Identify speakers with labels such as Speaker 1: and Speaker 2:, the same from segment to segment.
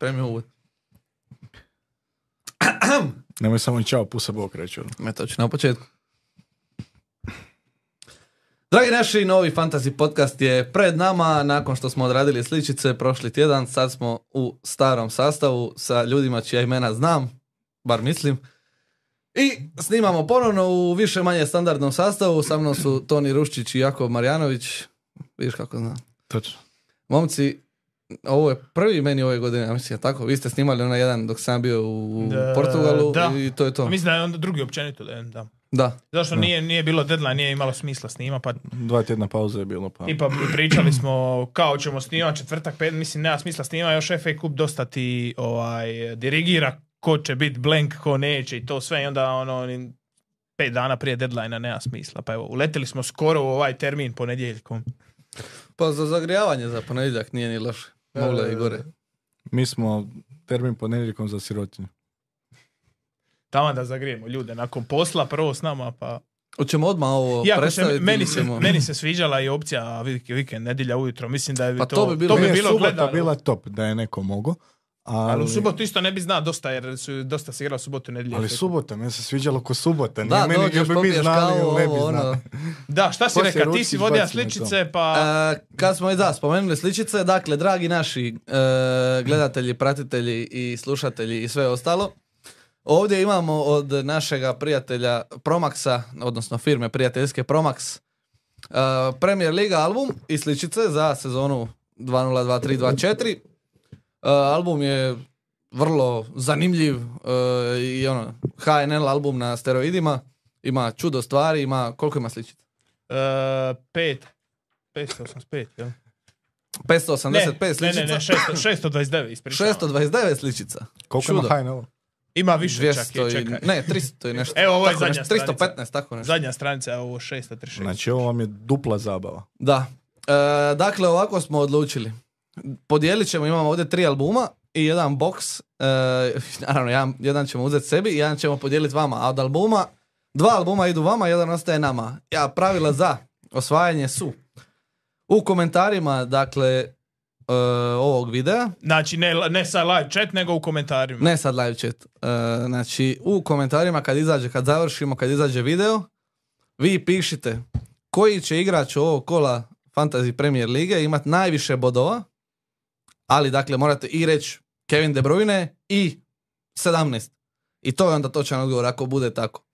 Speaker 1: Daj mi uvod.
Speaker 2: Nemoj samo čao, pusa bok reći. ono.
Speaker 1: Ne, to ću na početku. Dragi naši, novi fantasy podcast je pred nama. Nakon što smo odradili sličice prošli tjedan, sad smo u starom sastavu sa ljudima čija imena znam, bar mislim. I snimamo ponovno u više manje standardnom sastavu. Sa mnom su Toni Ruščić i Jakov Marjanović. Vidiš kako znam.
Speaker 2: Točno.
Speaker 1: Momci, ovo je prvi meni ove godine, ja mislim, jel tako? Vi ste snimali onaj jedan dok sam bio u
Speaker 3: Da,
Speaker 1: Portugalu
Speaker 3: da.
Speaker 1: i to je to.
Speaker 3: Mislim da je onda drugi općenito, da. da.
Speaker 1: Da.
Speaker 3: Zašto nije, nije bilo deadline, nije imalo smisla snima, pa
Speaker 2: Dva tjedna pauze je bilo, pa...
Speaker 3: tipa pričali smo kao ćemo snimati četvrtak, pet, mislim nema smisla snima, još FA Cup dosta ti ovaj, dirigira ko će biti blank, ko neće i to sve i onda ono, ni pet dana prije deadline nema smisla. Pa evo, uletili smo skoro u ovaj termin ponedjeljkom.
Speaker 1: Pa za zagrijavanje za ponedjeljak nije ni loše. Moglo je i
Speaker 2: E,
Speaker 1: gore.
Speaker 2: Mi smo termin ponedjeljkom za sirotinju.
Speaker 3: Tamo da zagrijemo ljude nakon posla, prvo s nama, pa...
Speaker 1: Hoćemo odmah ovo
Speaker 3: Iako se,
Speaker 1: predstaviti.
Speaker 3: meni,
Speaker 1: ili
Speaker 3: se,
Speaker 1: ćemo-
Speaker 3: meni se sviđala i opcija vik- vikend, nedjelja ujutro. Mislim da bi
Speaker 1: Pa
Speaker 3: to,
Speaker 1: to bi bilo-
Speaker 3: bi
Speaker 2: Nije,
Speaker 3: bilo
Speaker 2: subota
Speaker 3: gledano.
Speaker 2: bila top, da je neko mogo. Ali,
Speaker 3: Ali u subotu isto ne bi znao dosta, jer su, dosta se igrao subotu i nedjelju.
Speaker 2: ali subota, meni se sviđalo ko subota. Nije
Speaker 1: Da,
Speaker 2: meni,
Speaker 1: dođeš,
Speaker 2: jel bi mi
Speaker 1: popiješ
Speaker 2: znali
Speaker 1: kavu,
Speaker 2: ili ne bi
Speaker 1: ovo, ono.
Speaker 2: znali.
Speaker 3: Da, šta si
Speaker 2: Poslije
Speaker 3: rekao, ti
Speaker 2: ruci
Speaker 3: si vodio
Speaker 2: izbacimo to.
Speaker 3: sličice, pa...
Speaker 1: E, kad smo i da spomenuli sličice, dakle, dragi naši e, gledatelji, pratitelji i slušatelji i sve ostalo, ovdje imamo od našega prijatelja Promaxa, odnosno firme prijateljske Promax, e, Premier Liga album i sličice za sezonu 2023-2024. E, album je vrlo zanimljiv e, i ono, HNL album na steroidima. Ima čudo stvari, ima, koliko ima sličica?
Speaker 3: E, pet. 585, jel?
Speaker 1: 585
Speaker 3: ne,
Speaker 1: sličica.
Speaker 3: ne, ne, 600, 629, ispričavam.
Speaker 1: 629 sličica.
Speaker 2: Koliko ima
Speaker 1: Čudo.
Speaker 2: HNL?
Speaker 3: Ima više,
Speaker 1: 200
Speaker 3: čak i,
Speaker 1: i-
Speaker 3: čekaj.
Speaker 1: ne, 300 i nešto.
Speaker 3: Evo, ovo je
Speaker 1: Tako
Speaker 3: zadnja
Speaker 1: nešto, 315,
Speaker 3: stranica.
Speaker 1: tako nešto.
Speaker 3: Zadnja stranica je ovo 636.
Speaker 2: Znači ovo vam je dupla zabava.
Speaker 1: Da. E, dakle, ovako smo odlučili. Podijelit ćemo, imamo ovdje tri albuma i jedan box. E, naravno, jedan, jedan ćemo uzeti sebi i jedan ćemo podijeliti vama. A od albuma, dva albuma idu vama, jedan ostaje nama. Ja, pravila za osvajanje su u komentarima, dakle, e, ovog videa.
Speaker 3: Znači, ne, ne sa live chat, nego u komentarima.
Speaker 1: Ne sad live chat. E, znači, u komentarima kad izađe, kad završimo, kad izađe video, vi pišite koji će igrač ovog kola Fantasy Premier Lige imat najviše bodova, ali dakle morate i reći Kevin De Bruyne i 17. I to je onda točan odgovor ako bude tako.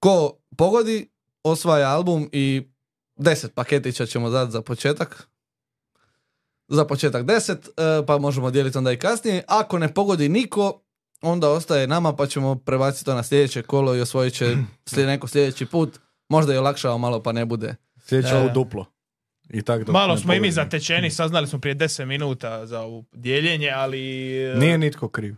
Speaker 1: Ko pogodi, osvaja album i 10 paketića ćemo dati za početak za početak 10, e, pa možemo dijeliti onda i kasnije. Ako ne pogodi niko, onda ostaje nama pa ćemo prebaciti to na sljedeće kolo i osvojit će
Speaker 3: Mm,
Speaker 1: slijed, neko sljedeći put. Možda i olakšao malo pa ne bude.
Speaker 2: Sljedeće
Speaker 3: E.
Speaker 2: ovo duplo. I tak dok
Speaker 3: Malo
Speaker 2: ne
Speaker 3: smo i mi
Speaker 2: pobjedimo.
Speaker 3: zatečeni, saznali smo prije 10 minuta za ovo dijeljenje, ali... e,
Speaker 2: Nije nitko kriv.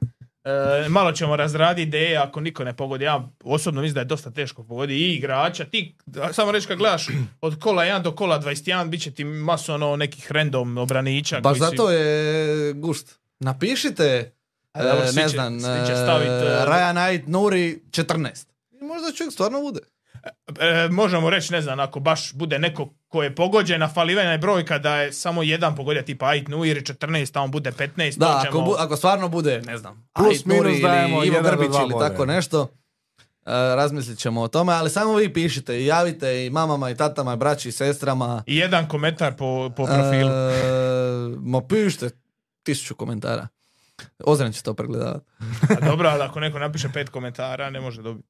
Speaker 3: E, malo ćemo razraditi ideje ako niko ne pogodi. Ja osobno mislim da je dosta teško pogodi i igrača. Ti, a, samo reći kad gledaš, od kola 1 do kola 21 bit će ti maso ono, nekih random obranića.
Speaker 1: Baš
Speaker 3: koji su-
Speaker 1: zato je gušt. Napišite,
Speaker 3: A dobro,
Speaker 1: e,
Speaker 3: svi
Speaker 1: ne
Speaker 3: će-
Speaker 1: znam,
Speaker 3: svi će
Speaker 1: e,
Speaker 3: stavit, e,
Speaker 1: Ryan Knight, Nuri, 14. I možda čovjek stvarno bude.
Speaker 3: E, možemo reći, ne znam, ako baš bude neko ko je pogođen, a falivena je brojka da je samo jedan pogodja tipa Ait Nuir 14, a on bude 15,
Speaker 1: Da,
Speaker 3: to
Speaker 1: ako,
Speaker 3: ćemo...
Speaker 1: bu- ako stvarno bude, ne znam,
Speaker 2: Plus,
Speaker 1: Ait Nuri
Speaker 2: minus dajemo
Speaker 1: ili Ivo
Speaker 2: jedan do
Speaker 1: Grbić
Speaker 2: dva
Speaker 1: ili
Speaker 2: boda.
Speaker 1: tako nešto, e, razmislit ćemo o tome, ali samo vi pišite i javite i mamama i tatama i braći i sestrama.
Speaker 3: I jedan komentar po, po profilu.
Speaker 1: E, ma pišite tisuću komentara. Ozren će to Pa pregledavati.
Speaker 3: A dobro, ali ako neko napiše pet komentara, ne može dobiti.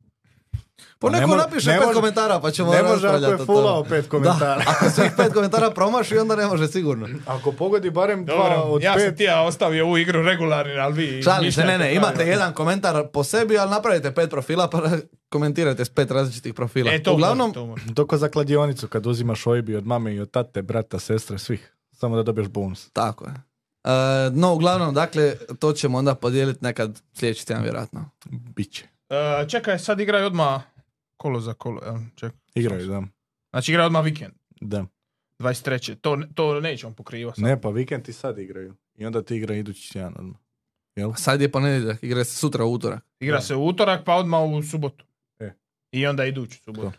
Speaker 1: Pa
Speaker 2: ne
Speaker 1: neko
Speaker 2: može-
Speaker 1: napiše
Speaker 2: ne
Speaker 1: pet
Speaker 2: može-
Speaker 1: komentara pa ćemo
Speaker 2: Ne može ako je
Speaker 1: raspravljati o tome.
Speaker 2: fulao pet komentara.
Speaker 1: Da, ako svih pet komentara promaši onda ne može sigurno.
Speaker 2: Ako pogodi barem
Speaker 3: Dobro,
Speaker 2: dva od
Speaker 3: ja sam
Speaker 2: pet,
Speaker 3: ti ja ostavio ovu igru regularni, ali vi...
Speaker 1: Šalim se,
Speaker 3: mišljate
Speaker 1: ne, ne,
Speaker 3: pravilno.
Speaker 1: imate jedan komentar po sebi, ali napravite pet profila pa komentirajte s pet različitih profila.
Speaker 3: E, to
Speaker 1: Uglavnom,
Speaker 3: može, to može.
Speaker 2: to ko za kladionicu kad uzimaš OIB od mame i od tate, brata, sestre, svih. Samo da dobiješ bonus.
Speaker 1: Tako je. E, no, uglavnom, dakle, to ćemo onda podijeliti nekad sljedeći tjedan, vjerojatno.
Speaker 2: Biće.
Speaker 3: E, čekaj, sad igraju odmah kolo za kolo. jel? Ček.
Speaker 2: Igraju, da.
Speaker 3: Znači igraju odmah vikend.
Speaker 2: Da.
Speaker 3: 23. To, to nećemo pokrivati.
Speaker 2: Ne, pa vikend ti sad igraju. I onda ti igra idući tjedan odmah. Jel?
Speaker 1: Pa Sad je ponedjeljak, igra se sutra u utorak.
Speaker 3: Igra
Speaker 2: Da.
Speaker 3: se u utorak, pa odmah u subotu.
Speaker 2: E.
Speaker 3: I onda iduću subotu.
Speaker 2: To.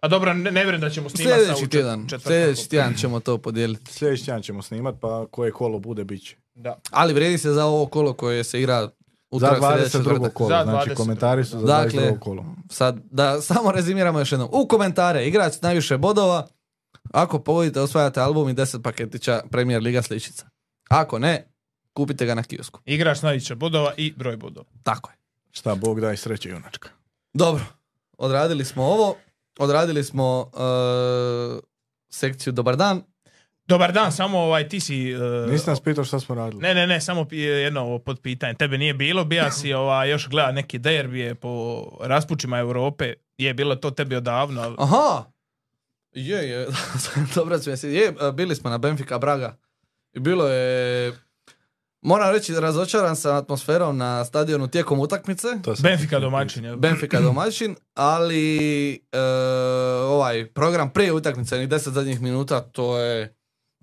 Speaker 3: A dobro, ne, ne vjerujem da ćemo snimati sa
Speaker 1: Sljedeći tjedan, sljedeći tjedan ćemo to podijeliti.
Speaker 2: Sljedeći tjedan ćemo snimat, pa koje kolo bude, bit će.
Speaker 3: Da.
Speaker 1: Ali vrijedi se za ovo kolo koje se igra
Speaker 2: Za
Speaker 1: utorak, sljedeći
Speaker 2: 22.
Speaker 1: četvrtak.
Speaker 2: kolo,
Speaker 3: Za
Speaker 2: znači
Speaker 3: 22.
Speaker 2: komentari su za
Speaker 1: Dakle,
Speaker 2: 22. kolo.
Speaker 1: Sad, da samo rezimiramo još jednom. U komentare, igrač s najviše bodova. Ako pogodite, osvajate album i 10 paketića Premier Liga sličica. Ako ne, kupite ga na kiosku.
Speaker 3: Igrač najviše bodova i broj bodova.
Speaker 1: Tako je.
Speaker 2: Šta, Bog daj sreće junačka.
Speaker 1: Dobro, odradili smo ovo. Odradili smo e, sekciju Dobar dan.
Speaker 3: Dobar dan, samo ovaj, ti si... e,
Speaker 2: Nisi nas pitao šta smo radili.
Speaker 3: Ne, ne, ne, samo pi- jedno ovo potpitanje. Tebe nije bilo, bija si ova, još gleda neki derbije po raspućima Europe. Je bilo to tebi odavno, ali
Speaker 1: Aha! Je, je, dobro smo se. Je, e, bili smo na Benfica Braga. I bilo je... Moram reći, razočaran sam atmosferom na stadionu tijekom utakmice.
Speaker 2: To sam
Speaker 3: Benfica
Speaker 2: ti
Speaker 3: domaćin. jel?
Speaker 1: Benfica domaćin, ali e, ovaj program prije utakmice, ni 10 zadnjih minuta, to je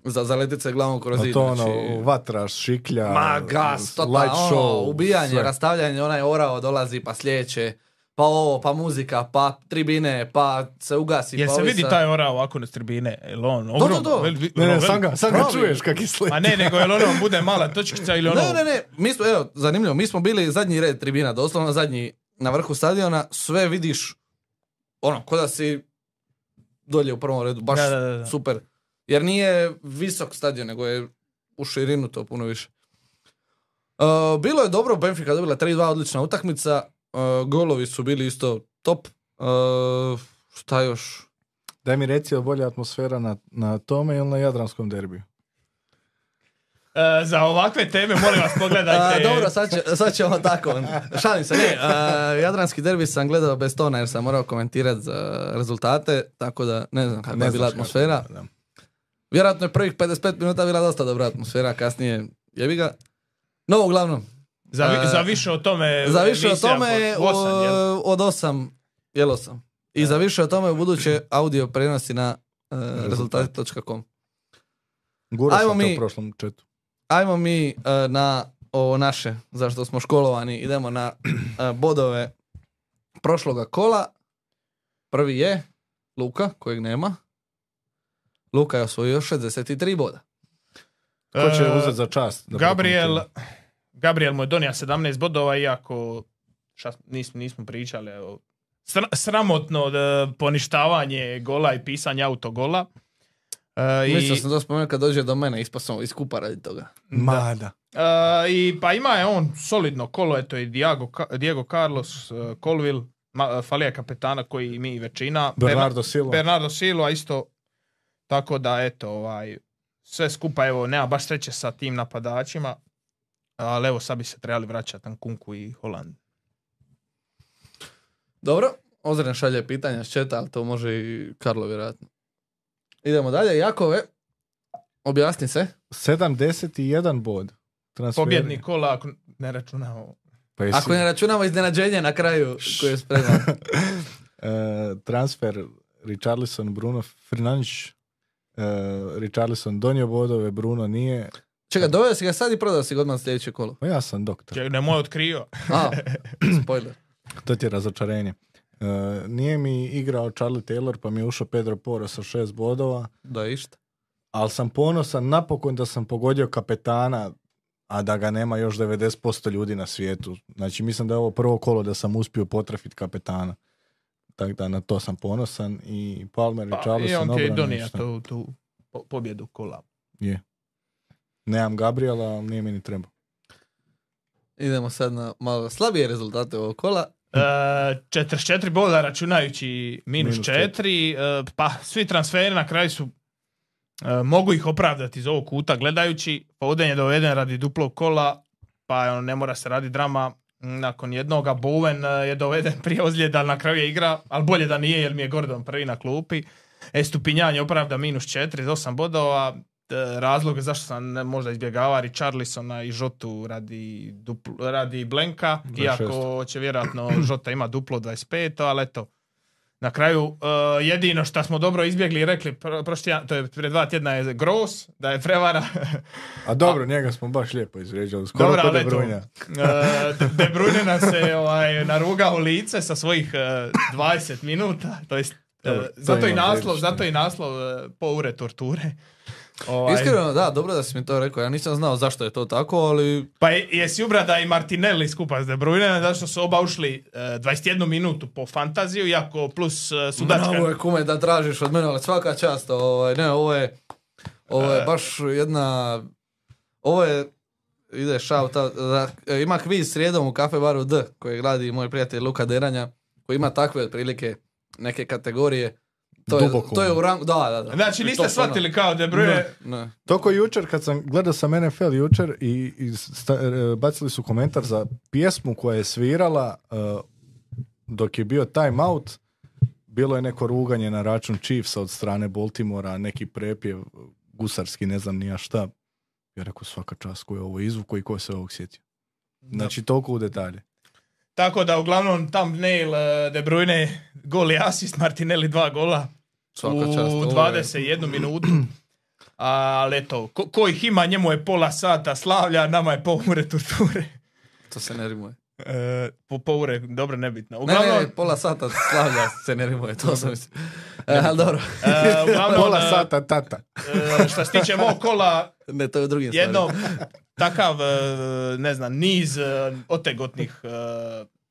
Speaker 1: za zaletice glavom kroz
Speaker 2: pitao. A
Speaker 1: zid.
Speaker 2: to ono,
Speaker 1: znači,
Speaker 2: vatra, šiklja,
Speaker 1: ma gas, total,
Speaker 2: light
Speaker 1: ono,
Speaker 2: show,
Speaker 1: ubijanje,
Speaker 2: sve.
Speaker 1: rastavljanje, onaj orao dolazi, pa slijeće, pa ovo, pa muzika, pa tribine, pa se ugasi.
Speaker 3: Jel
Speaker 1: pa
Speaker 3: se
Speaker 1: ovi
Speaker 3: vidi
Speaker 1: sa-
Speaker 3: taj orao ovako na tribine? Jel on ogrom?
Speaker 1: to, to.
Speaker 3: Vel- vi-
Speaker 2: Ne,
Speaker 3: ono,
Speaker 2: ne,
Speaker 3: vel-
Speaker 2: sam ga, sam ga
Speaker 1: Pravi.
Speaker 2: čuješ kak isleti.
Speaker 3: Ma ne, nego jel ono bude mala točkica ili ono...
Speaker 1: Ne, ne, ne, mi smo, evo, zanimljivo, mi smo bili zadnji red tribina, doslovno zadnji na vrhu stadiona, sve vidiš, ono, ko da si dolje u prvom redu, baš
Speaker 3: Da, da, da, da.
Speaker 1: super. Jer nije visok stadion, nego je u širinu to puno više. E, bilo je dobro, Benfica je dobila 3-2, odlična utakmica, E, golovi su bili isto top. E, šta još?
Speaker 2: Daj mi reci, je li bolja atmosfera na, na tome ili na Jadranskom derbiju?
Speaker 3: E, za ovakve teme, molim vas,
Speaker 1: A,
Speaker 3: pogledajte.
Speaker 1: dobro, sad, će, sad ćemo tako. Šalim se, ne. a, jadranski derbi sam gledao bez tona jer sam morao komentirati za rezultate, tako da ne znam kakva
Speaker 2: Ne
Speaker 1: je
Speaker 2: znaš
Speaker 1: bila
Speaker 2: kako,
Speaker 1: atmosfera.
Speaker 2: da.
Speaker 1: Vjerojatno je prvih 55 minuta bila dosta dobra atmosfera, kasnije jebi ga. No, uglavnom,
Speaker 3: Za, vi-
Speaker 1: E,
Speaker 3: za više o tome...
Speaker 1: za više o
Speaker 3: emisija
Speaker 1: tome
Speaker 3: pod osam, jel?
Speaker 1: o- od 8, jel 8. I za više o tome u buduće audio prenosi na e, rezultati.com.
Speaker 2: Gura
Speaker 1: Ajmo
Speaker 2: sam to
Speaker 1: mi-
Speaker 2: u prošlom četu.
Speaker 1: ajmo mi e, na ovo naše, zašto smo školovani, idemo na e, bodove prošloga kola. Prvi je Luka, kojeg nema. Luka je osvojio 63 boda.
Speaker 2: Ko će
Speaker 3: E,
Speaker 2: uzeti za čast? da
Speaker 3: Gabriel,
Speaker 2: prokomentira?
Speaker 3: Gabriel mu je donio 17 bodova, iako šta, nismo, nismo pričali o sra- sramotno da, poništavanje gola i pisanje autogola. E, i,
Speaker 1: Mislio sam to spomenuo kad dođe do mene, ispao sam iz kupa radi toga.
Speaker 2: Ma da.
Speaker 3: e, i, pa ima je on solidno kolo, eto i Diego, Ka- Diego Carlos, e, Colville, ma, e, falija kapetana koji mi većina.
Speaker 2: Bernardo Silva.
Speaker 3: Bernardo Silva isto. Tako da, eto, ovaj, sve skupa, evo, nema baš sreće sa tim napadačima. Ali evo, sad bi se trebali vraćati na Kunku i Holand.
Speaker 1: Dobro, Ozren šalje pitanja s četa, ali to može i Karlo vjerojatno. Idemo dalje, Jakove, objasni se.
Speaker 2: 71 bod. Transferi.
Speaker 3: Pobjednik kola, ako ne računamo.
Speaker 2: Pa jesi-
Speaker 1: Ako ne računamo iznenađenje na kraju koje je spreman.
Speaker 2: E, transfer Richarlison, Bruno Fernandes. E, Richarlison donio bodove, Bruno nije.
Speaker 1: Čekaj, doveo si ga sad i prodao si ga odmah sljedeće kolo.
Speaker 2: Pa ja sam doktor.
Speaker 3: Čekaj, nemoj otkrio.
Speaker 1: A, spoiler.
Speaker 2: To ti je razočarenje. E, nije mi igrao Charlie Taylor, pa mi je ušao Pedro Poro sa šest bodova,
Speaker 1: Da, išta.
Speaker 2: ali sam ponosan napokon da sam pogodio kapetana, a da ga nema još 90% ljudi na svijetu. Znači, mislim da je ovo prvo kolo da sam uspio potrafiti kapetana. Tako da na to sam ponosan i Palmer i
Speaker 3: Pa, I
Speaker 2: Charlison
Speaker 3: on ti je
Speaker 2: obrana,
Speaker 3: donio
Speaker 2: ništa.
Speaker 3: tu, tu po- pobjedu kola.
Speaker 2: Nemam Gabriela, ali nije mi ni trebao.
Speaker 1: Idemo sad na malo slabije rezultate ovog kola.
Speaker 3: E, 44 boda računajući minus,
Speaker 2: Minus
Speaker 3: 4. pa svi transferi na kraju su e, mogu ih opravdati iz ovog kuta gledajući. Foden je doveden radi duplog kola, pa ono, ne mora se radi drama m, Mm, nakon jednoga. Bowen e, je doveden prije ozljeda, ali na kraju je igra, ali bolje da nije jer mi je Gordon prvi na klupi. Estupinjan je opravda minus 4 za 8 bodova. E, Razlog zašto sam ne- možda izbjegava Richarlisona i Žotu radi, dupl- radi Blenka,
Speaker 2: 26.
Speaker 3: iako će vjerojatno Žota ima duplo 25, ali eto, na kraju, uh, jedino što smo dobro izbjegli i rekli, pro, prošli tjedan- to je prije dva tjedna je Gross, da je prevara.
Speaker 2: A dobro, njega smo baš lijepo izređali. Skoro
Speaker 3: Dobra,
Speaker 2: kod
Speaker 3: ali
Speaker 2: De
Speaker 3: eto,
Speaker 2: Bruyne.
Speaker 3: uh, De- De Bruyne nam se ovaj, narugao u lice sa svojih uh, 20 e, minuta, to jest
Speaker 2: Dobro,
Speaker 3: E,
Speaker 2: to
Speaker 3: zato, i
Speaker 2: imam
Speaker 3: naslov,
Speaker 2: zajednički.
Speaker 3: zato i naslov e, po ure torture. Ovaj,
Speaker 1: Iskreno, da, dobro da si mi to rekao. Ja nisam znao zašto je to tako, ali
Speaker 3: Pa je- jesi ubrada i Martinelli skupa s De Bruyne, zato što su oba ušli e, 21 minutu po fantaziju, iako plus e, sudačka.
Speaker 1: ovo je kume da tražiš od mene, ali svaka čast. Ovaj, ne, ovo je, ovo je
Speaker 3: E.
Speaker 1: baš jedna... Ovo je ide shout out, da, e, ima kviz srijedom u kafe baru D kojeg radi moj prijatelj Luka Deranja koji ima takve otprilike neke kategorije to je,
Speaker 2: Duboko.
Speaker 1: to je u rangu da, da, da.
Speaker 3: ono. Znači,
Speaker 1: I
Speaker 3: niste
Speaker 1: to su ono-
Speaker 3: shvatili kao De Bruyne,
Speaker 1: Ne.
Speaker 2: To ko jučer, kad sam, gledao sam NFL jučer i, i sta- e, bacili su komentar za pjesmu koja je svirala e, dok je bio time out, bilo je neko ruganje na račun Chiefsa od strane Baltimora, neki prepjev gusarski, ne znam ni ja šta. Ja rekao svaka čast ko je ovo izvuko i ko se ovog sjetio. Znači toliko u detalje.
Speaker 3: tako da uglavnom thumbnail e, De Bruyne, gol i asist, Martinelli dva gola
Speaker 1: Svaka
Speaker 3: u
Speaker 1: čast, ovo je-
Speaker 3: 21 minutu. Ali eto, ko, ko ih ima, njemu je pola sata slavlja, nama je po ure torture.
Speaker 1: to se ne rimuje
Speaker 3: E, po, po ure, dobro, nebitno.
Speaker 1: Ne,
Speaker 3: Uglavnom,
Speaker 1: ne, ne, pola sata slavlja se ne rimuje, to sam mislio. E, ali dobro,
Speaker 3: e, uglavnom,
Speaker 2: Pola
Speaker 3: e,
Speaker 2: sata tata.
Speaker 3: e, što se tiče mog kola,
Speaker 1: ne, to je u drugim
Speaker 3: jedno
Speaker 1: stvarima.
Speaker 3: takav, e, ne znam, niz e, otegotnih e,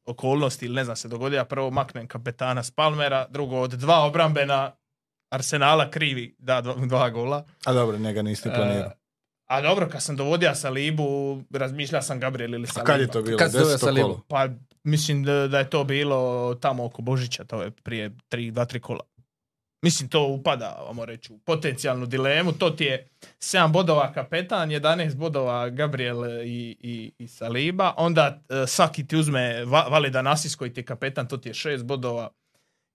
Speaker 3: okolnosti ili ne znam se dogodila. Prvo maknem kapetana s Palmera, drugo od dva obrambena Arsenala krivi da dva, dva gola.
Speaker 2: A dobro, njega niste
Speaker 3: E,
Speaker 2: planirali.
Speaker 3: a dobro, kad sam dovodio Salibu, razmišljao sam Gabriel ili
Speaker 2: A
Speaker 3: Saliba.
Speaker 2: kad je to bilo?
Speaker 1: Kad ste doveli
Speaker 2: Deseto
Speaker 1: Salibu?
Speaker 2: kolo?
Speaker 3: Pa mislim da, da je to bilo tamo oko Božića, to je prije tri, dva, tri kola. Mislim, to upada, vamo reći, u potencijalnu dilemu. To ti je 7 bodova kapetan, 11 bodova Gabriel i, i, i Saliba. Onda e, svaki ti uzme va, validan asist koji ti je kapetan, to ti je 6 bodova.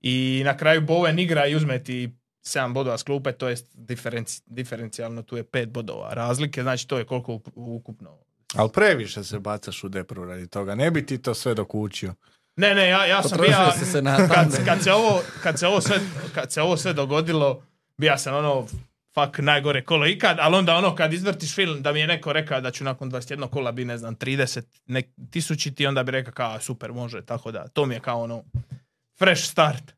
Speaker 3: I na kraju Bowen igra i uzme ti 7 bodova s klupe, to je diferenci, diferencijalno tu je 5 bodova razlike. Znači, to je koliko up- ukupno
Speaker 2: Ali previše se bacaš u depru radi toga. Ne bi ti to sve dokučio.
Speaker 3: Ne, ne, ja, ja sam
Speaker 1: Potrošio
Speaker 3: bija,
Speaker 1: si se na
Speaker 3: kad,
Speaker 1: tandem.
Speaker 3: kad, se ovo, kad, se ovo sve, kad se ovo sve dogodilo, bija sam ono, fuck, najgore kolo ikad, ali onda ono, kad izvrtiš film, da mi je neko rekao da ću nakon 21 kola bi, ne znam, 30 nek, tisućiti, onda bi rekao kao, "A, super, može, tako da, to mi je kao ono, fresh start.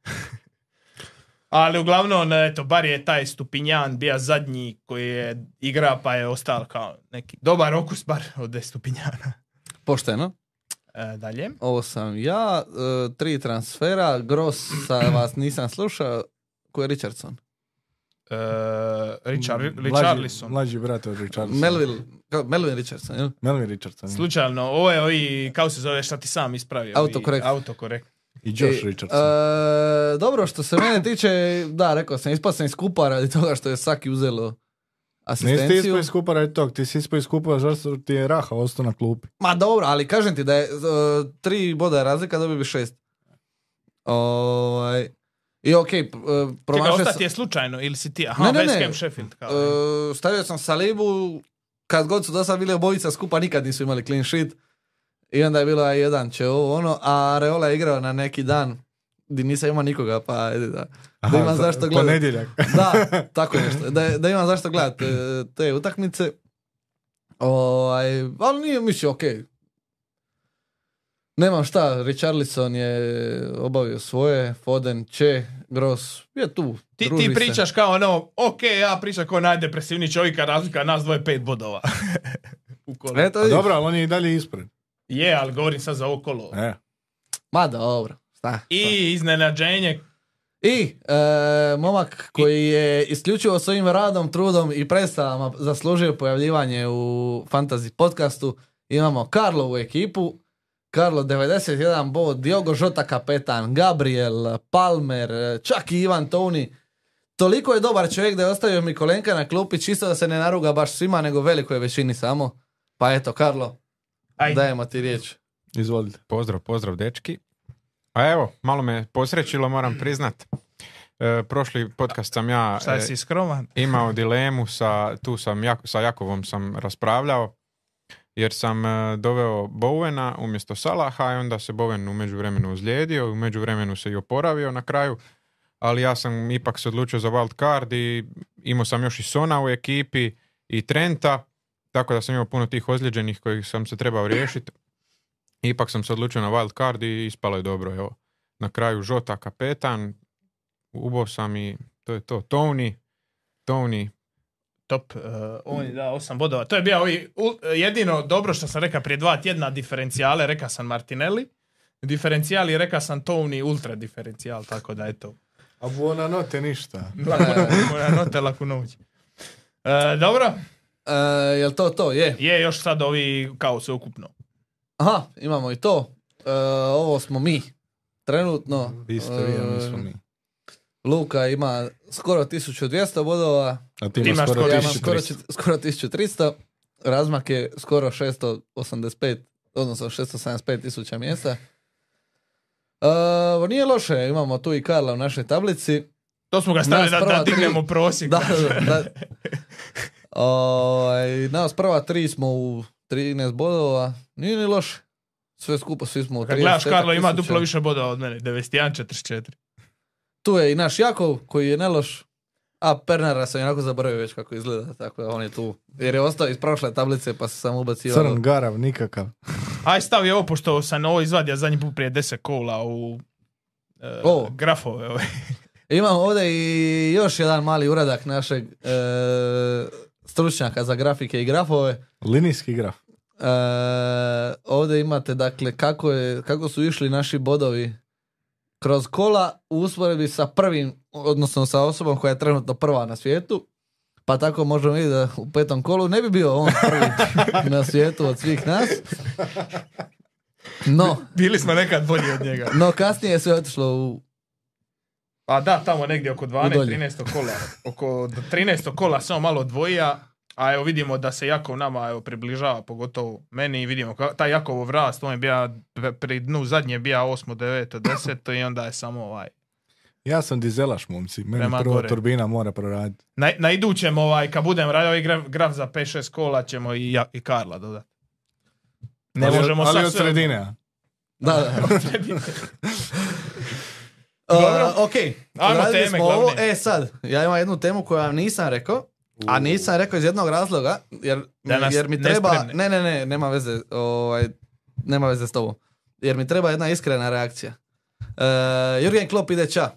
Speaker 3: ali uglavnom, eto, bar je taj Stupinjan bija zadnji koji je igra, pa je ostal kao neki dobar okus, bar od Stupinjana.
Speaker 1: Pošteno.
Speaker 3: E, dalje.
Speaker 1: Ovo sam ja, e, tri transfera, Gross sa vas nisam slušao, ko je Richardson?
Speaker 3: E, Richard,
Speaker 2: Mlađi,
Speaker 3: Richarlison.
Speaker 2: mlađi brat od Richarlison.
Speaker 1: Melville, kao Melvin Richardson, jel?
Speaker 2: Melvin Richardson.
Speaker 3: Slučajno, ovo je ovi, kako se zove, šta ti sam ispravio?
Speaker 1: Autokorekt.
Speaker 3: I- Autokorekt.
Speaker 2: I Josh
Speaker 1: E,
Speaker 2: Richardson.
Speaker 1: e, dobro, što se mene tiče, da, rekao sam, ispao sam iz kupa radi toga što je Saki uzelo
Speaker 2: Nisi ti
Speaker 1: asistenciju.
Speaker 2: ispao iz kupa radi tog, ti si ispao iz kupa zašto ti je Raha ostao na klupi.
Speaker 1: Ma dobro, ali kažem ti da je e, tri boda je razlika, dobio bi šest. Ovaj, I okej, okay,
Speaker 3: Čekaj,
Speaker 1: promašio sam...
Speaker 3: ostati je slučajno ili si ti? Aha,
Speaker 1: Ne, ne, ne.
Speaker 3: West Ham Sheffield. Kao. ono.
Speaker 1: E, stavio sam Salibu, kad god su do sad bili obojica skupa, nikad nisu imali clean sheet. I onda je bilo aj jedan će ovo ono, a Reola je igrao na neki dan gdje nisam imao nikoga, pa ajde da, da imam
Speaker 2: za- pa
Speaker 1: zašto gledati.
Speaker 2: Ponedjeljak.
Speaker 1: Da, tako nešto. Da, da imam zašto gledati te utakmice. Ovaj, ali nije, mislim, okej. Nemam šta, Richarlison je obavio svoje, Foden će, Gross je tu,
Speaker 3: ti,
Speaker 1: druži se.
Speaker 3: ti pričaš kao ono, ok, ja pričam kao najdepresivniji čovjek, a razlika nas dvoje pet bodova. U kolo.
Speaker 1: Eto, E, vidiš.
Speaker 2: Pa Dobro, ali on je i dalje ispred.
Speaker 3: Je, ali govorim sad za ovo kolo.
Speaker 2: E.
Speaker 1: Ma dobro, šta.
Speaker 3: I iznenađenje,
Speaker 1: I e, momak koji je isključivo svojim radom, trudom i predstavama zaslužio pojavljivanje u Fantasy podcastu, imamo Karlovu ekipu. Karlo 91 bod, Diogo Žota kapetan, Gabriel, Palmer, e, čak i Ivan Toni. Toliko je dobar čovjek da je ostavio Mikolenka na klupi, čisto da se ne naruga baš svima, nego velikoj većini samo. Pa eto, Karlo,
Speaker 3: Ajde.
Speaker 1: dajemo ti riječ.
Speaker 2: Izvolite.
Speaker 4: Pozdrav, pozdrav dečki. A evo, malo me posrećilo, moram priznat. E, prošli podcast sam ja
Speaker 3: šta
Speaker 4: e,
Speaker 3: si skroman?
Speaker 4: imao dilemu, sa, tu sam, Jak- sa Jakovom sam raspravljao, jer sam e, doveo Bowena umjesto Salaha i onda se Bowen u međuvremenu uzlijedio, u međuvremenu se i oporavio na kraju, ali ja sam ipak se odlučio za wild card i imao sam još i Sona u ekipi i Trenta, tako da sam imao puno tih ozlijeđenih kojih sam se trebao riješiti. Ipak sam se odlučio na wild card i ispalo je dobro, evo. Na kraju Žota kapetan, ubao sam i to je to. Tony, Tony,
Speaker 3: Top, eh, on je dao 8 bodova. To je bio ovi, u- jedino dobro što sam rekao prije dva tjedna diferencijale, rekao sam Martinelli. Diferencijali, rekao sam Tony ultra diferencijal, tako da eto.
Speaker 2: A buona note ništa.
Speaker 3: Lako, moja nota lako noć. E, dobro,
Speaker 1: E, jel to to? Je.
Speaker 3: je još sad ovi kao sve ukupno.
Speaker 1: Aha, imamo i to. E, ovo smo mi. Trenutno.
Speaker 2: Vi ste vi,
Speaker 1: E,
Speaker 2: a mi smo mi.
Speaker 1: Luka ima skoro 1200 bodova.
Speaker 2: A ti
Speaker 3: Ti
Speaker 2: imaš
Speaker 3: imaš
Speaker 2: skoro
Speaker 3: skoro-
Speaker 1: Ja imam
Speaker 2: 1300.
Speaker 1: skoro, čet- skoro 1300. Razmak je skoro 685, odnosno 675 tisuća mjesta. E, nije loše, imamo tu i Karla u našoj tablici.
Speaker 3: To smo ga stavili
Speaker 1: Nas
Speaker 3: da,
Speaker 1: prva tri-
Speaker 3: da dignemo prosjek.
Speaker 1: Da, da, da. Ovaj, nas prva tri smo u 13 bodova, nije ni loše. Sve skupo, svi smo u 30
Speaker 3: Kad gledaš, Karlo ima
Speaker 1: tisuća.
Speaker 3: duplo više bodova od mene, 91-44.
Speaker 1: Tu je i naš Jakov, koji je neloš. A Pernara sam onako zaboravio već kako izgleda, tako da on je tu. Jer je ostao iz prošle tablice pa se samo ubacio.
Speaker 2: Crn garav, nikakav.
Speaker 3: Aj stavi ovo, pošto sam ovo izvadio zadnji put prije 10 kola u e,
Speaker 1: O.
Speaker 3: grafove ove.
Speaker 1: E, Imamo ovdje i još jedan mali uradak našeg e, stručnjaka za grafike i grafove.
Speaker 2: Linijski graf.
Speaker 1: E, ovdje imate dakle kako, je, kako su išli naši bodovi kroz kola u usporedbi sa prvim, odnosno sa osobom koja je trenutno prva na svijetu. Pa tako možemo vidjeti da u petom kolu ne bi bio on prvi na svijetu od svih nas. No,
Speaker 3: Bili smo nekad bolji od njega.
Speaker 1: no kasnije je sve otišlo u...
Speaker 3: Pa da, tamo negdje oko 12,
Speaker 1: Udolje.
Speaker 3: 13 kola. Oko do 13 kola samo malo odvojija, a evo vidimo da se Jakov nama evo, približava, pogotovo meni, i vidimo ka, taj Jakovov rast, on je bio p- pri dnu zadnje je bio 8, 9, 10 i onda je samo ovaj.
Speaker 2: Ja sam dizelaš, momci. Meni
Speaker 3: Prema
Speaker 2: prvo
Speaker 3: gore.
Speaker 2: turbina mora proraditi.
Speaker 3: Na, na idućem, ovaj, kad budem radio ovaj graf, graf za 5-6 kola, ćemo i, ja, i Karla dodati. Ne
Speaker 2: ali,
Speaker 3: možemo
Speaker 2: ali
Speaker 3: sad
Speaker 2: od
Speaker 3: sve-
Speaker 2: sredine. a?
Speaker 1: Da, da.
Speaker 3: Dobro.
Speaker 1: Uh, ok,
Speaker 3: Ajmo
Speaker 1: odradili
Speaker 3: teme
Speaker 1: smo ovo.
Speaker 3: glavne.
Speaker 1: E sad, ja imam jednu temu koju vam nisam rekao, a nisam rekao iz jednog razloga, jer, mi-
Speaker 3: Da nas
Speaker 1: jer mi
Speaker 3: ne
Speaker 1: treba...
Speaker 3: spremne.
Speaker 1: Ne, ne, ne, nema veze, ovaj, nema veze s tobom. Jer mi treba jedna iskrena reakcija. E, Jurgen Klopp ide ča.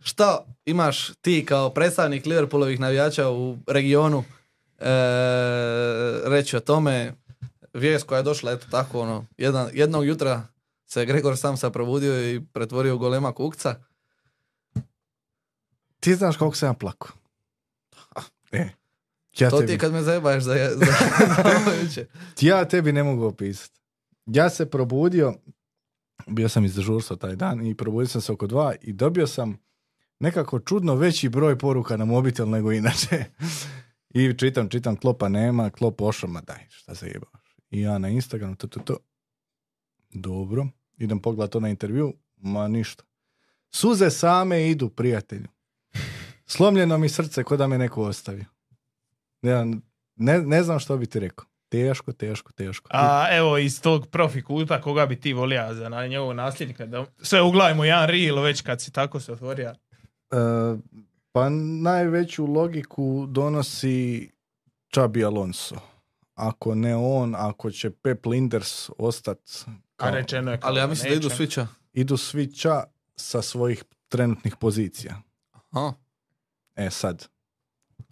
Speaker 1: Šta imaš ti kao predstavnik Liverpoolovih navijača u regionu e, reći o tome? Vijest koja je došla, eto tako, ono, jedan, jednog jutra se Gregor Samsa probudio i pretvorio u golema kukca.
Speaker 2: Ti znaš koliko sam ja plako. E. Ja
Speaker 1: to ti
Speaker 2: tebi,
Speaker 1: je kad me zajebaš za, za, za ovo jučer.
Speaker 2: ja tebi ne mogu opisati. Ja se probudio, bio sam iz dežurstva taj dan i probudio sam se oko dva i dobio sam nekako čudno veći broj poruka na mobitel nego inače. I čitam, čitam, klopa nema, klop ošao, ma daj, šta se jebaš. I ja na Instagramu, to, to, to. Dobro, idem pogledat to na intervju, ma ništa. Suze same idu, prijatelju. Slomljeno mi srce, ko da me neko ostavi. Ja ne, ne znam što bi ti rekao. Teško, teško, teško.
Speaker 3: A evo iz tog profi kuta koga bi ti volio za na njegovog nasljednika da sve uglavimo jedan reel već kad si tako se otvorio.
Speaker 2: E, pa najveću logiku donosi Čabi Alonso. Ako ne on, ako će Pep Linders ostat,
Speaker 3: A
Speaker 2: Kao-
Speaker 3: rečeno je kao
Speaker 1: Ali ja mislim da idu
Speaker 3: neće.
Speaker 1: svića.
Speaker 2: idu svi Ča sa svojih trenutnih pozicija.
Speaker 1: Aha.
Speaker 2: E sad,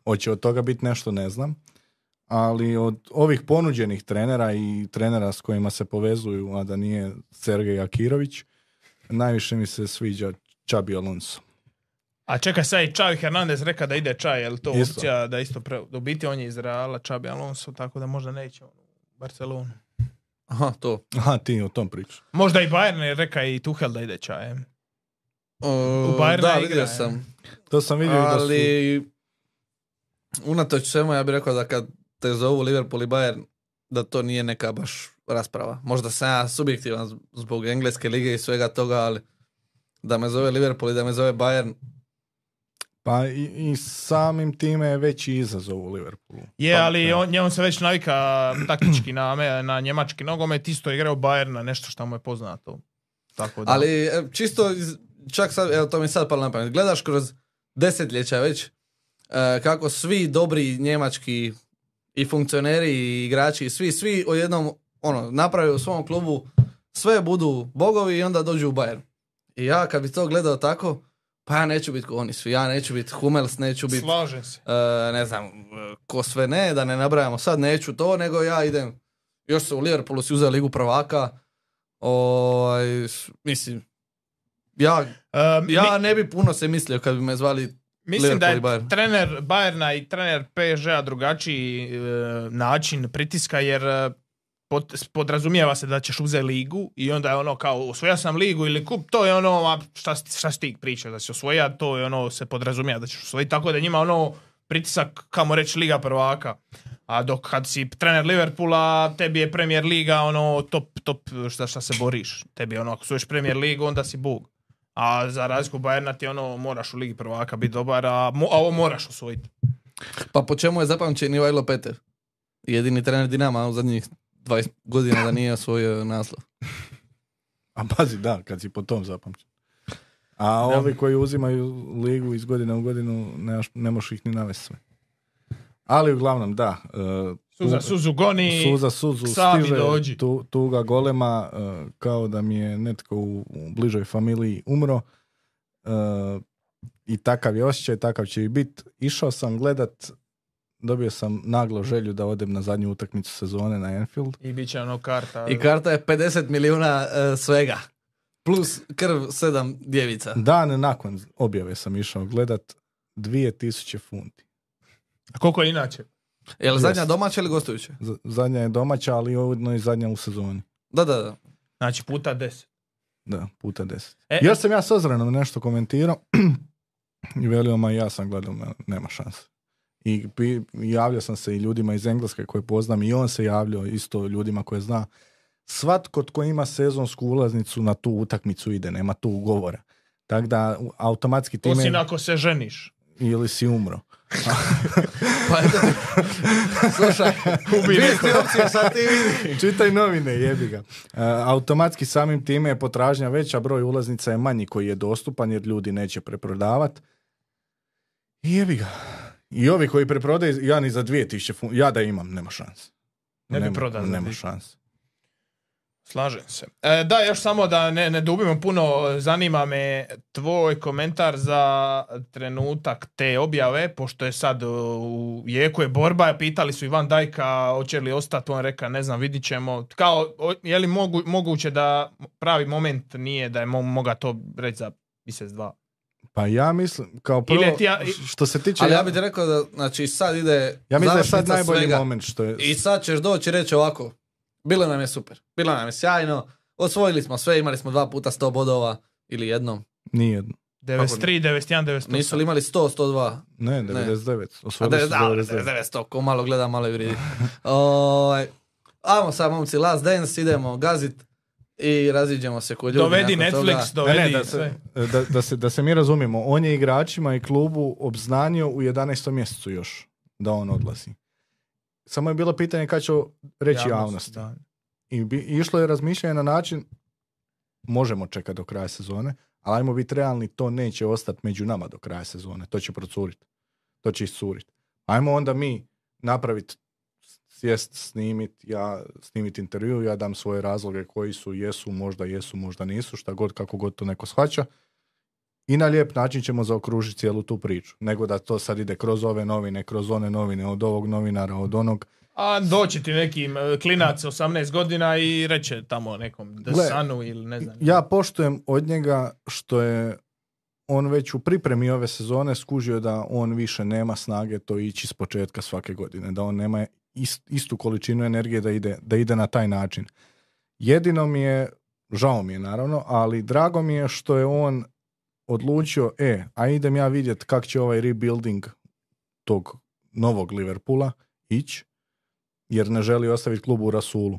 Speaker 2: hoće od toga biti nešto, ne znam. Ali od ovih ponuđenih trenera i trenera s kojima se povezuju, a da nije Sergej Akirović, najviše mi se sviđa Čabi Alonso.
Speaker 3: A čekaj sad i Čavi Hernandez reka da ide Čaj, je li to
Speaker 2: Isto.
Speaker 3: opcija da isto pre... da u biti on je iz Reala Čabi Alonso, tako da možda neće on u Barcelonu.
Speaker 1: Aha, to.
Speaker 2: Aha, ti o tom priču.
Speaker 3: Možda i Bayern je reka i Tuhel da ide Čajem.
Speaker 1: O,
Speaker 3: Bayerna
Speaker 1: da,
Speaker 3: igra,
Speaker 1: vidio
Speaker 3: je.
Speaker 1: sam.
Speaker 2: To sam vidio da su...
Speaker 1: Ali, unatoč svemu, ja bih rekao da kad te zovu Liverpool i Bayern, da to nije neka baš rasprava. Možda sam ja subjektivan z- zbog engleske lige i svega toga, ali da me zove Liverpool i da me zove Bayern,
Speaker 2: Pa i, i samim time je veći izazov u Liverpoolu.
Speaker 3: Je,
Speaker 2: Pa,
Speaker 3: ali
Speaker 2: da.
Speaker 3: on, njemu se već navika taktički na, me- na njemački nogomet, isto je igrao Bayern na nešto što mu je poznato. Tako da.
Speaker 1: Ali e, čisto, iz- čak sad, evo to mi je sad palo na pamet, gledaš kroz desetljeća već e, kako svi dobri njemački i funkcioneri i igrači i svi, svi odjednom ono, naprave u svom klubu sve budu bogovi i onda dođu u Bayern. I ja kad bi to gledao tako, pa ja neću biti oni svi, ja neću biti Hummels, neću biti
Speaker 3: Slažem se.
Speaker 1: e, ne znam, e, ko sve ne, da ne nabrajamo sad, neću to, nego ja idem, još se u Liverpoolu si uzeo ligu prvaka, ovaj, s- mislim, ja,
Speaker 3: Um,
Speaker 1: ja ne bi puno se mislio kad bi me zvali
Speaker 3: Mislim da je
Speaker 1: Liverpool i Bayern.
Speaker 3: trener Bayerna i trener PSG-a drugačiji e, način pritiska jer e, pot- podrazumijeva se da ćeš uzeti ligu i onda je ono kao osvoja sam ligu ili kup, to je ono a šta, šta si ti pričao da si osvoja, to je ono se podrazumijeva da ćeš osvojiti, tako da njima ono pritisak, kamo reći, Liga prvaka. A dok kad si trener Liverpoola, tebi je Premier Liga ono top, top šta, šta se boriš. Tebi je ono, ako osvojiš Premier Ligu, onda si bog. A za razliku Bayerna ti ono moraš u Ligi prvaka biti dobar, a, mo- a ovo moraš osvojiti.
Speaker 1: Pa po čemu je zapamćen Ivajlo Peter? Jedini trener Dinama u zadnjih 20 godina da nije osvojio naslov.
Speaker 2: A pazi, da, kad si po tom zapamćen. A ovi koji uzimaju ligu iz godine u godinu, nemaš- ne možeš ih ni navesti sve. Ali uglavnom, da. e,
Speaker 3: Suza
Speaker 2: tu-
Speaker 3: suzu goni.
Speaker 2: Suza suzu
Speaker 3: Savi
Speaker 2: stiže
Speaker 3: dođi.
Speaker 2: tu, tuga golema e, kao da mi je netko u, u bližoj familiji umro E, i takav je osjećaj, takav će i bit. Išao sam gledat, dobio sam naglo želju da odem na zadnju utakmicu sezone na Enfield.
Speaker 3: I bit će ono karta.
Speaker 1: I karta je 50 milijuna e, svega. Plus krv 7 djevica.
Speaker 2: Dan nakon objave sam išao gledat 2000 funti.
Speaker 3: A koliko je inače?
Speaker 1: Je li
Speaker 2: Jest.
Speaker 1: zadnja domaća ili gostujuća?
Speaker 2: Z- zadnja je domaća, ali ujedno i zadnja u sezoni.
Speaker 1: Da, da, da.
Speaker 3: Znači puta 10.
Speaker 2: Da, puta deset.
Speaker 3: E,
Speaker 2: Još sam ja s Ozranom nešto komentirao i velio, ma ja sam gledao, ma, nema šanse. I pi- javljao sam se i ljudima iz Engleske koje poznam i on se javljao isto ljudima koje zna. Svatko tko ima sezonsku ulaznicu na tu utakmicu ide, nema tu ugovora. Tako da u- automatski time
Speaker 3: Osim ako se ženiš.
Speaker 2: ili si umro.
Speaker 1: Pa eto, slušaj, dvije ste opcije, sad ti vidi.
Speaker 2: Čitaj novine, jebi ga. E, automatski samim time je potražnja veća, broj ulaznica je manji koji je dostupan jer ljudi neće preprodavat. I jebi ga. I ovi koji preprodaju, ja ni za 2000 fun, ja da imam, nema šans.
Speaker 3: Ne bi
Speaker 2: Nema-
Speaker 3: prodao za
Speaker 2: Nema
Speaker 3: 2000.
Speaker 2: šans.
Speaker 3: Slažem se. E, da, još samo da ne, ne dubimo puno, zanima me tvoj komentar za trenutak te objave, pošto je sad e, u jeku je borba, pitali su Ivan Dajka hoće li ostati, on reka ne znam, vidit ćemo. Kao, o- je li mogu- moguće da pravi moment nije da je mo- moga to reći za mjesec dva?
Speaker 2: Pa ja mislim, kao prvo,
Speaker 3: Ili ti ja-
Speaker 2: što se tiče,
Speaker 1: Ali
Speaker 2: ja,
Speaker 1: ja bih ti rekao da, znači, sad ide
Speaker 2: ja mislim da je sad
Speaker 1: završnica
Speaker 2: najbolji
Speaker 1: svega.
Speaker 2: moment što je,
Speaker 1: I sad ćeš doći i reći ovako, bilo nam je super, bilo nam je sjajno, osvojili smo sve, imali smo dva puta 100 bodova ili jednom.
Speaker 2: nije,
Speaker 3: 93, 91, 98.
Speaker 1: Nisu li imali 100, 102?
Speaker 2: ne, 99,
Speaker 1: A
Speaker 2: osvojili su 99.
Speaker 1: 99, ko malo gleda, malo i vridi. Ovaj, ajmo sad, momci, last dance, idemo gazit i raziđemo se kod ljudi.
Speaker 3: Dovedi
Speaker 1: nakon toga.
Speaker 3: Netflix,
Speaker 2: Ne,
Speaker 3: dovedi
Speaker 2: ne, da se,
Speaker 3: sve.
Speaker 2: da, da se, da se mi razumijemo, on je igračima i klubu obznanio u 11. mjesecu još da on odlazi. Samo je bilo pitanje kad će reći javnosti.
Speaker 3: da.
Speaker 2: I bi, išlo je razmišljanje na način možemo čekati do kraja sezone, ali ajmo biti realni, to neće ostati među nama do kraja sezone. To će procuriti. To će iscuriti. Ajmo onda mi napraviti sjest, snimit, ja snimit intervju, ja dam svoje razloge koji su, jesu, možda jesu, možda nisu, šta god, kako god to neko shvaća. I na lijep način ćemo zaokružiti cijelu tu priču. Nego da to sad ide kroz ove novine, kroz one novine, od ovog novinara, od onog.
Speaker 3: A doći ti neki e, klinac 18 godina i reće tamo nekom The
Speaker 2: Gle,
Speaker 3: Sunu ili ne znam.
Speaker 2: Ja poštujem od njega što je on već u pripremi ove sezone skužio da on više nema snage to ići s početka svake godine, da on nema ist- istu količinu energije da ide, da ide na taj način. Jedino mi je, žao mi je naravno, ali drago mi je što je on odlučio, e, a idem ja vidjet kak će ovaj rebuilding tog novog Liverpoola ići, jer ne želi ostaviti klub u Rasulu.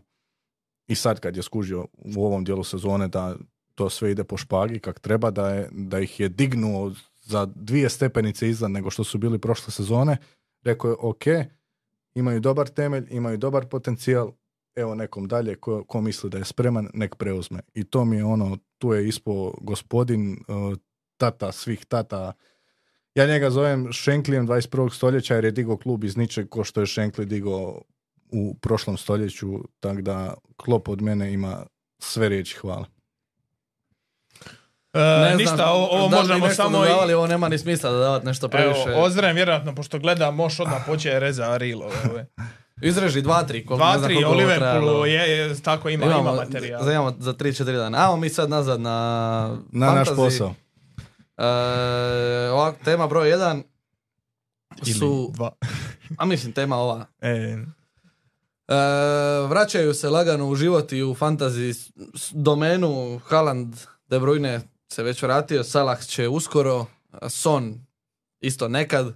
Speaker 2: I sad kad je skužio u ovom dijelu sezone da to sve ide po špagi kak treba, da, je, da ih je dignuo za dvije stepenice iznad nego što su bili prošle sezone, rekao je ok, imaju dobar temelj, imaju dobar potencijal, evo nekom dalje ko, ko misli da je spreman, nek preuzme. I to mi je ono, tu je ispo gospodin, eh, tata svih tata, ja njega zovem Šenklijem 21. stoljeća jer je digao klub iz ničeg ko što je Šenkli digao u prošlom stoljeću, tako da klop od mene ima sve riječi hvala.
Speaker 3: E, E,
Speaker 1: znam,
Speaker 3: ništa, ovo, ovo
Speaker 1: da li
Speaker 3: možemo
Speaker 1: nešto
Speaker 3: samo... i-
Speaker 1: dodavali, ovo nema ni smisla da davat nešto previše. Ah.
Speaker 3: Evo, ozdravim vjerojatno, pošto gledam, moš odmah počeje reza reel ove.
Speaker 1: Izreži dva, tri, koliko, ne
Speaker 3: Dva,
Speaker 1: znam
Speaker 3: tri,
Speaker 1: koliko
Speaker 3: o
Speaker 1: ovo trajalo.
Speaker 3: Liverpoolu, je, je, tako ima, ima materijal.
Speaker 1: za, imamo za 3-4 dana. Ajmo mi sad nazad na
Speaker 2: Na naš
Speaker 1: fantasy.
Speaker 2: posao.
Speaker 1: E, ovak, tema broj 1 su,
Speaker 3: dva.
Speaker 1: a mislim tema ova.
Speaker 3: E,
Speaker 1: E, vraćaju se lagano u život i u fantasy s- s- domenu. Haaland, De Bruyne se već vratio, Salah će uskoro, a Son isto nekad.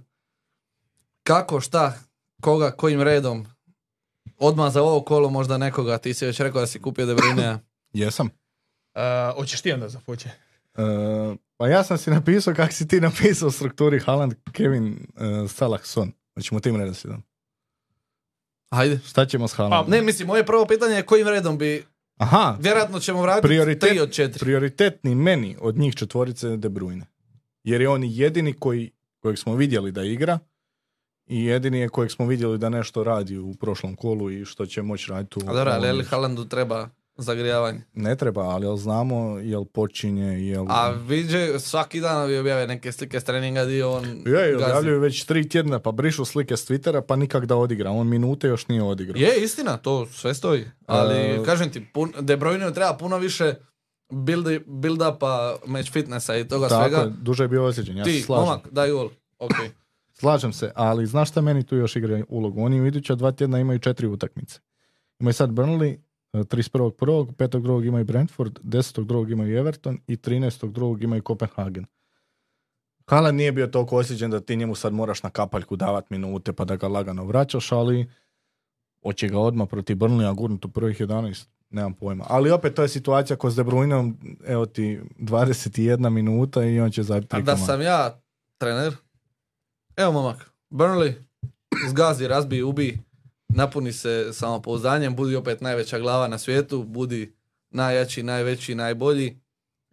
Speaker 1: Kako, šta, koga, kojim redom? Odmah za ovo kolo možda nekoga, ti si već rekao da si kupio De Bruyne.
Speaker 2: Jesam.
Speaker 3: e, hoćeš ti onda započe?
Speaker 2: E, pa ja sam si napisao kak si ti napisao u strukturi Haaland, Kevin, e, Salah, Son. Hoćemo tim redoslijedom.
Speaker 1: Hajde.
Speaker 2: Šta ćemo s Haalandom?
Speaker 1: Pa, Ne, mislim, moje prvo pitanje je kojim redom bi,
Speaker 2: Aha,
Speaker 1: vjerojatno ćemo vratiti
Speaker 2: Prioritet-
Speaker 1: tri od četiri.
Speaker 2: prioritetni meni od njih četvorice je De Bruyne. Jer je on jedini koji, kojeg smo vidjeli da igra i jedini je kojeg smo vidjeli da nešto radi u prošlom kolu i što će moći raditi u
Speaker 1: A dobro, ali je li
Speaker 2: ovom.
Speaker 1: Haalandu treba zagrijavanje?
Speaker 2: Ne treba, ali jel znamo jel počinje, jel...
Speaker 1: A viđe, svaki dan vi objave neke slike s treninga di on
Speaker 2: Je, i
Speaker 1: gazi.
Speaker 2: objavljuju već tri tjedna, pa brišu slike s Twittera, pa nikak da odigra. On minute još nije odigrao.
Speaker 1: Je, istina, to sve stoji. Ali,
Speaker 2: E,
Speaker 1: kažem ti, pun, De Bruyne treba puno više build, build upa, match fitnessa i toga
Speaker 2: Tako, je,
Speaker 1: svega.
Speaker 2: duže je bio osjećan, ja se
Speaker 1: ti,
Speaker 2: slažem.
Speaker 1: momak, daj gol. Ok.
Speaker 2: Slažem se, ali znaš šta meni tu još igra ulogu? Oni u iduća dva tjedna imaju četiri utakmice. Imaju sad Burnley, e, 31.1., 5.2. imaju Brentford, 10.2. imaju Everton i 13.2. imaju Kopenhagen. Haaland nije bio toliko osjećan da ti njemu sad moraš na kapaljku davat minute pa da ga lagano vraćaš, ali hoće ga odmah protiv Burnleya gurnut u prvih 11, nemam pojma. Ali opet to je situacija ko s De Bruyneom, evo ti 21 minuta i on će zabiti
Speaker 1: A
Speaker 2: tri
Speaker 1: da
Speaker 2: komada.
Speaker 1: sam ja trener, evo momak, Burnley, zgazi, razbi, ubi, napuni se samopouzdanjem, budi opet najveća glava na svijetu, budi najjači, najveći, najbolji.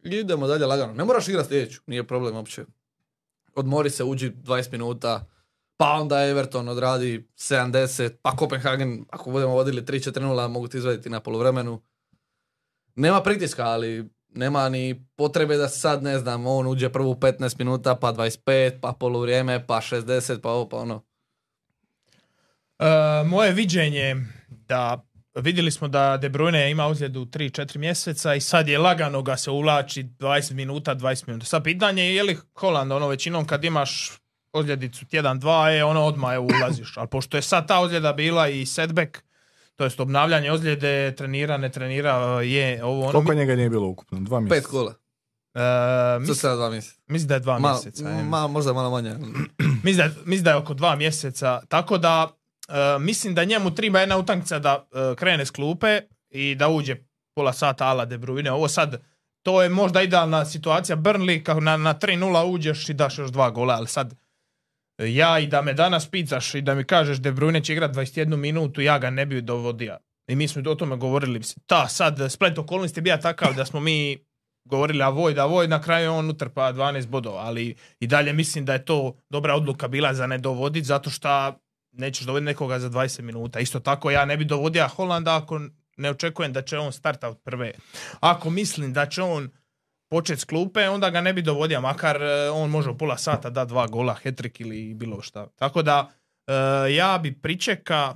Speaker 1: I idemo dalje lagano. Ne moraš igrati sljedeću, nije problem uopće. Odmori se, uđi 20 minuta, pa onda Everton odradi 70, pa Kopenhagen, ako budemo vodili 3-4-0, mogu ti izvaditi na poluvremenu. Nema pritiska, ali nema ni potrebe da sad, ne znam, on uđe prvu 15 minuta, pa 25, pa poluvrijeme, pa 60, pa ovo, pa ono.
Speaker 3: E, moje viđenje da vidjeli smo da De Bruyne ima ozljedu 3-4 mjeseca i sad je lagano ga se uvlači 20 minuta, 20 minuta. Sad pitanje je je li Holanda ono većinom kad imaš ozljedicu tjedan, dva, je ono odmah evo ulaziš. Ali pošto je sad ta ozljeda bila i setback, to jest obnavljanje ozljede, trenira, ne trenira, je ovo ono.
Speaker 2: Koliko njega nije bilo ukupno? Dva mjeseca.
Speaker 1: Pet kola,
Speaker 3: E,
Speaker 1: za
Speaker 3: mis-
Speaker 1: sada dva mjeseca.
Speaker 3: mislim da je dva
Speaker 1: Malo-
Speaker 3: mjeseca. je.
Speaker 1: ma, možda malo manje.
Speaker 3: Mislim da, mislim da je oko dva mjeseca, tako da e, mislim da njemu treba jedna utakmica da e, krene s klupe i da uđe pola sata ala De Bruyne. Ovo sad, to je možda idealna situacija. Burnley, kako na, na 3-0 uđeš i daš još dva gola, ali sad e, ja i da me danas pitaš i da mi kažeš De Bruyne će igrat 21 minutu, ja ga ne bi dovodio. I mi smo o tome govorili. Ta, sad, splet okolnosti je bio takav da smo mi govorili a Void, a Void, na kraju je on utrpa 12 bodova, ali i dalje mislim da je to dobra odluka bila za ne dovoditi, zato što nećeš dovoditi nekoga za 20 minuta. Isto tako ja ne bi dovodio Holanda ako ne očekujem da će on starta od prve. Ako mislim da će on početi s klupe, onda ga ne bi dovodio, makar e, on može u pola sata da dva gola, hetrik ili bilo šta. Tako da e, ja bi pričeka,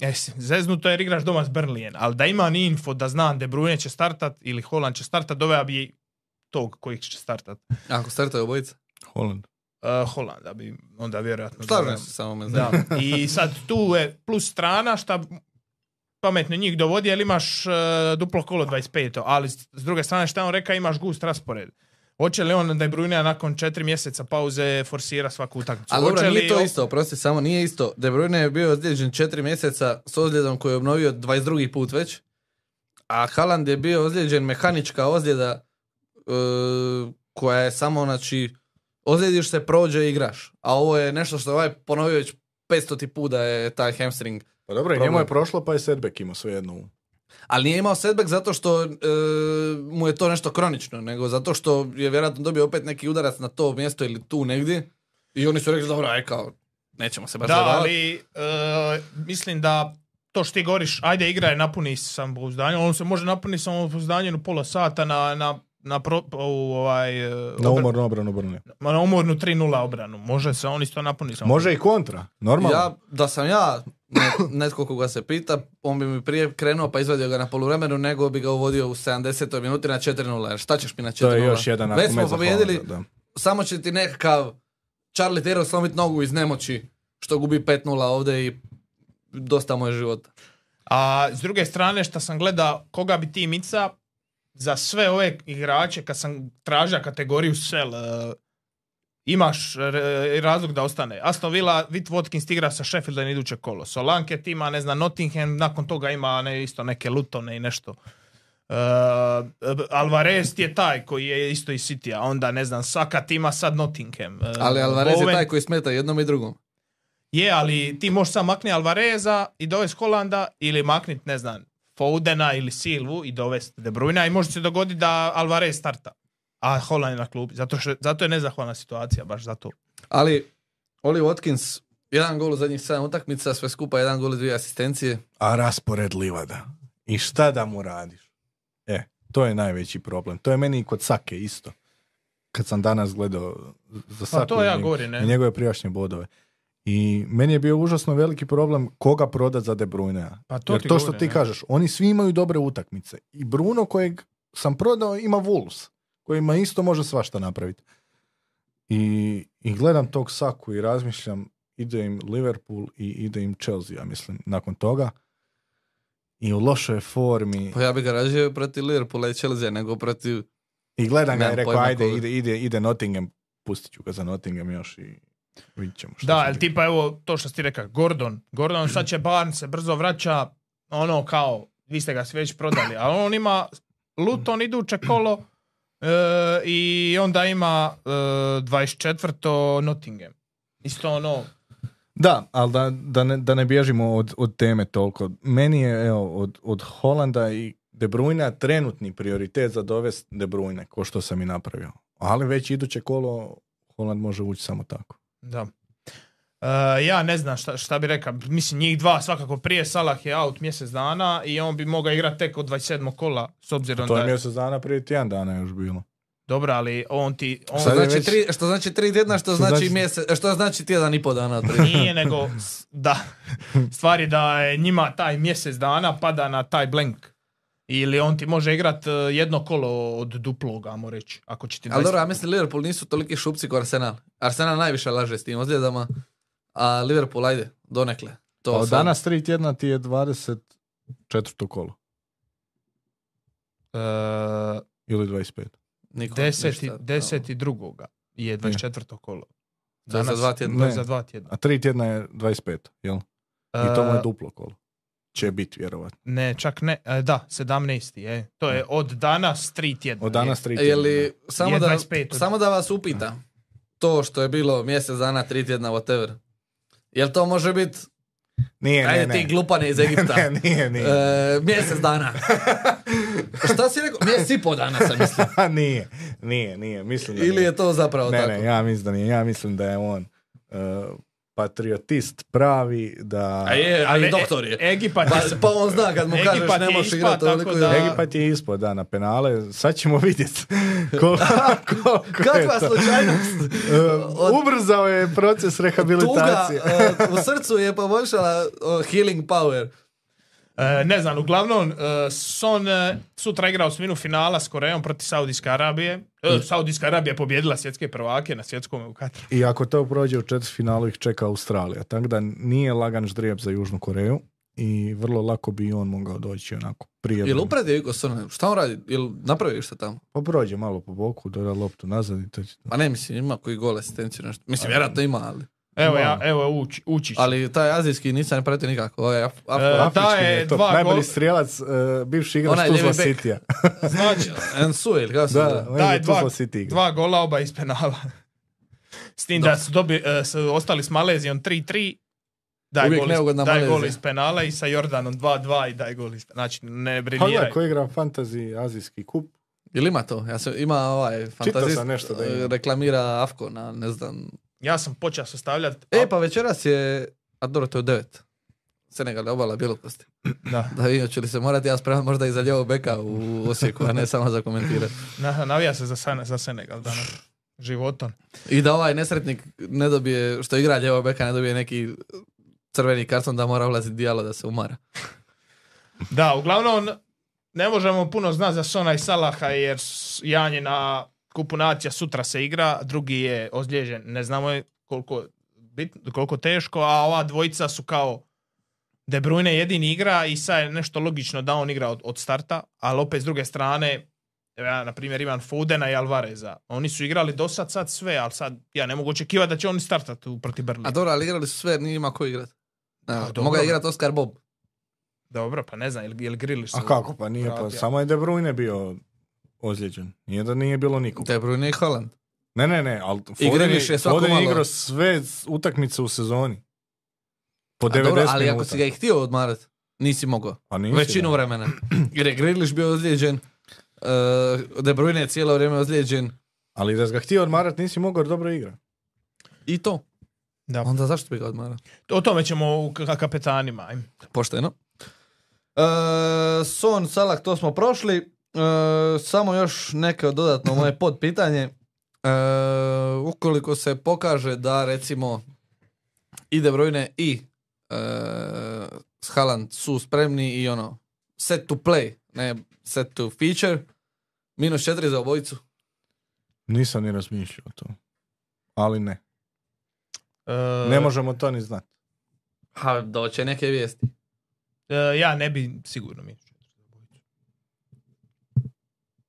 Speaker 3: Jes, E, zeznuto jer igraš doma s Burnleyen, ali da imam info da znam De Bruyne će startat ili Holland će startat, doveo bi tog kojih će startat.
Speaker 1: Ako startaju obojica.
Speaker 2: Holland.
Speaker 3: E, Holanda bi onda vjerojatno... doveo.
Speaker 1: Slažem se samo me
Speaker 3: Da.
Speaker 1: zanima.
Speaker 3: I sad tu je plus strana šta pametno njih dovodi, jer imaš e, duplo kolo 25. Ali s s druge strane šta je on reka, imaš gust raspored. Hoće li on da je Brunija nakon četiri mjeseca pauze forsira svaku utakmicu?
Speaker 1: Ali dobro,
Speaker 3: Hoće
Speaker 1: nije
Speaker 3: li
Speaker 1: to
Speaker 3: on-
Speaker 1: isto, oprosti, samo nije isto. De Bruyne je bio ozlijeđen četiri mjeseca s ozljedom koju je obnovio 22. put već, a Haaland je bio ozlijeđen mehanička ozljeda e, koja je samo, znači, ozlijediš se, prođe i igraš. A ovo je nešto što je ovaj ponovio već 500 put da je taj hamstring.
Speaker 2: Pa dobro, i
Speaker 1: Problem.
Speaker 2: njemu je prošlo, pa je setback imao svejedno.
Speaker 1: Ali nije imao setback zato što e, mu je to nešto kronično, nego zato što je vjerojatno dobio opet neki udarac na to mjesto ili tu negdje. I oni su rekli, dobro, aj kao, nećemo
Speaker 2: Pa
Speaker 1: se baš
Speaker 3: Da,
Speaker 1: zajebavati.
Speaker 3: ali e, mislim da to što ti Ono govoriš, ajde igraj, napuni se samopouzdanjem, on se može napuniti samopouzdanjem u pola sata na, na na pro, u, ovaj, e,
Speaker 2: Na
Speaker 3: obra-
Speaker 2: umornu obranu Brne.
Speaker 3: ma, na umornu 3-0 obranu. Može se on isto napuni samo.
Speaker 2: Može i kontra, normalno.
Speaker 1: Ja, da sam ja ne- netko koga se pita, on bi mi prije krenuo pa izvadio ga na poluvremenu nego bi ga uvodio u 70. minuti na 4-0. Jer šta ćeš mi na 4-0?
Speaker 2: to je još jedan
Speaker 1: Već smo
Speaker 2: argument za
Speaker 1: pobijedili,
Speaker 2: Haaland, da.
Speaker 1: samo će ti nekakav Charlie Terrell slomit nogu iz nemoći što gubi 5-0 ovdje i dosta mu je života.
Speaker 3: A s druge strane šta sam gleda koga bi ti mica za sve ove igrače kad sam tražio kategoriju sel e, imaš e, razlog da ostane. Aston Villa, Whit Watkins igra sa Sheffieldom iduće kolo. Solanke tima, ne znam, Nottingham, nakon toga ima ne, isto neke Lutone i nešto. E, Alvarez je taj koji je isto iz City, a onda ne znam, Saka tima sad Nottingham. E,
Speaker 1: Ali Alvarez je
Speaker 3: Bowen-
Speaker 1: taj koji smeta jednom i drugom.
Speaker 3: je, ali ti možeš sam makni Alvareza i dovesti Holanda ili maknit, ne znam, Foudena ili Silvu i dovesti De Bruyne i može se dogoditi da Alvarez starta. A Holand je na klubi. Zato, što, zato je nezahvalna situacija, baš Pa zato.
Speaker 1: Ali Oli Watkins, jedan gol u zadnjih 7 utakmica, sve skupa jedan gol i dvije asistencije.
Speaker 2: a raspored livada. I šta da mu radiš? E, to je najveći problem. To je meni i kod Sake isto. Kad sam danas gledao
Speaker 1: Pa
Speaker 2: za Saku
Speaker 3: to
Speaker 2: i
Speaker 3: ja
Speaker 2: njeg-
Speaker 3: govorim, ne.
Speaker 2: i njegove prijašnje bodove. I meni je bio užasno veliki problem koga prodat za De Bruyne.
Speaker 3: Pa to
Speaker 2: Jer
Speaker 3: ti
Speaker 2: to što
Speaker 3: govorim,
Speaker 2: ti
Speaker 3: ne.
Speaker 2: kažeš, oni svi imaju dobre utakmice. I Bruno kojeg sam prodao ima Wolves, kojima isto može svašta napraviti. I, I gledam tog Saku i razmišljam, ide im Liverpool i ide im Chelsea, ja mislim, nakon toga. I u lošoj je formi.
Speaker 1: Pa ja bi ga rađio protiv Liverpoola i Chelsea nego protiv...
Speaker 2: I gledam ga
Speaker 1: Nemam
Speaker 2: i rekao,
Speaker 1: pojma
Speaker 2: ajde,
Speaker 1: koga.
Speaker 2: ide, ide, ide Nottingham, pustit ću ga za Nottingham još i vidit ćemo što
Speaker 3: Da,
Speaker 2: će
Speaker 3: ali
Speaker 2: biti.
Speaker 3: tipa evo to što si ti rekao, Gordon. Gordon sad će Barn se brzo vraća, ono kao, vi ste ga svi već prodali, a on ima Luton iduće kolo e, i onda ima e, 24. Nottingham. Isto ono,
Speaker 2: Da, ali da, da, ne, da ne bježimo od, od teme toliko. Meni je evo, od, od Holanda i De Bruyne trenutni prioritet za dovest De Bruyne, ko što sam i napravio. Ali već iduće kolo Holand može ući samo tako.
Speaker 3: Da. E, ja ne znam šta, šta bi rekao. Mislim, njih dva svakako prije. Salah je out mjesec dana i on bi mogao igrati tek od 27. kola s obzirom
Speaker 2: to
Speaker 3: da
Speaker 2: je
Speaker 3: je...
Speaker 2: mjesec dana prije tjedan dana još bilo.
Speaker 3: Dobro, ali on ti... On
Speaker 1: Što
Speaker 2: Sad je
Speaker 1: znači,
Speaker 2: već-
Speaker 1: tri, što znači tri tjedna, što,
Speaker 2: Što
Speaker 1: znači,
Speaker 2: znači-
Speaker 1: mjesec, što znači tjedan i po dana. otprilike.
Speaker 3: nije nego... s- Da. Stvari da je njima taj mjesec dana pada na taj blank. Ili on ti može igrat e, jedno kolo od duplog, ajmo reći. Ako će ti...
Speaker 1: Ali
Speaker 3: 20
Speaker 1: dobro, ja mislim Liverpool nisu toliki šupci kao Arsenal. Arsenal najviše laže s tim ozljedama, a Liverpool ajde, donekle. To
Speaker 2: Pa od
Speaker 1: sad-
Speaker 2: danas tri tjedna ti je 24. kolo.
Speaker 3: E,
Speaker 2: Ili 25.
Speaker 1: niko
Speaker 3: deset, i-
Speaker 1: ništa,
Speaker 3: deset
Speaker 1: ono?
Speaker 3: i drugoga je 24. kolo.
Speaker 1: To je za dva tjedna.
Speaker 3: to je
Speaker 2: Ne.
Speaker 3: za dva tjedna. E,
Speaker 2: A tri tjedna je 25, jel? I to mu
Speaker 1: E,
Speaker 2: je duplo kolo. Će biti, vjerovatno.
Speaker 3: Ne, čak ne, e, da, 17. Je. To je od danas tri tjedna.
Speaker 2: Od danas tri
Speaker 1: E,
Speaker 2: tjedna.
Speaker 1: Je li, samo,
Speaker 3: Je
Speaker 1: da,
Speaker 3: 25.
Speaker 1: samo da vas upita, to što je bilo mjesec dana, tri tjedna, whatever, jel to može biti,
Speaker 2: Nije, ne,
Speaker 1: ajde
Speaker 2: ne.
Speaker 1: ti glupane iz Egipta,
Speaker 2: Ne, nije, nije.
Speaker 1: E, mjesec dana. Šta si rekao? Mjesec i po dana sam mislio.
Speaker 2: Pa nije, nije, nije. Mislim da
Speaker 1: Ili
Speaker 2: nije.
Speaker 1: je to zapravo
Speaker 2: ne,
Speaker 1: tako?
Speaker 2: ne, ja mislim da nije. Ja mislim da je on uh, patriotist pravi, da...
Speaker 1: A je, ali
Speaker 3: E,
Speaker 1: doktor je.
Speaker 3: E, Egipat
Speaker 1: Pa,
Speaker 3: je...
Speaker 1: pa on zna kad mu
Speaker 3: Egipat
Speaker 1: kažeš ne
Speaker 3: je
Speaker 1: možeš
Speaker 3: ispao,
Speaker 1: igrati
Speaker 3: tako
Speaker 1: toliko.
Speaker 3: da-
Speaker 1: i-
Speaker 2: Egipat je ispod, da, na penale. Sad ćemo vidjeti koliko, koliko je
Speaker 1: Kakva
Speaker 2: to.
Speaker 1: slučajnost?
Speaker 2: Uh,
Speaker 1: Od-
Speaker 2: ubrzao je proces
Speaker 1: Tuga
Speaker 2: rehabilitacije.
Speaker 1: e, u srcu je poboljšala e, healing power.
Speaker 3: E, ne znam, uglavnom, e, Son e, sutra igra osminu finala s Korejom protiv Saudijske Arabije. E, Saudijska Arabija je pobjedila svjetske prvake na svjetskom u Kataru.
Speaker 2: I ako to prođe u četvrtfinalu ih čeka Australija. Tako da nije lagan ždrijeb za Južnu Koreju i vrlo lako bi i on mogao doći onako prije.
Speaker 1: Jel upredio Iko Sona? Šta on radi? Jel napravi šta tamo?
Speaker 2: Pa prođe malo po boku, doda loptu nazad i to će to.
Speaker 1: Pa ne mislim, ima koji gol asistenciju nešto. Mislim, vjerojatno ima, ali...
Speaker 3: Evo, ja, evo uči, učić.
Speaker 1: Ali taj azijski nisam ne pratio nikako. Ovaj, af, af,
Speaker 3: E,
Speaker 1: af,
Speaker 2: Afrički
Speaker 3: da je
Speaker 2: je top.
Speaker 3: dva
Speaker 2: Najbolji
Speaker 3: gol-
Speaker 2: strijelac, e, bivši igrač
Speaker 1: Onaj
Speaker 2: Tuzla
Speaker 1: lijevi bek.
Speaker 2: Citya.
Speaker 3: znači,
Speaker 1: Ensu, ili kako se
Speaker 2: Da,
Speaker 1: zove?
Speaker 2: on
Speaker 3: da je
Speaker 2: je za
Speaker 3: dva,
Speaker 2: Tuzla City igrač.
Speaker 3: dva gola oba iz penala. S tim da su, dobi, e, su ostali s Malezijom 3-3, da je
Speaker 1: Uvijek
Speaker 3: gol, iz,
Speaker 1: neugodna
Speaker 3: da je gol
Speaker 1: Malezija.
Speaker 3: iz penala i sa Jordanom 2-2 i da je gol iz penala. Znači, ne
Speaker 2: Pa gledaj,
Speaker 3: briljiraj.
Speaker 2: ko igra fantasy azijski kup,
Speaker 1: Jel ima to? Ja sam, ima ovaj fantazist,
Speaker 2: sam nešto da
Speaker 1: e,
Speaker 2: ima.
Speaker 1: reklamira Afkona, ne znam. pa
Speaker 3: Ja sam počeo sastavljati...
Speaker 1: E, pa večeras je... A dobro, to je u 9. Senegal je obala bjelokosti.
Speaker 3: Da.
Speaker 1: Da vidim, hoću li se morati ja spremati možda i za ljevog beka u Osijeku, a ne samo za komentirati.
Speaker 3: Na- Navija se za, San- za Senegal danas. Životon.
Speaker 1: I da ovaj nesretnik ne dobije, što igra ljevog beka, ne dobije neki crveni karton da mora ulaziti dijalo da se umara.
Speaker 3: Da, uglavnom, ne možemo puno znati za Sona i Salaha jer s- jedan je na kupu nacija sutra se igra, drugi je ozlijeđen. Ne znamo je koliko, bit, koliko teško, a ova dvojica su kao De Bruyne jedini igra i sad je nešto logično da on igra od, od starta, ali opet s druge strane, evo ja, na primjer, Ivan Fodena i Alvareza. Oni su igrali do sad, sad sve, ali sad ja ne mogu očekivati da će oni startati u protiv Berlina.
Speaker 1: A dobro, ali igrali su sve, nije ima ko igrat.
Speaker 3: A,
Speaker 1: Evo,
Speaker 3: dobro.
Speaker 1: mogao je igrat Oskar Bob.
Speaker 3: Dobro, pa ne znam, ili, ili Griliš
Speaker 2: A kako pa nije, pa samo je De Bruyne bio ozlijeđen. Nije da nije bilo nikog.
Speaker 1: De Bruyne i Haaland.
Speaker 2: Ne, ne, ne, ali
Speaker 1: I
Speaker 2: Foden
Speaker 1: Grealish je
Speaker 2: je,
Speaker 1: svako
Speaker 2: Foden je
Speaker 1: malo.
Speaker 2: igrao sve s- utakmice u sezoni. Po
Speaker 1: A
Speaker 2: 90
Speaker 1: dobro, ali ako
Speaker 2: minuta.
Speaker 1: si ga i htio odmarat, nisi mogao.
Speaker 2: Pa nisi,
Speaker 1: Većinu
Speaker 2: da.
Speaker 1: vremena. Jer je Grealish bio ozlijeđen, uh, De Bruyne je cijelo vrijeme ozlijeđen
Speaker 2: Ali da si ga htio odmarat nisi mogao jer dobro igra.
Speaker 1: i to.
Speaker 3: Da.
Speaker 1: Onda zašto bi ga odmarao?
Speaker 3: O tome ćemo u ka- kapetanima. ajme.
Speaker 1: Pošteno. E, Son, Salak, to smo prošli. E, samo još neke dodatno moje podpitanje. E, ukoliko se pokaže da recimo i De Bruyne i e, Haaland su spremni i ono set to play, ne set to feature, minus četiri za obojicu.
Speaker 2: Nisam ni razmišljao o tom. Ali ne.
Speaker 3: E,
Speaker 2: Ne možemo to ni znati.
Speaker 1: Ha, doće neke vijesti.
Speaker 3: E, ja ne bi sigurno mi.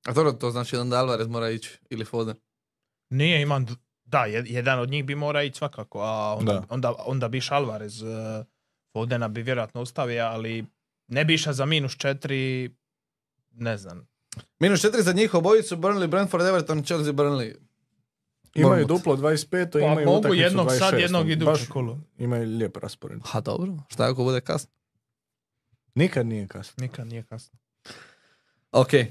Speaker 1: A dobro, to znači da onda Alvarez mora ići ili Foden.
Speaker 3: Nije imam... d- Da, jed- jedan od njih bi mora ići svakako, a onda,
Speaker 2: Da.
Speaker 3: onda, onda bi išao Alvarez. e, Fodena bi vjerojatno ostavio, ali ne bi išao za minus četiri, ne znam.
Speaker 1: Minus četiri za njih obojicu, Burnley, Brentford, Everton, Chelsea, Burnley.
Speaker 2: Imaju
Speaker 1: Bournemouth.
Speaker 2: duplo 25,
Speaker 3: Pa
Speaker 2: imaju
Speaker 3: mogu
Speaker 2: utakmicu
Speaker 3: jednog sad,
Speaker 2: 26.
Speaker 3: jednog iduće
Speaker 2: Baš
Speaker 3: kolo.
Speaker 2: Imaju lijep raspored.
Speaker 1: Ha dobro, šta ako bude kasno?
Speaker 2: Nikad nije kasno.
Speaker 3: Nikad nije kasno.
Speaker 1: Ok, e,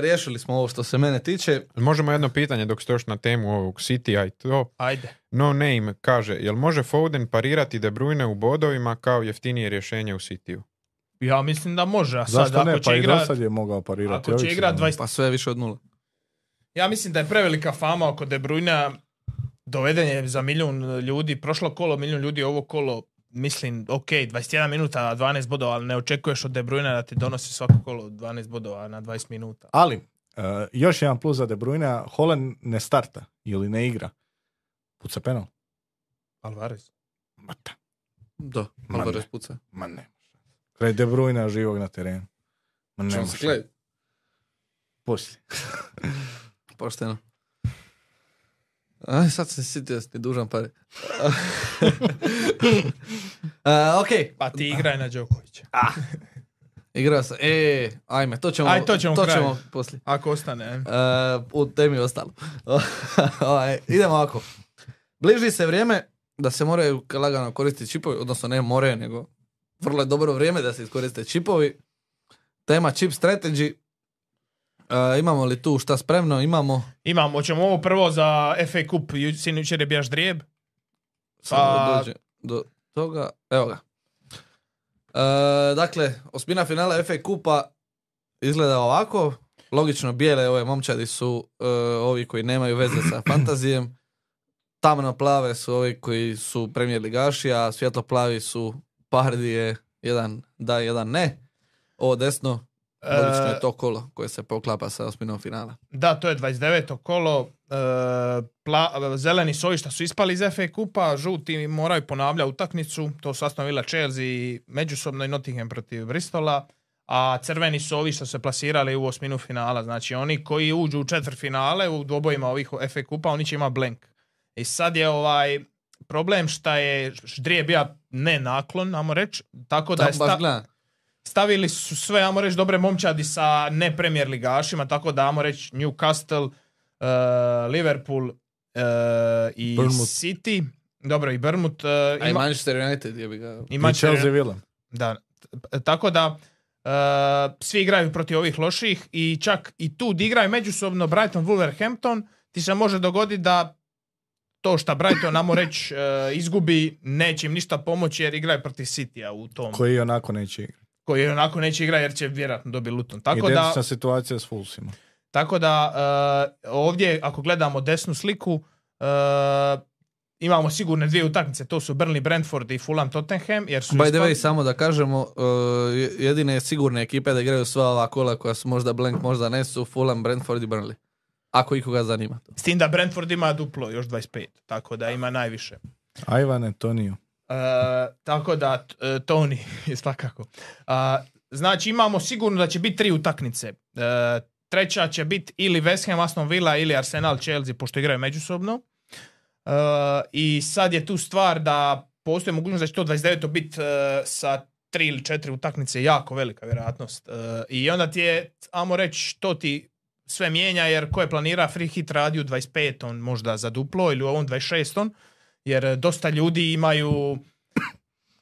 Speaker 1: riješili smo ovo što se mene tiče.
Speaker 4: Možemo jedno pitanje dok ste još na temu ovog City-a i to.
Speaker 3: Ajde.
Speaker 4: No Name kaže, jel može Foden parirati De Bruyne u bodovima kao jeftinije rješenje u City-u?
Speaker 3: Ja mislim da može, a sad
Speaker 2: Zašto
Speaker 3: ako
Speaker 2: ne?
Speaker 3: će
Speaker 2: Pa i do
Speaker 3: igrat...
Speaker 2: sad je mogao parirati.
Speaker 3: Ako će
Speaker 2: ovi su ono,
Speaker 3: igrat
Speaker 2: nam-
Speaker 3: 20...
Speaker 1: Pa sve je više od nula.
Speaker 3: Ja mislim da je prevelika fama oko De Bruyne doveden je za milijun ljudi, prošlo kolo milijun ljudi, ovo kolo mislim, ok, 21 minuta, 12 bodova, ali ne očekuješ od De Bruyne da ti donosi svako kolo 12 bodova na 20 minuta.
Speaker 2: Ali, e, još jedan plus za De Bruyne, Holland ne starta ili ne igra. Puca penal.
Speaker 3: Alvarez.
Speaker 2: Ma da,
Speaker 1: Da,
Speaker 2: Ma
Speaker 1: Alvarez
Speaker 2: ne.
Speaker 1: puca.
Speaker 2: ma ne. Kraj De Bruyne živog na terenu. Ma ne
Speaker 1: Čemu se
Speaker 2: može.
Speaker 1: klej?
Speaker 2: Poslije.
Speaker 1: Pošteno. Aj, sad se sitio da si mi dužan pare. E, ok,
Speaker 3: Pa ti igraj na Đokovića.
Speaker 1: igrao sam. E, ajme, to ćemo,
Speaker 3: Aj, to ćemo kraj.
Speaker 1: poslije.
Speaker 3: Ako ostane.
Speaker 1: E, u temi je ostalo. Ovaj, idemo ovako. Bliži se vrijeme da se moraju lagano koristiti čipovi, odnosno ne moraju, nego vrlo je dobro vrijeme da se iskoriste čipovi. Tema chip strategy. E, imamo li tu šta spremno? Imamo.
Speaker 3: Imamo, hoćemo ovo prvo za FA Cup, ju- sinučer je bio ždrijeb.
Speaker 1: Samo
Speaker 3: Pa-
Speaker 1: dođe do toga. Evo ga. E, dakle, osmina finala FA Kupa izgleda ovako. Logično, bijele ove momčadi su e, ovi koji nemaju veze sa fantazijem. Tamno plave su ovi koji su premijer ligaši, a svjetlo plavi su pardije, jedan da, jedan ne. Ovo desno, logično
Speaker 3: E,
Speaker 1: je to kolo koje se poklapa sa osminom finala.
Speaker 3: Da, to je 29. kolo. E, pla- zeleni su ovi što su ispali iz FA kupa, žuti moraju ponavljati utakmicu, to su Aston Villa Chelsea i međusobno i Nottingham protiv Bristola, a crveni su ovi što su se plasirali u osminu finala, znači oni koji uđu u četvr finale u dvobojima ovih FA kupa, oni će imati blank. I sad je ovaj problem šta je Ždrije bio nenaklon, ajmo reći, tako da
Speaker 1: Da,
Speaker 3: je sta-
Speaker 1: baš gledam.
Speaker 3: stavili su sve, ajmo reći, dobre momčadi sa ne premier ligašima, tako da, ajmo reći, Newcastle, eh, Liverpool eh, i
Speaker 2: Bournemouth.
Speaker 3: City, dobro, i e, Bermud.
Speaker 1: A i Manchester United je bi ga...
Speaker 2: I Chelsea Villa.
Speaker 3: Da, T- tako da, eh, svi igraju protiv ovih loših i čak i tu di igraju međusobno Brighton, Wolverhampton, ti se može dogoditi da to šta Brighton, namo reći, e, izgubi, neće im ništa pomoći jer igraju protiv Citya u tom. Koji,
Speaker 2: koji ionako neće igrati.
Speaker 3: onako neće igrati jer će vjerojatno dobiti Luton. Tako da,
Speaker 2: Identična situacija s Fulsima.
Speaker 3: tako da e, ovdje, ako gledamo desnu sliku, e, imamo sigurne dvije utakmice. To su Burnley, Brentford i Fulham, Tottenham. Jer su
Speaker 1: By the
Speaker 3: ispali-
Speaker 1: way, samo da kažemo, uh, je- jedine sigurne ekipe da igraju sva ova kola koja su možda blank, možda ne su Fulham, Brentford i Burnley. Ako ikoga zanima.
Speaker 3: S tim da Brentford ima duplo, još 25. Tako da ima najviše.
Speaker 2: A Ivan Antonio.
Speaker 3: E, tako da, t- e, Tony, je svakako. A, znači, imamo sigurno da će biti tri utakmice. E, treća će biti ili West Ham, Aston Villa ili Arsenal, Chelsea, pošto igraju međusobno. E, I sad je tu stvar da postoji mogućnost da će to 29. biti e, sa tri ili četiri utakmice jako velika vjerojatnost. E, I onda ti je, ajmo reći, to ti sve mijenja, jer ko je planira free hit radi u 25. možda za duplo ili u ovom 26. Jer dosta ljudi imaju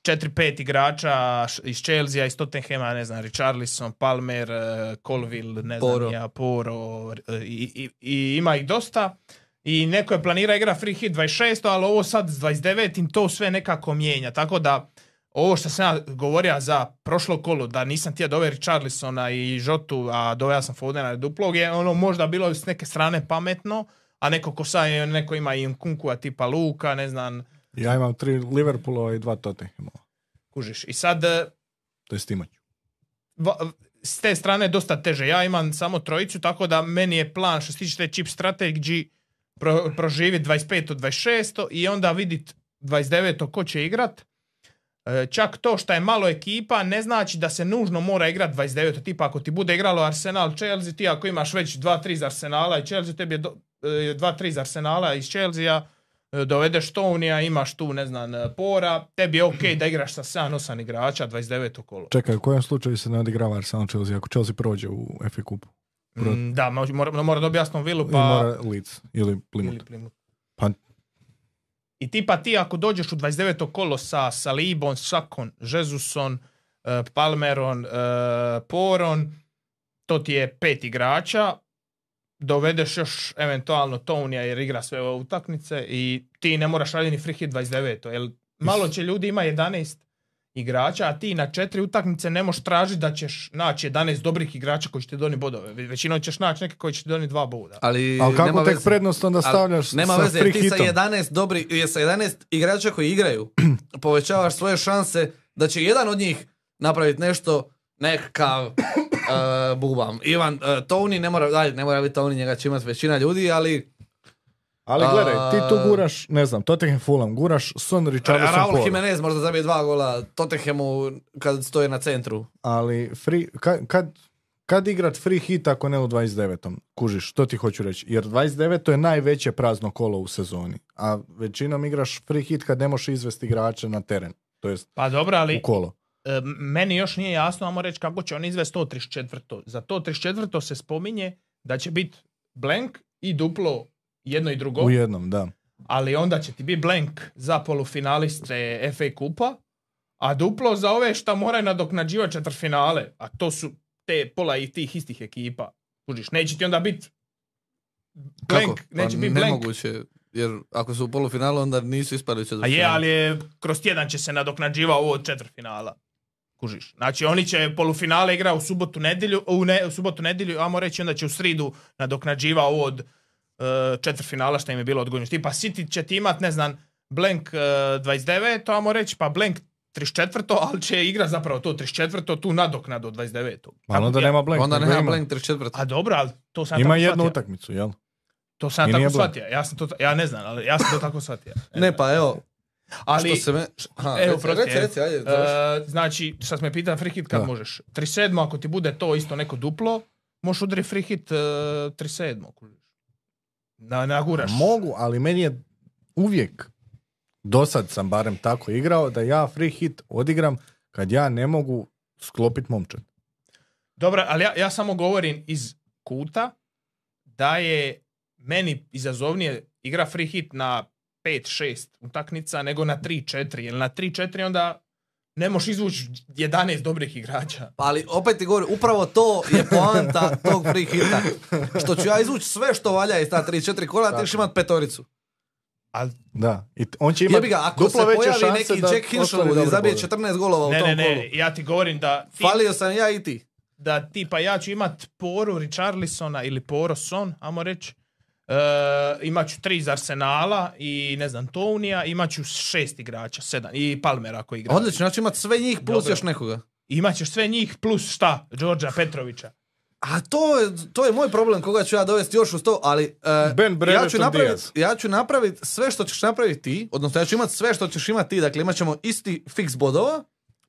Speaker 3: 4-5 igrača š- iz Chelsea, iz Tottenhama, ne znam, Richarlison, Palmer, eh, Colville, ne znam,
Speaker 1: Poro.
Speaker 3: ni ja, Poro, eh, i, i, i ima ih dosta. I neko je planira igra free hit 26, ali ovo sad s 29 to sve nekako mijenja. Tako da ovo što sam ja govorio za prošlo kolo, da nisam tija dove Richarlisona i Žotu, a doveo sam Fodena i duplog, je ono možda bilo s neke strane pametno, a neko ko sad je- neko ima i Nkunkua tipa Luka, ne znam,
Speaker 2: Ja imam tri Liverpoolova i dva Tottenhamova.
Speaker 3: kužiš. I sad, e,
Speaker 2: To je Stimać.
Speaker 3: va- s te strane je dosta teže. Ja imam samo trojicu, tako da meni je plan što se tiče te chip strategy pro, proživi 25. 26. i onda vidit 29. ko će igrat. E, Čak to što je malo ekipa ne znači da se nužno mora igrat 29. Tipa ako ti bude igralo Arsenal Chelsea, ti ako imaš već 2-3 iz Arsenala i Chelsea, tebi je do, e, 2-3 iz Arsenala iz Chelsea, dovedeš Stonija, imaš tu, ne znam, e, Pora, tebi je ok da igraš sa 7-8 igrača 29. kolo.
Speaker 2: Čekaj, u kojem slučaju se ne odigrava Arsenal Chelsea ako Chelsea prođe u FA Cupu? Pro-
Speaker 3: Mm, Da, mo- mora, mora dobiti Aston Villu,
Speaker 2: I
Speaker 3: pa...
Speaker 2: mora Leeds ili
Speaker 3: ili
Speaker 2: Plymouth.
Speaker 3: Plymouth.
Speaker 2: Pa-
Speaker 3: I tipa ti ako dođeš u 29. kolo sa Salibom, Sakon, Jezusom, eh, Palmeron, eh, Poron, to ti je pet igrača, dovedeš još eventualno Tonija jer igra sve ove utakmice i ti ne moraš raditi ni free hit 29. Jer malo će ljudi ima 11 igrača, a ti na četiri utakmice ne možeš tražiti da ćeš naći 11 dobrih igrača koji će ti donijeti bodove. Ve- Većinom ćeš naći neke koji će ti donijeti dva boda.
Speaker 1: Ali,
Speaker 2: Ali
Speaker 1: nema
Speaker 2: kako tek
Speaker 1: veze.
Speaker 2: prednost onda
Speaker 1: Ali
Speaker 2: stavljaš
Speaker 1: Nema
Speaker 2: sa
Speaker 1: veze,
Speaker 2: free
Speaker 1: ti sa
Speaker 2: hitom?
Speaker 1: 11, dobri, je sa 11 igrača koji igraju povećavaš svoje šanse da će jedan od njih napraviti nešto, nekakav e, bubam. Ivan, e, Tony, ne mora, daj, ne mora biti Tony, njega će imati većina ljudi, ali
Speaker 2: Ali gledaj, ti tu
Speaker 1: A-
Speaker 2: guraš, ne znam, Tottenham Fulham, guraš Son Richarlison
Speaker 1: Raul
Speaker 2: Ford.
Speaker 1: Jimenez možda zabije dva gola Tottenhamu kad stoje na centru.
Speaker 2: Ali free, kad, kad, kad igrat free hit ako ne u 29. Kužiš, to ti hoću reći. Jer 29. je najveće prazno kolo u sezoni. A većinom igraš free hit kad ne možeš izvesti igrače na teren. To jest
Speaker 3: Pa dobro, ali
Speaker 2: u kolo.
Speaker 3: E, meni još nije jasno, ajmo reći kako će on izvesti 134. Za 134. se spominje da će biti blank i duplo jedno i drugo,
Speaker 2: U jednom, da.
Speaker 3: ali onda će ti biti blank za polufinaliste FA kupa, a duplo za ove šta moraju nadoknađivati četvrfinale, a to su te pola i tih istih ekipa. Kužiš, neće ti onda biti blank,
Speaker 1: Kako? Pa
Speaker 3: neće biti blank.
Speaker 1: nemoguće, jer ako su u polufinalu onda nisu ispali u
Speaker 3: A je,
Speaker 1: četvrtfinale.
Speaker 3: ali je, kroz tjedan će se nadoknađiva ovo od četvrfinala. Kužiš. Znači, oni će polufinale igra u subotu nedjelju, u, ne, u subotu nedjelju, ajmo reći, onda će u sridu nadoknađiva ovo od e, četvrfinala što im je bilo odgodnje. Tipa City će ti imat, ne znam, Blank e, 29, ajmo reći, pa Blank 34, ali će igra zapravo to 34, tu nadoknadu od 29.
Speaker 2: Ali Pa onda
Speaker 3: Tako-
Speaker 2: nema blank.
Speaker 3: pa
Speaker 1: Onda
Speaker 2: nego
Speaker 1: nema
Speaker 2: ima.
Speaker 1: blank 34.
Speaker 3: A dobro, ali to sam ja
Speaker 2: Ima
Speaker 3: tako
Speaker 2: jednu
Speaker 3: shvatio.
Speaker 2: utakmicu, jel?
Speaker 3: To sam
Speaker 2: I
Speaker 3: ja
Speaker 2: nije
Speaker 3: tako
Speaker 2: blank.
Speaker 3: shvatio. Ja, sam to, ta- ja ne znam, ali ja sam to tako shvatio.
Speaker 1: Ne, pa evo,
Speaker 3: ali,
Speaker 1: što se me... Ha,
Speaker 3: Evo,
Speaker 1: reci,
Speaker 3: prosti,
Speaker 1: reci,
Speaker 3: evo.
Speaker 1: reci, ajde, završi.
Speaker 3: E, znači, sad me pita free hit kad
Speaker 2: Da.
Speaker 3: možeš. 37. ako ti bude to isto neko duplo, možeš udariti free hit uh, 37. kužiš. Na, naguraš.
Speaker 2: Mogu, ali meni je uvijek, do sad sam barem tako igrao, da ja free hit odigram kad ja ne mogu sklopit momčad.
Speaker 3: Dobro, ali ja, ja samo govorim iz kuta da je meni izazovnije igra free hit na 5-6 utakmica nego na 3-4. Jer na 3-4 onda ne možeš izvući 11 dobrih igrača.
Speaker 1: Pa ali opet ti govorim, upravo to je poanta tog free hita. Što ću ja izvući sve što valja iz ta 3-4 kola, a ti ćeš imat petoricu.
Speaker 3: Ali
Speaker 2: Da. I t- on će
Speaker 1: Jebi
Speaker 2: imati
Speaker 1: ga, ako se
Speaker 2: duplo veće
Speaker 1: pojavi
Speaker 2: šanse
Speaker 1: neki
Speaker 2: da
Speaker 1: Jack
Speaker 2: ostvari
Speaker 1: Hinshaw
Speaker 2: dobre
Speaker 1: i zabije
Speaker 2: bodove.
Speaker 1: 14 golova u
Speaker 3: ne,
Speaker 1: tom
Speaker 3: ne, ne,
Speaker 1: kolu.
Speaker 3: ja ti govorim da ti,
Speaker 1: Falio sam ja i ti.
Speaker 3: da ti pa ja ću imat poru Richarlisona ili Poroson, ajmo reći. E, imat ću tri iz Arsenala i ne znam Tonija, imat ću šest igrača, sedam i Palmera koji igra.
Speaker 1: Odlično, znači imat sve njih plus
Speaker 3: Dobro.
Speaker 1: još nekoga.
Speaker 3: Imat ćeš sve njih plus šta? Đorđa Petrovića.
Speaker 1: A to je, to je moj problem koga ću ja dovesti još uz to, ali e,
Speaker 2: Ben
Speaker 1: ja, ću
Speaker 2: Brereton
Speaker 1: napraviti
Speaker 2: Diaz.
Speaker 1: ja ću napravit sve što ćeš napraviti ti, odnosno ja ću imat sve što ćeš imati ti, dakle imat ćemo isti fiks bodova,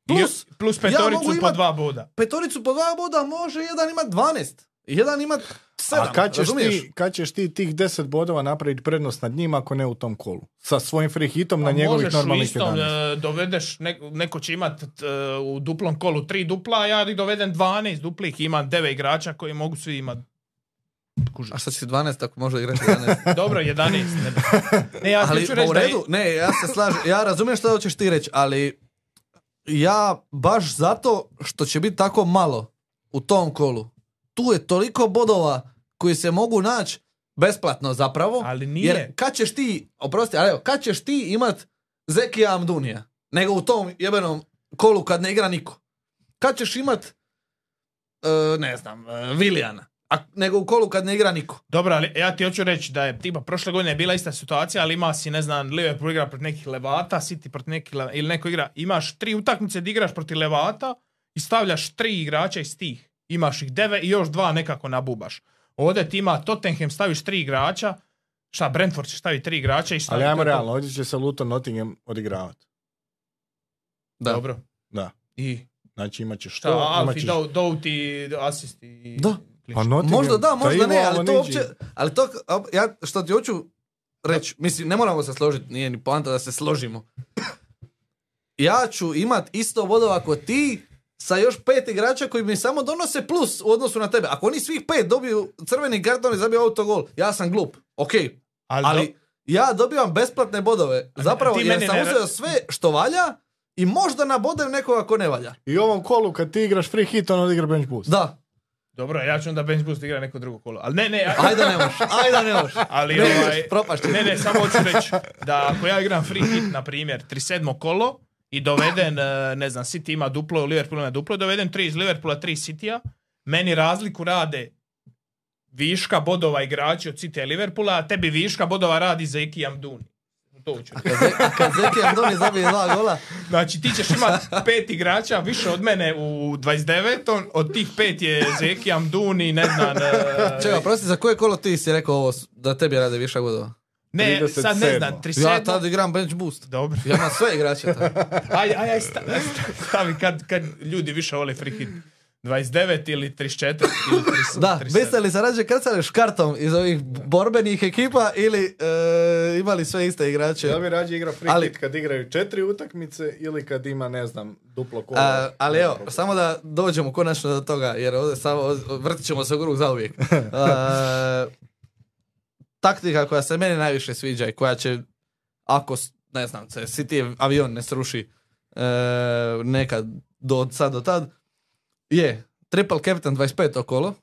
Speaker 1: plus
Speaker 3: I- plus
Speaker 1: ja mogu
Speaker 3: petoricu po
Speaker 1: imat-
Speaker 3: dva boda.
Speaker 1: petoricu po dva boda može jedan imat 12, jedan imat 7,
Speaker 2: A kad ćeš,
Speaker 1: razumiješ?
Speaker 2: ti, kad ćeš ti tih 10 bodova napraviti prednost nad njima ako ne u tom kolu? Sa svojim free hitom na
Speaker 3: A
Speaker 2: njegovih
Speaker 3: Pa možeš u
Speaker 2: normalnih
Speaker 3: istom,
Speaker 2: 11.
Speaker 3: e, dovedeš, ne- neko će imat t- e, u duplom kolu tri dupla, a ja ih dovedem 12 duplih, imam 9 igrača koji mogu svi imat. Kužiš.
Speaker 1: A šta će ti 12 ako može igrati 11?
Speaker 3: Dobro, 11. Ne, ne ja
Speaker 1: ali
Speaker 3: hoću
Speaker 1: pa
Speaker 3: reći
Speaker 1: u
Speaker 3: da je-
Speaker 1: redu, ne, ja se slažem, ja razumijem što hoćeš ti reći, ali ja baš zato što će biti tako malo u tom kolu, tu je toliko bodova koji se mogu naći besplatno zapravo,
Speaker 3: Ali nije.
Speaker 1: jer kad ćeš ti, oprosti, ali evo, kad ćeš ti imat Zekija Amdunija, nego u tom jebenom kolu kad ne igra niko. Kad ćeš imat, e, ne znam, e, Vilijana, a, nego u kolu kad ne igra niko.
Speaker 3: Dobro, ali ja ti hoću reći da je tipa prošle godine je bila ista situacija, ali ima si, ne znam, Liverpool igra protiv nekih Levata, City protiv nekih Le- ili neko igra, imaš tri utakmice da igraš protiv Levata i stavljaš tri igrača iz tih. Imaš ih deve i još dva nekako nabubaš. Ovdje ti ima Tottenham, staviš tri igrača, šta, Brentford će staviti tri igrača i
Speaker 2: Ali
Speaker 3: staviti...
Speaker 2: ajmo realno, ovdje će se Luton Nottingham odigravati.
Speaker 1: Da.
Speaker 3: Dobro.
Speaker 2: Da.
Speaker 3: I
Speaker 2: Znači imat ćeš
Speaker 3: šta,
Speaker 2: to, imat
Speaker 3: Alfi,
Speaker 2: ćeš...
Speaker 3: Dou- Doughty, asist i...
Speaker 1: Da.
Speaker 2: Pa Nottingham, ono
Speaker 1: Možda da, možda
Speaker 2: Taiwo
Speaker 1: ne, ali to
Speaker 2: Awoniyi.
Speaker 1: uopće, ali to, a, ja što ti hoću reći, mislim, ne moramo se složiti, nije ni poanta da se složimo. Ja ću imat isto bodova ako ti, sa još pet igrača koji mi samo donose plus u odnosu na tebe. Ako oni svih pet dobiju crveni karton i zabiju autogol, ja sam glup, ok,
Speaker 3: ali, do-
Speaker 1: ali ja dobivam besplatne bodove, zapravo
Speaker 3: ti
Speaker 1: jer
Speaker 3: meni
Speaker 1: sam
Speaker 3: ne ra-
Speaker 1: uzeo sve što valja i možda nabodem nekoga ko ne valja.
Speaker 2: I u ovom kolu kad ti igraš free hit, on odigra bench boost.
Speaker 1: Da,
Speaker 3: Dobro, ja ću onda bench boost igra neko drugo kolo. Ali ne, ne, ja-
Speaker 1: ajde ne možeš, ajde ne možeš.
Speaker 3: Ali
Speaker 1: Ne možeš,
Speaker 3: ovaj,
Speaker 1: propašćeš.
Speaker 3: ne, ne, samo hoću reći da ako ja igram free hit, na primjer, 37. kolo i doveden, eh, ne znam, City ima duplo, Liverpool ima duplo, doveden tri iz Liverpoola, tri iz Citya, meni razliku rade viška bodova igrači od Citya i Liverpoola, a tebi viška bodova radi Zeki Amduni. To hoću reći.
Speaker 1: Kad, Ze- kad Zeki Andoni zabije dva gola,
Speaker 3: Znači ti ćeš imat pet igrača više od mene u 29. Od tih pet je Zeki Amduni, ne znam... eh,
Speaker 1: Čega, prosti, za koje kolo ti si rekao ovo, s- da tebi rade više godova?
Speaker 3: ne, sad ne
Speaker 2: 37..
Speaker 3: znam, 37.
Speaker 1: Ja tad igram bench boost.
Speaker 3: Dobro.
Speaker 1: Ja imam sve igrače tad.
Speaker 3: Aj, aj, aj, sta- aj, sta- stavi kad, kad ljudi više vole free hit. 29 ili 34 ili 37.
Speaker 1: Da, biste li se rađe krcali škartom iz ovih borbenih ekipa ili e, imali sve iste igrače?
Speaker 2: Ja bi Znači, rađe igra free
Speaker 1: Ali-
Speaker 2: hit kad igraju četiri utakmice ili kad ima, ne znam, duplo kolo.
Speaker 1: A, ali evo, samo da dođemo konačno do toga, jer ovdje samo vrtit ćemo se u krug zauvijek. A, taktika koja se meni najviše sviđa i koja će, ako, s- ne znam, se City avion ne sruši e, nekad do od sad do tad, je triple captain 25 okolo,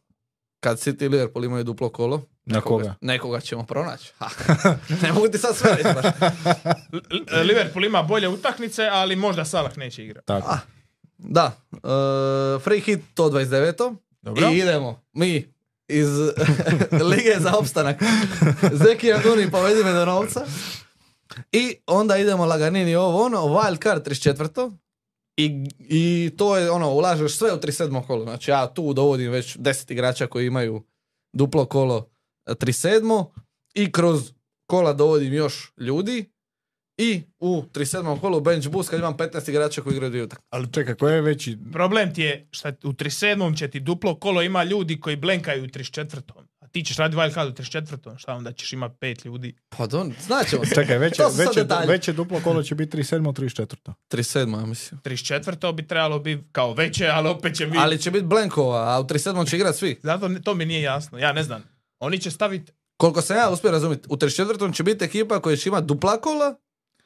Speaker 1: kad City i Liverpool imaju duplo kolo.
Speaker 2: Na koga?
Speaker 1: Nekoga ćemo pronaći. Ha, ne mogu ti sad sve reći baš.
Speaker 3: L- L- Liverpool ima bolje utakmice, ali možda Salah neće igrati.
Speaker 2: Tako.
Speaker 1: Da, e, free hit to 29.
Speaker 3: Dobro.
Speaker 1: I idemo, mi iz Lige za opstanak. Zeki Anduni, povedi me do novca. I onda idemo laganini ovo ono, wild card 34. I, I to je ono, ulažeš sve u 37. kolo. Znači ja tu dovodim već 10 igrača koji imaju duplo kolo e, 37. I kroz kola dovodim još ljudi. I u 37. kolu bench boost kad imam 15 igrača koji igraju dvije utakmice.
Speaker 2: Ali čekaj, koji je veći?
Speaker 3: Problem ti je što u 37. će ti duplo kolo ima ljudi koji blenkaju u 34. A ti ćeš raditi wildcard u 34. Šta onda ćeš imat pet ljudi?
Speaker 1: Pa don, znaćemo se.
Speaker 2: Čekaj, veće,
Speaker 1: To su sad
Speaker 2: veće,
Speaker 1: detalji.
Speaker 2: veće duplo kolo će biti 37. 34.
Speaker 1: 37. ja mislim.
Speaker 3: 34. bi trebalo biti kao veće, ali opet će biti...
Speaker 1: Ali će biti Blenkova, a u 37. će igrat svi.
Speaker 3: Zato ne- to mi nije jasno. Ja ne znam. Oni će staviti
Speaker 1: Koliko sam ja uspio razumjeti, u 34. će biti ekipa koja će imati dupla kola,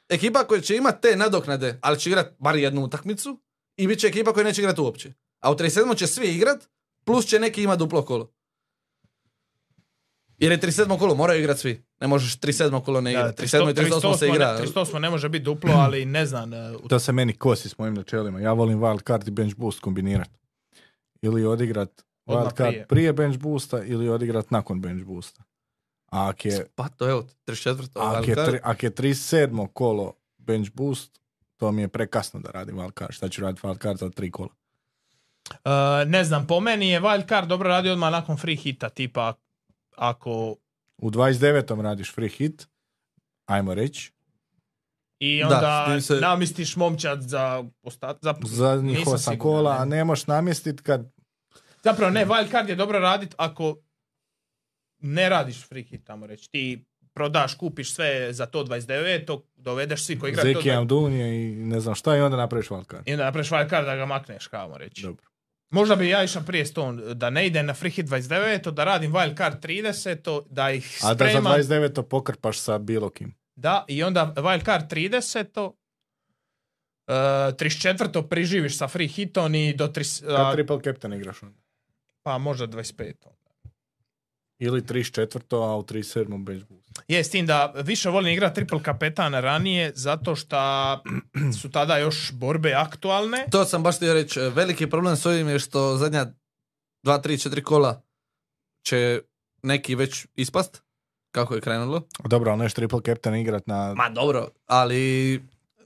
Speaker 1: ekipa koja će imati te nadoknade, ali će igrat bar jednu utakmicu, i bit će ekipa koja neće igrat uopće. A u 37. će svi igrat, plus će neki imat duplo kolo. Jer je 37. kolo, moraju igrat svi. Ne možeš 37. kolo ne igra.
Speaker 3: Da,
Speaker 1: 37. i 38. se
Speaker 3: 38
Speaker 1: igra.
Speaker 3: Ne, 38 ne može biti duplo, ali ne znam. e, u-
Speaker 2: Da se meni kosi s mojim načelima. Ja volim wild card i bench boost kombinirat. Ili odigrat
Speaker 3: Odmah
Speaker 2: wild card
Speaker 3: prije.
Speaker 2: prije bench boosta ili odigrat nakon bench boosta. A Ak je,
Speaker 1: Pa to evo, 34.
Speaker 2: ak
Speaker 1: wild
Speaker 2: je,
Speaker 1: card.
Speaker 2: tri- ak je 37. kolo bench boost, to mi je prekasno da radim wild card. Šta ću raditi wild card za tri kola?
Speaker 3: E, ne znam, po meni je wildcard dobro radio odmah nakon free hita, tipa ako...
Speaker 2: U 29. radiš free hit, ajmo reći,
Speaker 3: I
Speaker 1: Da,
Speaker 3: onda
Speaker 1: s tim se-
Speaker 3: namistiš momčad za ostat... za-
Speaker 2: zadnjih
Speaker 3: Nisam
Speaker 2: osam
Speaker 3: siguran,
Speaker 2: kola,
Speaker 3: ne.
Speaker 2: a ne moš namjestit kad...
Speaker 3: Zapravo ne, wildcard je dobro radit ako ne radiš free hit, tamo reći. Ti prodaš, kupiš sve za to 29, dovedeš svi koji igraju to.
Speaker 2: Zeki Amdunije i ne znam šta i onda napraviš wild card.
Speaker 3: I onda napraviš wildcard da ga makneš, kamo reći.
Speaker 2: Dobro.
Speaker 3: Možda bi ja išao prije ston, da ne idem na free hit 29, da radim wildcard 30, da ih
Speaker 2: A da za
Speaker 3: spremam.
Speaker 2: 29. pokrpaš sa bilo kim.
Speaker 3: Da, i onda wildcard 30. Uh, 34. priživiš sa free hitom i do 30,
Speaker 2: Kad triple captain igraš onda.
Speaker 3: pa možda 25.
Speaker 2: Ili 34. a u 37. bench boost.
Speaker 3: Je, s tim da više volim igrati triple kapetana ranije, zato što su tada još borbe aktualne.
Speaker 1: To sam baš htio reći. Veliki problem s ovim je što zadnja 2, 3, 4 kola će neki već ispast. Kako je krenulo.
Speaker 2: Dobro, ali neš triple captain igrat na...
Speaker 1: Ma dobro, ali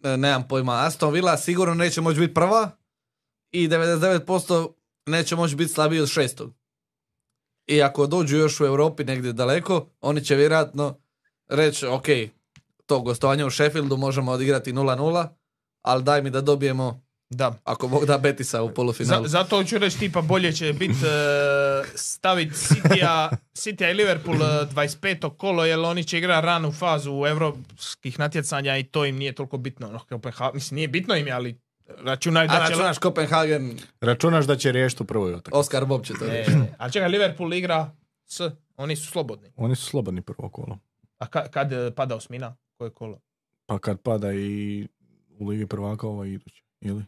Speaker 1: e, nemam pojma. Aston Villa sigurno neće moći biti prva i 99% neće moći biti slabiji od šestog. I ako dođu još u Europi negdje daleko, oni će vjerojatno reći, ok, to gostovanje u Sheffieldu možemo odigrati 0-0, ali daj mi da dobijemo,
Speaker 3: Da.
Speaker 1: ako Bog da, Betisa u
Speaker 3: Za-
Speaker 1: polufinalu.
Speaker 3: zato hoću reći tipa bolje će biti staviti City-a City-a i Liverpool e, 25. kolo jer oni će igrati ranu fazu europskih natjecanja i to im nije toliko bitno. Ono, Kopenha- mislim, nije bitno im je, ali računaju
Speaker 1: A
Speaker 3: da će...
Speaker 1: računaš Kopenhagen,
Speaker 2: Računaš da će riješiti u prvoj utakmici.
Speaker 1: Oskar Bob će to
Speaker 3: E,
Speaker 1: reći.
Speaker 3: ali čekaj, Liverpool igra s... Oni su slobodni.
Speaker 2: Oni su slobodni prvo kolo.
Speaker 3: A ka- kad e, pada osmina? Koje kolo?
Speaker 2: Pa kad pada i u Ligi prvaka ova iduća. Ili?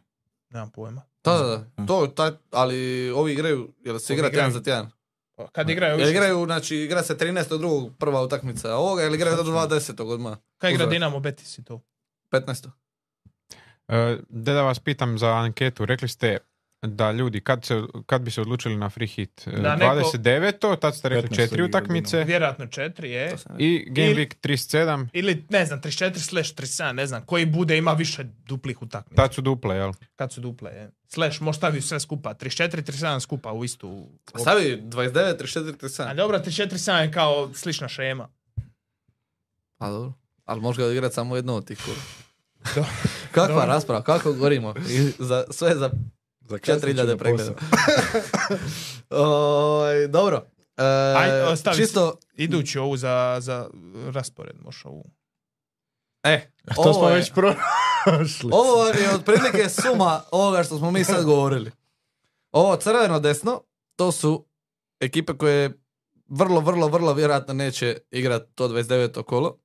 Speaker 3: Nemam pojma.
Speaker 1: Da, da, da. To, taj, ali ovi igraju, jel se
Speaker 3: Ovi
Speaker 1: igra tjedan
Speaker 3: igraju.
Speaker 1: za tjedan?
Speaker 3: Kad igraju...
Speaker 1: Jel igraju, znači, igra se 13. drugog prva utakmica a ovoga, ili igraju do 20. odmah?
Speaker 3: Kad igra
Speaker 1: uzvrat?
Speaker 3: Dinamo Betis i to?
Speaker 1: 15.
Speaker 4: E, da da vas pitam za anketu, rekli ste da ljudi, kad, se, kad bi se odlučili na free hit? E,
Speaker 3: Da, neko-
Speaker 4: 29. tad ste rekli
Speaker 2: 15.
Speaker 4: četiri
Speaker 2: igra
Speaker 4: utakmice
Speaker 3: Vjerojatno četiri, je.
Speaker 1: To sam-
Speaker 4: i Game
Speaker 3: Ili-
Speaker 4: Week 37,
Speaker 3: Ili, ne znam, 34 slash 37, ne znam, koji bude ima više duplih utakmica.
Speaker 1: Pa-
Speaker 4: tad su duple, jel?
Speaker 3: Kad su duple, je. Slash, možda stavi sve skupa. 34, 37 skupa u istu...
Speaker 1: Pa Stavi 29, 34,
Speaker 3: A
Speaker 1: 37.
Speaker 3: dobro, 34, 37 je kao slična šema.
Speaker 1: A dobro. Ali možeš ga odigrat samo jedno od tih kura.
Speaker 3: Dobro.
Speaker 1: Kakva
Speaker 3: Dobro.
Speaker 1: rasprava, kako gorimo. I za, sve za
Speaker 2: Za
Speaker 1: 4000 pregleda. Oj, dobro. E,
Speaker 3: Aj, ostavi
Speaker 1: čisto,
Speaker 3: Idući ovu za, za raspored, možeš ovu.
Speaker 1: e,
Speaker 2: To smo
Speaker 1: ovo je-
Speaker 2: već prošli.
Speaker 1: Ovo vam je otprilike suma ovoga što smo mi sad govorili. Ovo crveno desno, to su ekipe koje vrlo, vrlo, vrlo vjerojatno neće igrat to 29. kolo.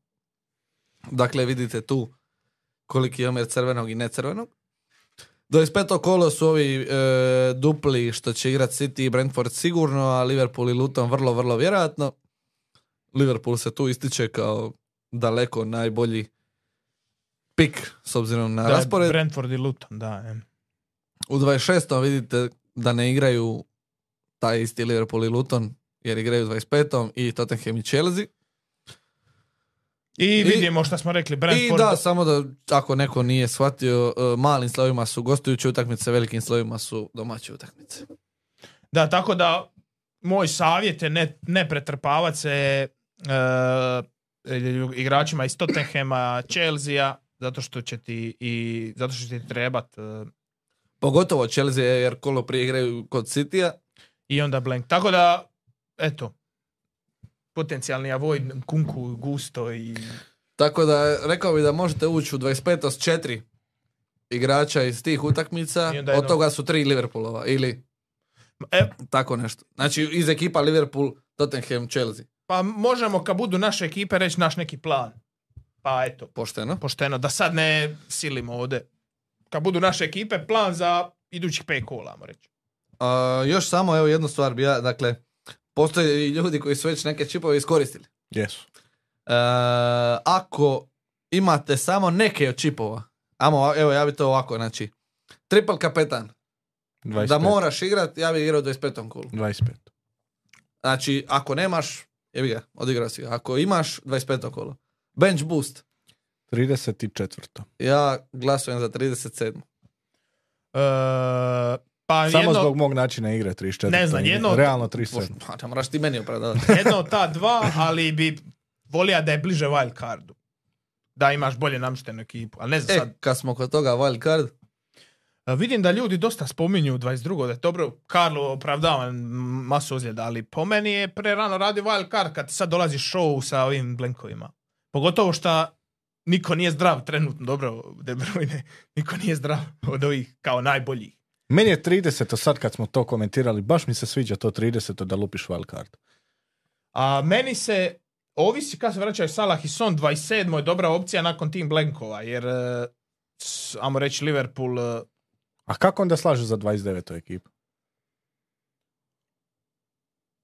Speaker 1: Dakle, vidite tu koliki je omjer crvenog i necrvenog. 25. kolo su ovi e, dupli što će igrat City i Brentford sigurno, a Liverpool i Luton vrlo, vrlo vjerojatno. Liverpool se tu ističe kao daleko najbolji pik s obzirom na
Speaker 3: Da,
Speaker 1: raspored.
Speaker 3: Brentford i Luton, da. je.
Speaker 1: U 26. vidite da ne igraju taj isti Liverpool i Luton, jer igraju u 25. i Tottenham i Chelsea.
Speaker 3: I vidimo šta smo rekli,
Speaker 1: I
Speaker 3: Brentford...
Speaker 1: da, samo da ako neko nije shvatio, e, malim slovima su gostujuće utakmice, velikim slovima su domaće utakmice.
Speaker 3: Da, tako da moj savjet je ne, ne pretrpavat se e, igračima iz Tottenhema, Chelsea, zato što će ti i zato što će ti trebat e,
Speaker 1: Pogotovo Chelsea, jer kolo prije igraju kod Citya.
Speaker 3: i onda blank. Tako da, eto, potencijalni avoj kunku gusto i
Speaker 1: Tako da rekao bi da možete ući u 25. s četiri igrača iz tih utakmica,
Speaker 3: I onda jedno-
Speaker 1: od toga su tri Liverpoolova ili
Speaker 3: E,
Speaker 1: tako nešto. Znači iz ekipa Liverpool, Tottenham, Chelsea.
Speaker 3: pa možemo kad budu naše ekipe reći naš neki plan. Pa eto,
Speaker 1: Pošteno.
Speaker 3: pošteno, da sad ne silimo ovdje. Kad budu naše ekipe, plan za idućih pet kola, ajmo reći.
Speaker 1: A, još samo evo jednu stvar bi ja, dakle, postoje i ljudi koji su već neke čipove iskoristili.
Speaker 2: Jesu.
Speaker 1: E, ako imate samo neke od čipova, amo, evo ja bi to ovako, znači, triple kapetan,
Speaker 2: 25.
Speaker 1: da moraš igrat, ja bi igrao 25. kulu.
Speaker 2: 25.
Speaker 1: Znači, ako nemaš, jebi ga, odigrao si ga. Ako imaš, 25. kolo. Bench boost.
Speaker 2: 34.
Speaker 1: Ja glasujem za 37.
Speaker 3: E, pa
Speaker 2: Samo
Speaker 3: jedno,
Speaker 2: zbog mog načina igre 34.
Speaker 3: Ne znam, jedno od-
Speaker 2: Realno
Speaker 1: Bož,
Speaker 2: 37.
Speaker 1: pa, ne moraš ti meni opravdavati.
Speaker 3: jedno od ta dva, ali bi volio da je bliže wild cardu. Da imaš bolje namještenu ekipu. Ali ne znam sad,
Speaker 1: E, kad smo kod toga wild card,
Speaker 3: E, Vidim da ljudi dosta spominju 22. da je dobro, Karlo opravdava m, masu ozljeda, ali po meni je pre rano radi wild card kad sad dolazi show sa ovim blenkovima. Pogotovo što niko nije zdrav trenutno, dobro, De Bruyne, niko nije zdrav od ovih kao najboljih.
Speaker 2: Meni je 30. sad kad smo to komentirali, baš mi se sviđa to 30. da lupiš wildcard.
Speaker 3: A meni se, ovisi kad se vraćaju Salah i Son, 27. je dobra opcija nakon tim blenkova, jer, e, s- ajmo reći, Liverpool e,
Speaker 2: A kako onda slažeš za 29. ekipu?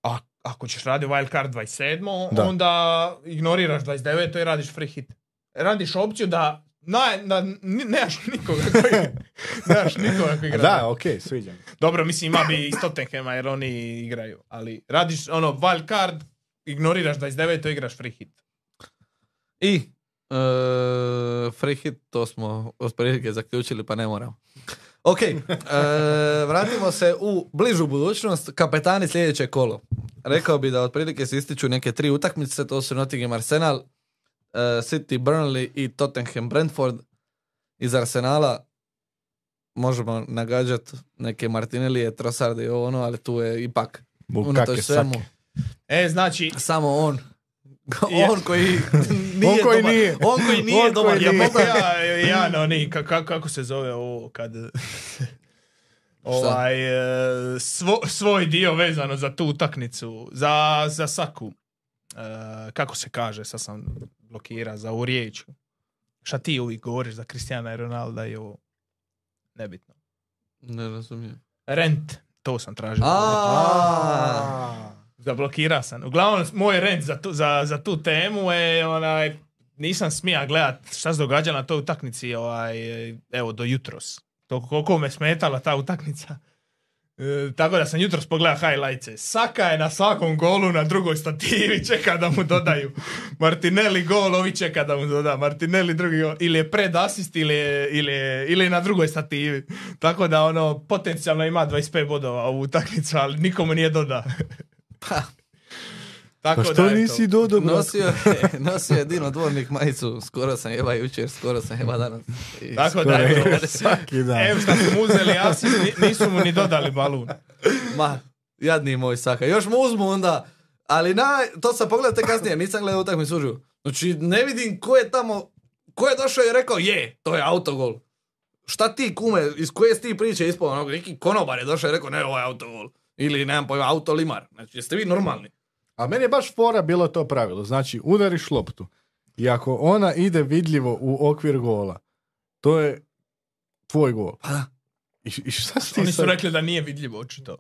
Speaker 3: a, ako ćeš raditi wildcard 27,
Speaker 2: Da.
Speaker 3: onda ignoriraš 29 i radiš free hit. Radiš opciju da na, na, ni- nemaš nikoga koji, nemaš nikoga koji igra.
Speaker 2: Da, ok, sviđa mi. se.
Speaker 3: Dobro, mislim ima bi iz Tottenhema jer oni igraju, ali radiš ono wildcard, ignoriraš 29 i igraš free hit.
Speaker 1: I e, free hit, to smo otprilike zaključili, pa ne moram. Ok, e, vratimo se u bližu budućnost. Kapetani sljedeće kolo. Rekao bi da otprilike se ističu neke tri utakmice, to su Nottingham Arsenal, e, City Burnley i Tottenham Brentford. Iz Arsenala možemo nagađati neke Martinellije, Trossarde i ovo ono, ali tu je ipak unatoč
Speaker 2: Bukake,
Speaker 1: svemu
Speaker 2: sake.
Speaker 3: E, znači,
Speaker 1: samo on.
Speaker 3: Je.
Speaker 1: on koji nije
Speaker 2: On koji
Speaker 1: dobar.
Speaker 2: nije.
Speaker 1: On koji nije
Speaker 2: On
Speaker 1: dobar.
Speaker 2: koji
Speaker 1: Ja
Speaker 3: ja,
Speaker 2: nije.
Speaker 1: mogu ja-
Speaker 3: ja, ja no, ni, ka- ka- kako se zove ovo kad... ovaj, e, svo- svoj dio vezano za tu utakmicu, za, za Saku. E, kako se kaže, sad sam blokira za ovu riječ. Šta ti uvijek govoriš za Kristijana i Ronalda i ovo? Nebitno.
Speaker 1: Ne razumijem.
Speaker 3: Rent, to sam tražio.
Speaker 1: A,
Speaker 3: Zablokira sam. Uglavnom, moj rent za tu, za, za tu temu je onaj, nisam smija gledat šta se događa na toj utakmici ovaj, e, evo, do jutros. To koliko me smetala ta utakmica. E, tako da sam jutros pogledao highlights. Saka je na svakom golu na drugoj stativi čeka da mu dodaju. Martinelli gol, ovi čeka da mu doda. Martinelli drugi gol. Ili je pred asist ili je, ili je- ili je na drugoj stativi. Tako da ono, potencijalno ima 25 bodova ovu utakmicu, ali nikomu nije doda.
Speaker 1: pa,
Speaker 3: Tako
Speaker 2: Pa
Speaker 3: da,
Speaker 2: što
Speaker 3: eto.
Speaker 2: nisi dodao, brat?
Speaker 1: nosio, je, nosio je Dino Dvornik majicu. Skoro sam jeba jučer, skoro sam jeba danas. I
Speaker 3: Tako da,
Speaker 2: Skoro je
Speaker 3: eto,
Speaker 2: Svaki dan.
Speaker 3: evo šta su mu uzeli asist, ni- nisu mu ni dodali balun.
Speaker 1: Ma, jadni moj Saka. Još mu uzmu onda. Ali na, to sam pogledate kasnije, nisam gledao utakmicu uživo. Znači, ne vidim ko je tamo, ko je došao i rekao, je, to je autogol. Šta ti kume, iz koje si ti priče ispao, ono, neki konobar je došao i rekao, ne, ovo je autogol. Ili, nemam pojma, autolimar. Znači, jeste vi normalni?
Speaker 2: A meni je baš fora bilo to pravilo. Znači, udariš loptu. I ako ona ide vidljivo u okvir gola, to je tvoj gol. I, i šta si ti
Speaker 3: Oni su
Speaker 2: sad-
Speaker 3: rekli da nije vidljivo, očito.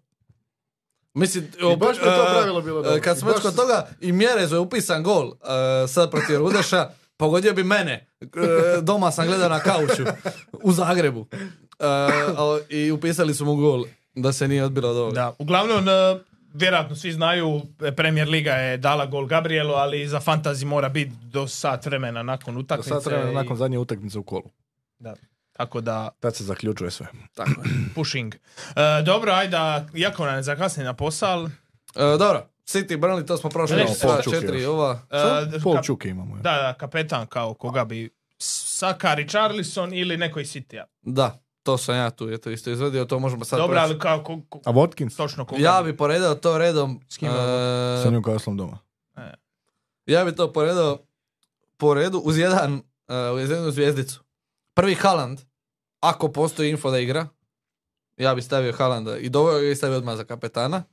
Speaker 1: Mislim,
Speaker 2: I baš mi je to pravilo bilo
Speaker 1: e,
Speaker 2: dobro.
Speaker 1: Kad
Speaker 2: I
Speaker 1: smo već
Speaker 2: baš
Speaker 1: kod
Speaker 2: se-
Speaker 1: toga, i Mjerezu je upisan gol e, sad protiv Rudaša, pogodio bi mene. E, doma sam gledao na kauču u Zagrebu. E, a- I upisali su mu gol da se nije odbilo od ovoga.
Speaker 3: Da, uglavnom, e, vjerojatno svi znaju, e, Premier Liga je dala gol Gabrielu, ali za fantazi mora biti do sat vremena nakon
Speaker 2: Do
Speaker 3: utakmice.
Speaker 2: sad vremena
Speaker 3: i-
Speaker 2: nakon zadnje utakmice u kolu.
Speaker 3: da. Tako da,
Speaker 2: Tad se zaključuje sve.
Speaker 1: Tako je.
Speaker 3: pushing. E, dobro, ajda, jako nam je zakasni na eh, posal.
Speaker 1: E, dobro, City, Burnley, to smo prošli.
Speaker 3: Reći
Speaker 1: Evo,
Speaker 2: ću
Speaker 1: sva
Speaker 2: još.
Speaker 1: četiri ova.
Speaker 3: E,
Speaker 2: Samo Pol
Speaker 3: kap-
Speaker 2: čuke imamo. ja.
Speaker 3: Da, da, kapetan kao koga bi Sakari Charlison ili neko iz Citya.
Speaker 1: Da, to sam ja tu eto, isto izvedio, to možemo sad
Speaker 3: Dobro,
Speaker 1: proći.
Speaker 3: ali kao ko- ko-
Speaker 2: A Watkins?
Speaker 3: točno koga
Speaker 1: Ja bi poredao to redom.
Speaker 3: S kim
Speaker 1: e,
Speaker 2: Sa Newcastlom doma.
Speaker 1: Ja bi to poredao po redu uz jedan, eh, uz jednu zvijezdicu. Prvi Haaland, ako postoji info da igra, ja bi stavio Haalanda i doveo ga i stavio odmah za kapetana.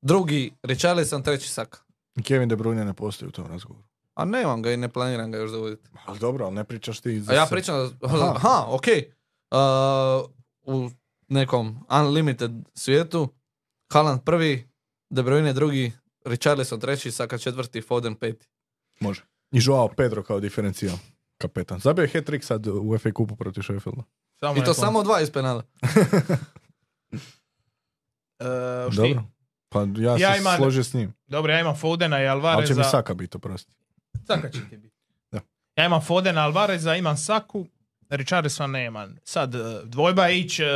Speaker 1: Drugi, Richarlison, treći Saka.
Speaker 2: Kevin De Bruyne ne postoji u tom razgovoru.
Speaker 1: A nemam ga i ne planiram ga još dovoditi.
Speaker 2: Ali dobro, ali ne pričaš ti za
Speaker 1: A ja
Speaker 2: sebe.
Speaker 1: pričam, da-
Speaker 2: Aha.
Speaker 1: aha, ok. u nekom unlimited svijetu, Haaland prvi, De Bruyne drugi, Richarlison treći, Saka četvrti, Foden peti.
Speaker 2: Može. I Joao Pedro kao diferencijal. Kapetan. Zabio je hat-trick sad u FA kupu protiv Sheffielda.
Speaker 3: Samo
Speaker 1: I to
Speaker 3: je
Speaker 1: samo dva iz penala.
Speaker 3: E, hoš ti?
Speaker 2: Dobro. Pa ja,
Speaker 3: Ja
Speaker 2: se
Speaker 3: imam-
Speaker 2: složio s njim.
Speaker 3: Dobro, ja imam Fodena
Speaker 2: Ali
Speaker 3: i
Speaker 2: će
Speaker 3: Alvareza.
Speaker 2: mi Saka biti, oprosti.
Speaker 3: Saka će ti biti.
Speaker 2: Da.
Speaker 3: Ja imam Fodena, Alvareza, imam Saku, Richardsona nemam. Sad, e, dvojba je ići e,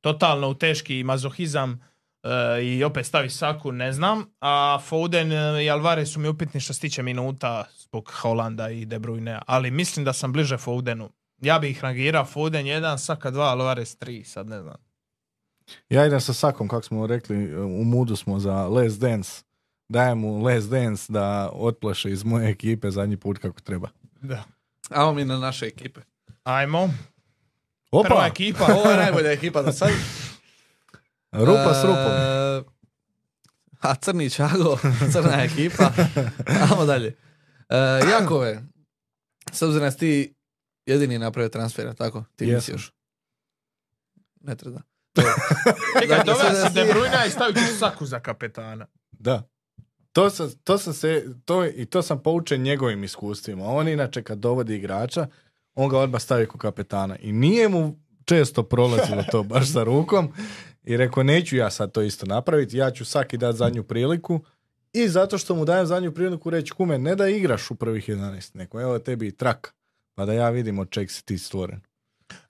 Speaker 3: totalno u teški mazohizam e, i opet stavi Saku, ne znam. A Foden e, i Alvarez su mi upitni što se tiče minuta zbog Holanda i De Bruyne. Ali mislim da sam bliže Fodenu. Ja bih ih rangirao Foden 1, Saka 2, Alvarez 3, sad ne znam.
Speaker 2: Ja idem sa Sakom, kako smo rekli, e, u mudu smo za Last Dance. Dajem mu Last Dance da otplaše iz moje ekipe zadnji put kako treba.
Speaker 3: Da.
Speaker 1: Ajmo mi na naše ekipe.
Speaker 3: Ajmo.
Speaker 2: Opa!
Speaker 3: Prva ekipa.
Speaker 1: Pa, Ovo je najbolja ekipa do sad.
Speaker 2: Rupa s rupom.
Speaker 1: E, A crni čago, crna ekipa. Ajmo dalje. E, Jakove, s obzirom da si ti jedini napravio transfera, tako? Ti nisi
Speaker 2: Jesam.
Speaker 1: još. Ne treba.
Speaker 2: Znači,
Speaker 3: Čekaj,
Speaker 1: Dakle,
Speaker 3: doveo
Speaker 1: sad
Speaker 3: si
Speaker 1: da
Speaker 3: De
Speaker 1: si-
Speaker 3: Bruyne i stavit ću Saku za kapetana.
Speaker 2: Da. To sam, to sam se, to, i to sam poučen njegovim iskustvima. On inače kad dovodi igrača, on ga odmah stavi ko kapetana. I nije mu često prolazilo to baš za rukom. I rekao, neću ja sad to isto napraviti, ja ću Saki dati zadnju priliku. I zato što mu dajem zadnju priliku reći, kume, ne da igraš u prvih 11, neko, evo tebi i trak. Pa da ja vidim od čeg si ti stvoren.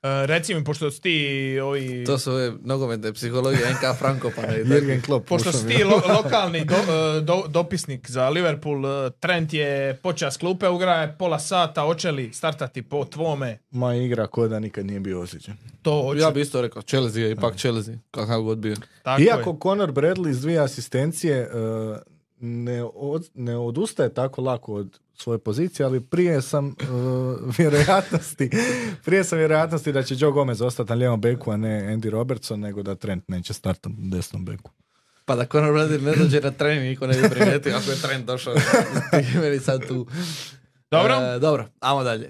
Speaker 3: E, reci mi, pošto si ti ovi...
Speaker 1: To su ove nogometne psihologije NK Franko pa ne.
Speaker 2: Jürgen Klopp.
Speaker 3: Pošto
Speaker 2: ušao
Speaker 3: si
Speaker 2: mi.
Speaker 3: ti lo- lokalni do- e, do- dopisnik za Liverpool, e, Trent je počeo s klupe, ugraje pola sata, hoće li startati po tvome?
Speaker 2: Ma igra ko da nikad nije bio ozlijeđen.
Speaker 3: To hoće.
Speaker 1: Ja bi isto rekao, Chelsea je ipak Chelsea, kakav god bio.
Speaker 3: Tako je.
Speaker 2: Iako Conor Bradley s dvije asistencije eh, ne, od- ne odustaje tako lako od svoje pozicije, ali prije sam eh, vjerojatnosti prije sam vjerojatnosti da će Joe Gomez ostati na lijevom beku, a ne Andy Robertson, nego da Trent neće startati na desnom beku.
Speaker 1: Pa da Conor Bradley ne dođe na trening, niko ne bi primijetio ako je tren došao. Ti meni sad tu.
Speaker 3: Dobro.
Speaker 1: E, dobro, ajmo dalje.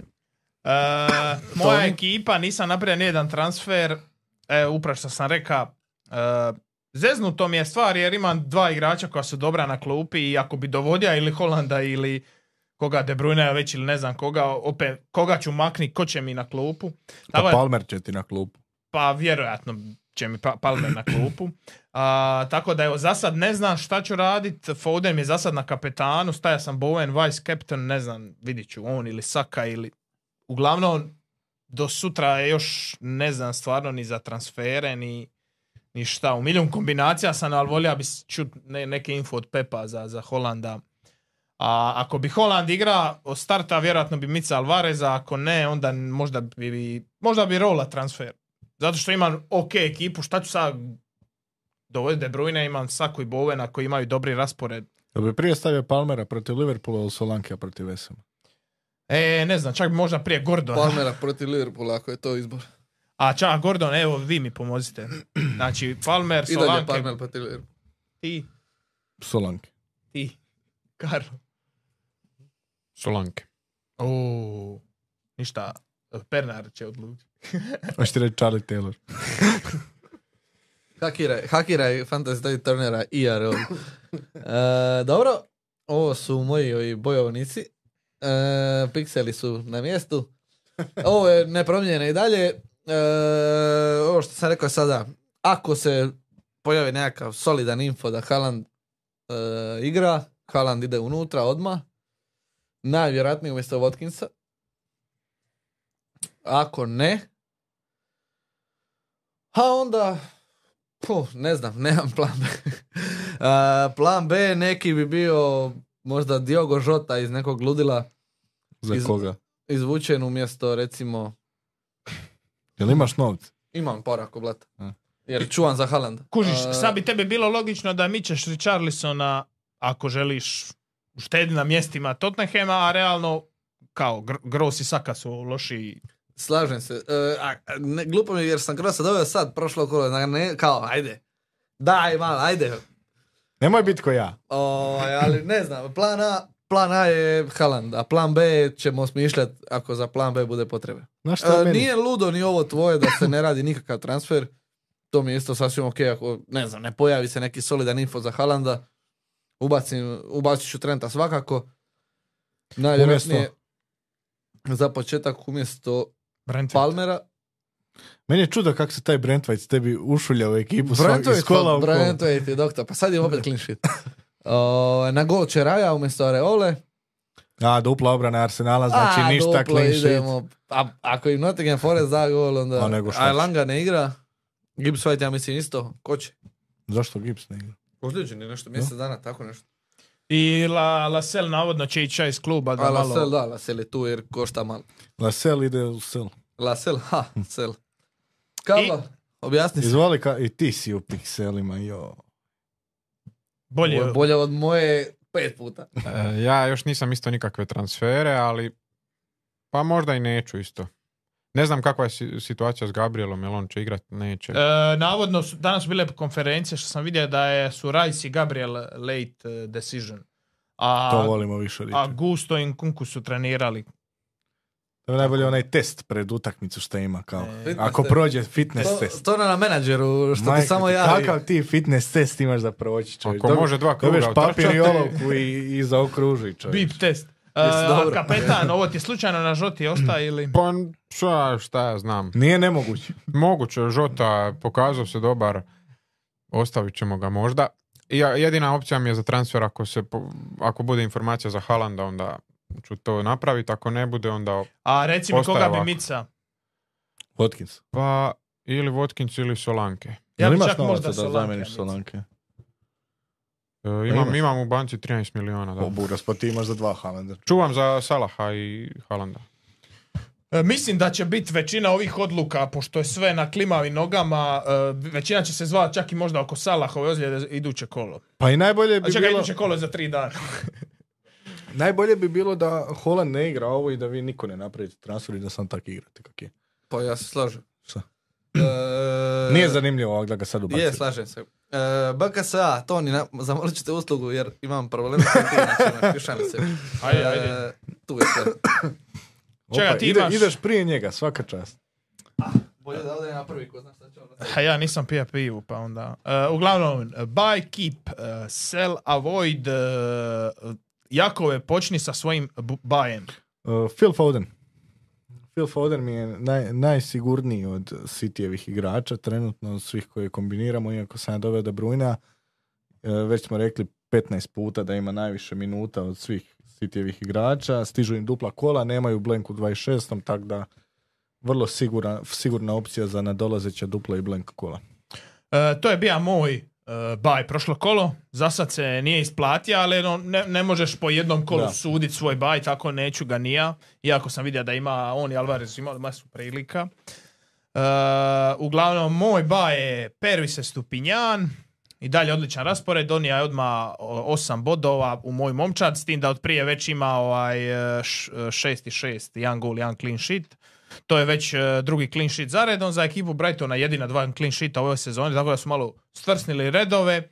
Speaker 3: E, moja
Speaker 1: Toni?
Speaker 3: ekipa, nisam napravio nijedan transfer, e, upravo što sam rekao, e, zeznuto mi je stvar jer imam dva igrača koja su dobra na klupi i ako bi dovodio ili Holanda ili koga De Bruyne već ili ne znam koga, opet koga ću makniti, ko će mi na klupu.
Speaker 2: Pa
Speaker 3: Tako da-
Speaker 2: Palmer će ti na klubu.
Speaker 3: pa vjerojatno će mi pa- Palmer na klupu. A, tako da evo, za sad ne znam šta ću radit. Foden mi je za sad na kapetanu, staja sam Bowen, vice captain, ne znam, vidit ću on ili Saka ili... Uglavnom, do sutra je još ne znam stvarno ni za transfere, ni, ni šta. U milijun kombinacija sam, ali volio bi čut ne- neke info od Pepa za, za Holanda. A ako bi Holland igra od starta, vjerojatno bi Mica Alvareza, ako ne, onda možda bi, možda bi rola transfer. Zato što imam ok ekipu, šta ću sad dovoditi De Bruyne, imam Saku i Bowena koji imaju dobri raspored.
Speaker 2: Da bi prije stavio Palmera protiv Liverpoola ili Solankija protiv Vesema.
Speaker 3: E, ne znam, čak bi možda prije Gordon.
Speaker 1: Palmera protiv Liverpoola, ako je to izbor.
Speaker 3: A čak Gordon, evo vi mi pomozite. Znači, Palmer,
Speaker 1: I dalje
Speaker 3: Solanke,
Speaker 1: Palmer protiv Liverpoola.
Speaker 3: ti,
Speaker 2: Solanke.
Speaker 3: ti, Karlo.
Speaker 4: Solanke.
Speaker 3: O, ništa, Pernar će odlučiti.
Speaker 2: Hoćeš ti reći Charlie Taylor.
Speaker 1: Hakiraj, hakiraj Fantasy Day Turnera i IRL. E, dobro, ovo su moji ovi bojovnici. E, pikseli su na mjestu. Ovo je nepromljeno i dalje. E, ovo što sam rekao sada, ako se pojavi nekakav solidan info da Haaland e, igra, Haaland ide unutra odmah. Najvjerojatnije umjesto Watkinsa. Ako ne, a onda Puh, ne znam, nemam plan B. A, plan B neki bi bio možda Diogo Žota iz nekog ludila
Speaker 2: Za
Speaker 1: Iz-
Speaker 2: koga?
Speaker 1: izvučen umjesto recimo
Speaker 2: Jel imaš novce?
Speaker 1: imam porak oblata.
Speaker 2: Mm.
Speaker 1: Jer čuvam za Haaland.
Speaker 3: Kužiš,
Speaker 1: A,
Speaker 3: sad bi tebe bilo logično da mičeš Richarlisona ako želiš štedi na mjestima Tottenhema, a realno kao Gr- Gross i Saka su loši
Speaker 1: Slažem se. E, a, a, ne, glupo mi je jer sam Krosa doveo sad prošlo kolo. na- Ne, kao, ajde. Daj malo, ajde.
Speaker 2: Nemoj biti ko ja.
Speaker 1: Ovaj, ali ne znam, plan A, plan A je Haaland, a plan B ćemo smišljati ako za plan B bude potrebe.
Speaker 2: Znaš šta je
Speaker 1: E,
Speaker 2: meni?
Speaker 1: nije ludo ni ovo tvoje da se ne radi nikakav transfer. To mi je isto sasvim ok ako, ne znam, ne pojavi se neki solidan info za Halanda. Ubacim, ubacit ću Trenta svakako. Najvjerojatnije za početak umjesto
Speaker 3: Brentford.
Speaker 1: Palmera.
Speaker 2: Meni je čudo kako se taj Brentwaite tebi ušulja u ekipu svak- iz
Speaker 1: Brentwaite,
Speaker 2: kola u kolo.
Speaker 1: Brentwaite, doktor. Pa sad je opet clean sheet. O, na gol Čeraja umjesto Areole.
Speaker 2: A, dupla obrana Arsenala, znači
Speaker 1: A,
Speaker 2: ništa,
Speaker 1: duplo
Speaker 2: clean sheet.
Speaker 1: idemo. A, ako im Nottingham Forest da gol, onda...
Speaker 2: A nego šta
Speaker 1: A
Speaker 2: će.
Speaker 1: Langa ne igra. Gibbs White, ja mislim isto. Ko će?
Speaker 2: Zašto Gibbs ne igra?
Speaker 1: Ozlijeđen je nešto, mjesec dana, tako nešto.
Speaker 3: I La, Lasel navodno će ići iz kluba da
Speaker 1: A
Speaker 3: malo...
Speaker 1: Lasel, da, Lasel je tu jer košta malo.
Speaker 2: Lasel ide u sel.
Speaker 1: Lasel, ha, sel. Karlo, objasni se.
Speaker 2: Izvoli, ka- i ti si u pikselima, jo.
Speaker 3: Bolje,
Speaker 1: Bolje, bolje od moje pet puta.
Speaker 4: E, ja još nisam isto nikakve transfere, ali pa možda i neću isto. Ne znam kakva je si- situacija s Gabrielom, jel on će igrat, neće.
Speaker 3: E, navodno su, danas su bile konferencije što sam vidio da je, su Rice i Gabriel late e, decision. A,
Speaker 2: To volimo više reći.
Speaker 3: a Gusto i Kunku su trenirali.
Speaker 2: To je najbolje onaj test pred utakmicu što ima, kao.
Speaker 3: E,
Speaker 2: Ako prođe fitness
Speaker 1: To,
Speaker 2: test.
Speaker 1: to na menadžeru, što
Speaker 2: Majka
Speaker 1: ti samo
Speaker 2: ti,
Speaker 1: ja...
Speaker 2: Kakav ti fitness test imaš za proći, čovječ.
Speaker 4: Ako
Speaker 2: Dob-
Speaker 4: može dva
Speaker 2: Dobiješ
Speaker 4: kruga
Speaker 2: papir i
Speaker 4: otrčati-
Speaker 2: olovku i, i zaokruži, čovječ.
Speaker 3: Bip test. E,
Speaker 1: Jesu, dobro.
Speaker 3: a kapetan, ovo ti je slučajno na žoti ostaje ili...
Speaker 4: Pa šta, šta ja znam.
Speaker 2: Nije nemoguće.
Speaker 4: Moguće, Žota pokazao se dobar, ostavit ćemo ga možda. I ja- jedina opcija mi je za transfer ako, se, po- ako bude informacija za Halanda, onda ću to napraviti, ako ne bude, onda
Speaker 3: A reci mi
Speaker 4: Ostaje
Speaker 3: koga bi
Speaker 4: ovako.
Speaker 3: Mica.
Speaker 2: Watkins.
Speaker 4: pa ili Votkins ili Solanke.
Speaker 3: Ja
Speaker 2: Jel
Speaker 3: bi
Speaker 2: imaš
Speaker 3: čak
Speaker 2: novaca
Speaker 3: možda
Speaker 2: da
Speaker 3: Solanke,
Speaker 2: zameniš
Speaker 3: Mica.
Speaker 2: Solanke?
Speaker 4: E, imam,
Speaker 2: imaš?
Speaker 4: imam u banci 13 miliona. Da.
Speaker 2: O, buras, pa ti imaš za dva Haalanda.
Speaker 4: Čuvam za Salaha i Halanda.
Speaker 3: E, Mislim da će biti većina ovih odluka, pošto je sve na klimavim nogama, e, većina će se zvati čak i možda oko Salahove ozljede iduće kolo.
Speaker 2: Pa i najbolje
Speaker 3: A
Speaker 2: bi
Speaker 3: čekaj,
Speaker 2: bilo...
Speaker 3: iduće kolo je za tri dana.
Speaker 2: Najbolje bi bilo da Holland ne igra ovo i da vi niko ne napravite transfer i da sam tak igrate kak je.
Speaker 1: Pa ja se slažem.
Speaker 2: Šta?
Speaker 1: E,
Speaker 2: Nije zanimljivo ovak da ga sad ubacite.
Speaker 1: Je, slažem se. E, BKSA, Toni, na- zamolit ću te uslugu jer imam problem sa tim pišam se.
Speaker 3: Ajde,
Speaker 1: E,
Speaker 3: ajde.
Speaker 1: tu je sve.
Speaker 2: Opa,
Speaker 3: Čekaj, ti
Speaker 2: ide-
Speaker 3: imaš-
Speaker 2: Ideš prije njega, svaka čast.
Speaker 1: Bolje da ovdje na prvi ko zna šta će ono.
Speaker 3: A ja nisam pija pivu, pa onda... E, uglavnom, e, buy, keep, e, sell, avoid... e, Jakove, počni sa svojim bu- bajem.
Speaker 2: Uh, Phil Foden. Phil Foden mi je naj, najsigurniji od Cityjevih igrača, trenutno od svih koje kombiniramo, iako sam ja doveo da Bruyna, e, već smo rekli 15 puta da ima najviše minuta od svih Cityjevih igrača, stižu im dupla kola, nemaju blank u 26. tako da vrlo sigura, sigurna opcija za nadolazeća dupla i blank kola.
Speaker 3: E, to je bio moj e, baj prošlo kolo. Za sad se nije isplatio, ali no, ne, ne možeš po jednom kolu
Speaker 2: Da.
Speaker 3: suditi svoj baj, tako neću ga ni ja. Iako sam vidio da ima on i Alvarez imali masu prilika. E, uglavnom, moj baj je Pervis Stupinjan. I dalje odličan raspored, on je odmah o, osam bodova u moj momčad, s tim da od prije već ima ovaj e, š- e, šest i šest, jedan gol, jedan clean sheet. To je već e, drugi clean sheet za redom za ekipu Brightona, jedina dva clean sheeta u ovoj sezoni, tako da su malo strsnili redove.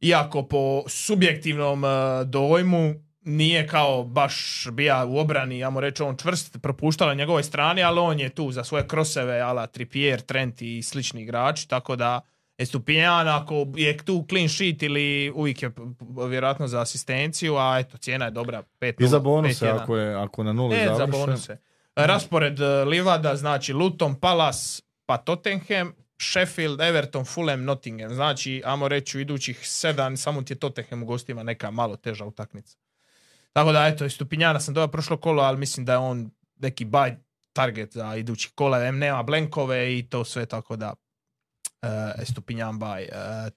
Speaker 3: Iako po subjektivnom e, dojmu nije kao baš bija u obrani, ja mu reći on čvrst, propuštala njegovoj strani, ali on je tu za svoje kroseve, ala Trippier, Trent i slični igrači, tako da Estupijan, ako je tu clean sheet ili uvijek je p- p- vjerojatno za asistenciju, a eto, cijena je dobra. 5
Speaker 2: I za bonuse, ako, je, ako na nuli
Speaker 3: E, za
Speaker 2: završe.
Speaker 3: bonuse. Raspored e, Livada znači Luton, Palace, pa Tottenham, Sheffield, Everton, Fulham, Nottingham. Znači, amo reći u idućih sedam, samo ti je Tottenham u gostima neka malo teža utakmica. Tako da, eto, iz Stupinjana sam dobro prošlo kolo, ali mislim da je on neki baj target za idućih kola. Em, nema blenkove i to sve, tako da e, Stupinjan baj. E,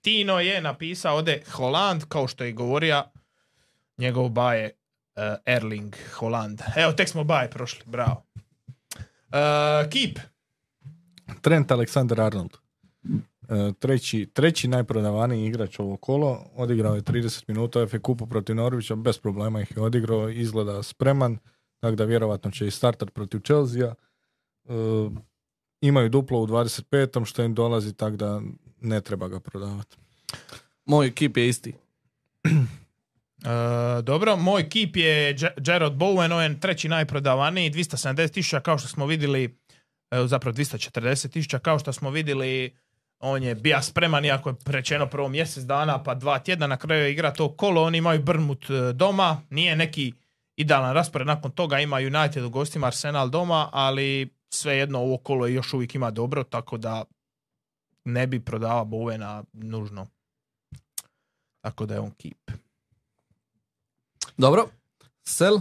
Speaker 3: Tino je napisao ovdje Holand, kao što je govorio, njegov baj je eh, Erling Holanda. Evo, tek smo baj prošli, bravo. Eh, Kip,
Speaker 2: Trent Alexander-Arnold. E, treći, treći najprodavaniji igrač ovo kolo. Odigrao je 30 minuta FA Kupu protiv Norvića, bez problema ih je odigrao, izgleda spreman, tako da vjerovatno će i startat protiv Chelsea. imaju duplo u 25. što im dolazi, tako da ne treba ga prodavati.
Speaker 1: Moj ekip je isti.
Speaker 3: eh, dobro, moj kip je Ger- Gerard Bowen, on je treći najprodavaniji, 270 tisuća, kao što smo vidjeli, eh, zapravo 240 tisuća, kao što smo vidjeli, on je bija spreman, iako je rečeno prvo mjesec dana, pa dva tjedna, na kraju igra to kolo, oni imaju Brmut doma, e, nije neki idealan raspored nakon toga ima United u gostima, Arsenal doma, ali svejedno ovo kolo još uvijek ima dobro, tako da ne bi prodava Bowena nužno. Tako da je on keep.
Speaker 1: Dobro. Sel?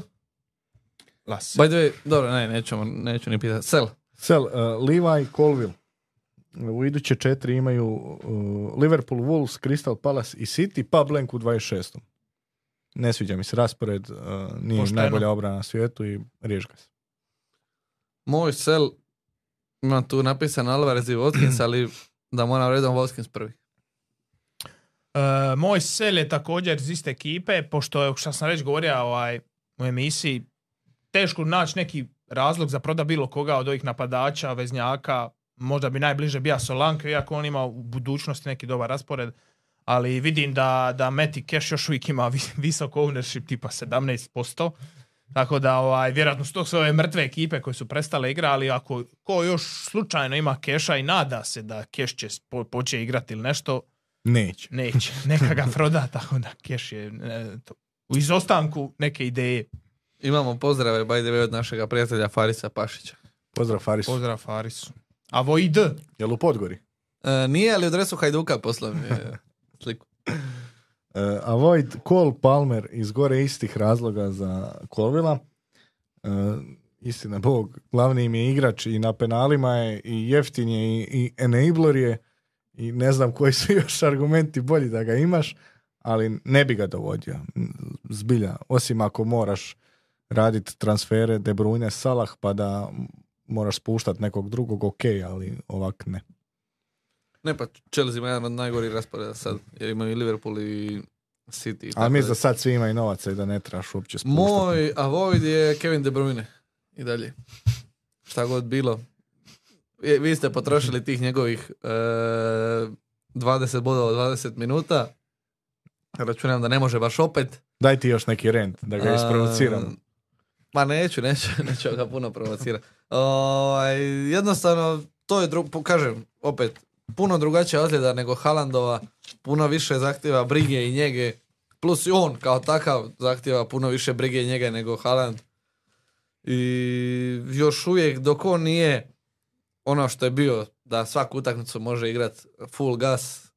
Speaker 3: Las.
Speaker 1: By the way, dobro, ne, nećemo, neću ni pitati. Sel?
Speaker 2: Sel, uh, Levi, Colville. U iduće četiri imaju uh, Liverpool, Wolves, Crystal Palace i City, pa Blank u 26. Ne sviđa mi se raspored, uh, nije
Speaker 3: Pošteno.
Speaker 2: najbolja obrana na svijetu i riješ ga se.
Speaker 1: Moj sel ima tu napisan Alvarez i Watkins, ali da moram redom Watkins prvi.
Speaker 3: E, moj sel je također iz iste ekipe, pošto je, što sam već govorio ovaj, u emisiji, teško naći neki razlog za proda bilo koga od ovih napadača, veznjaka, možda bi najbliže bio Solanke, iako on ima u budućnosti neki dobar raspored, ali vidim da, da Meti Cash još uvijek ima vi- visok ownership, tipa 17%, tako da ovaj, vjerojatno su to sve ove mrtve ekipe koje su prestale igra, ali ako ko još slučajno ima keša i nada se da keš će spo- početi igrati ili nešto,
Speaker 2: Neće.
Speaker 3: Neće, neka ga proda, tako da keš je ne, to, u izostanku neke ideje.
Speaker 1: Imamo pozdrave, by the way, od našega prijatelja Farisa Pašića.
Speaker 2: Pozdrav Faris.
Speaker 3: Pozdrav Farisu. A Void,
Speaker 2: Jel u Podgori?
Speaker 1: E, nije, ali u dresu Hajduka poslao mi je sliku.
Speaker 2: Uh, avoid Cole Palmer iz gore istih razloga za Colvilla. Uh, istina Bog, glavni im je igrač i na penalima je i jeftin je i, i enabler je i ne znam koji su još argumenti bolji da ga imaš, ali ne bi ga dovodio. Zbilja, osim ako moraš raditi transfere De Bruyne Salah pa da moraš spuštati nekog drugog, ok, ali ovak ne.
Speaker 1: Ne pa, Chelsea ima jedan od najgorih rasporeda sad, jer imaju i Liverpool i City.
Speaker 2: A
Speaker 1: tako
Speaker 2: mi
Speaker 1: da-
Speaker 2: za sad svi imaju novaca i da ne trebaš uopće spuštati.
Speaker 1: Dakle, Moj avoid je Kevin De Bruyne. I dalje. Šta god bilo. Je- Vi ste potrošili tih njegovih e, 20 bodova, 20 minuta. Računam da ne može baš opet.
Speaker 2: Daj ti još neki rent da ga isprovociramo.
Speaker 1: A, Ma neću, neću, neću ga puno provocirati. Ovaj, jednostavno, to je, dru- po- kažem, opet, puno drugačija ozljeda nego Halandova, puno više zahtjeva brige i njege, plus i on kao takav zahtjeva puno više brige i njege nego Haaland. I još uvijek, dok on nije ono što je bio, da svaku utakmicu može igrat full gas,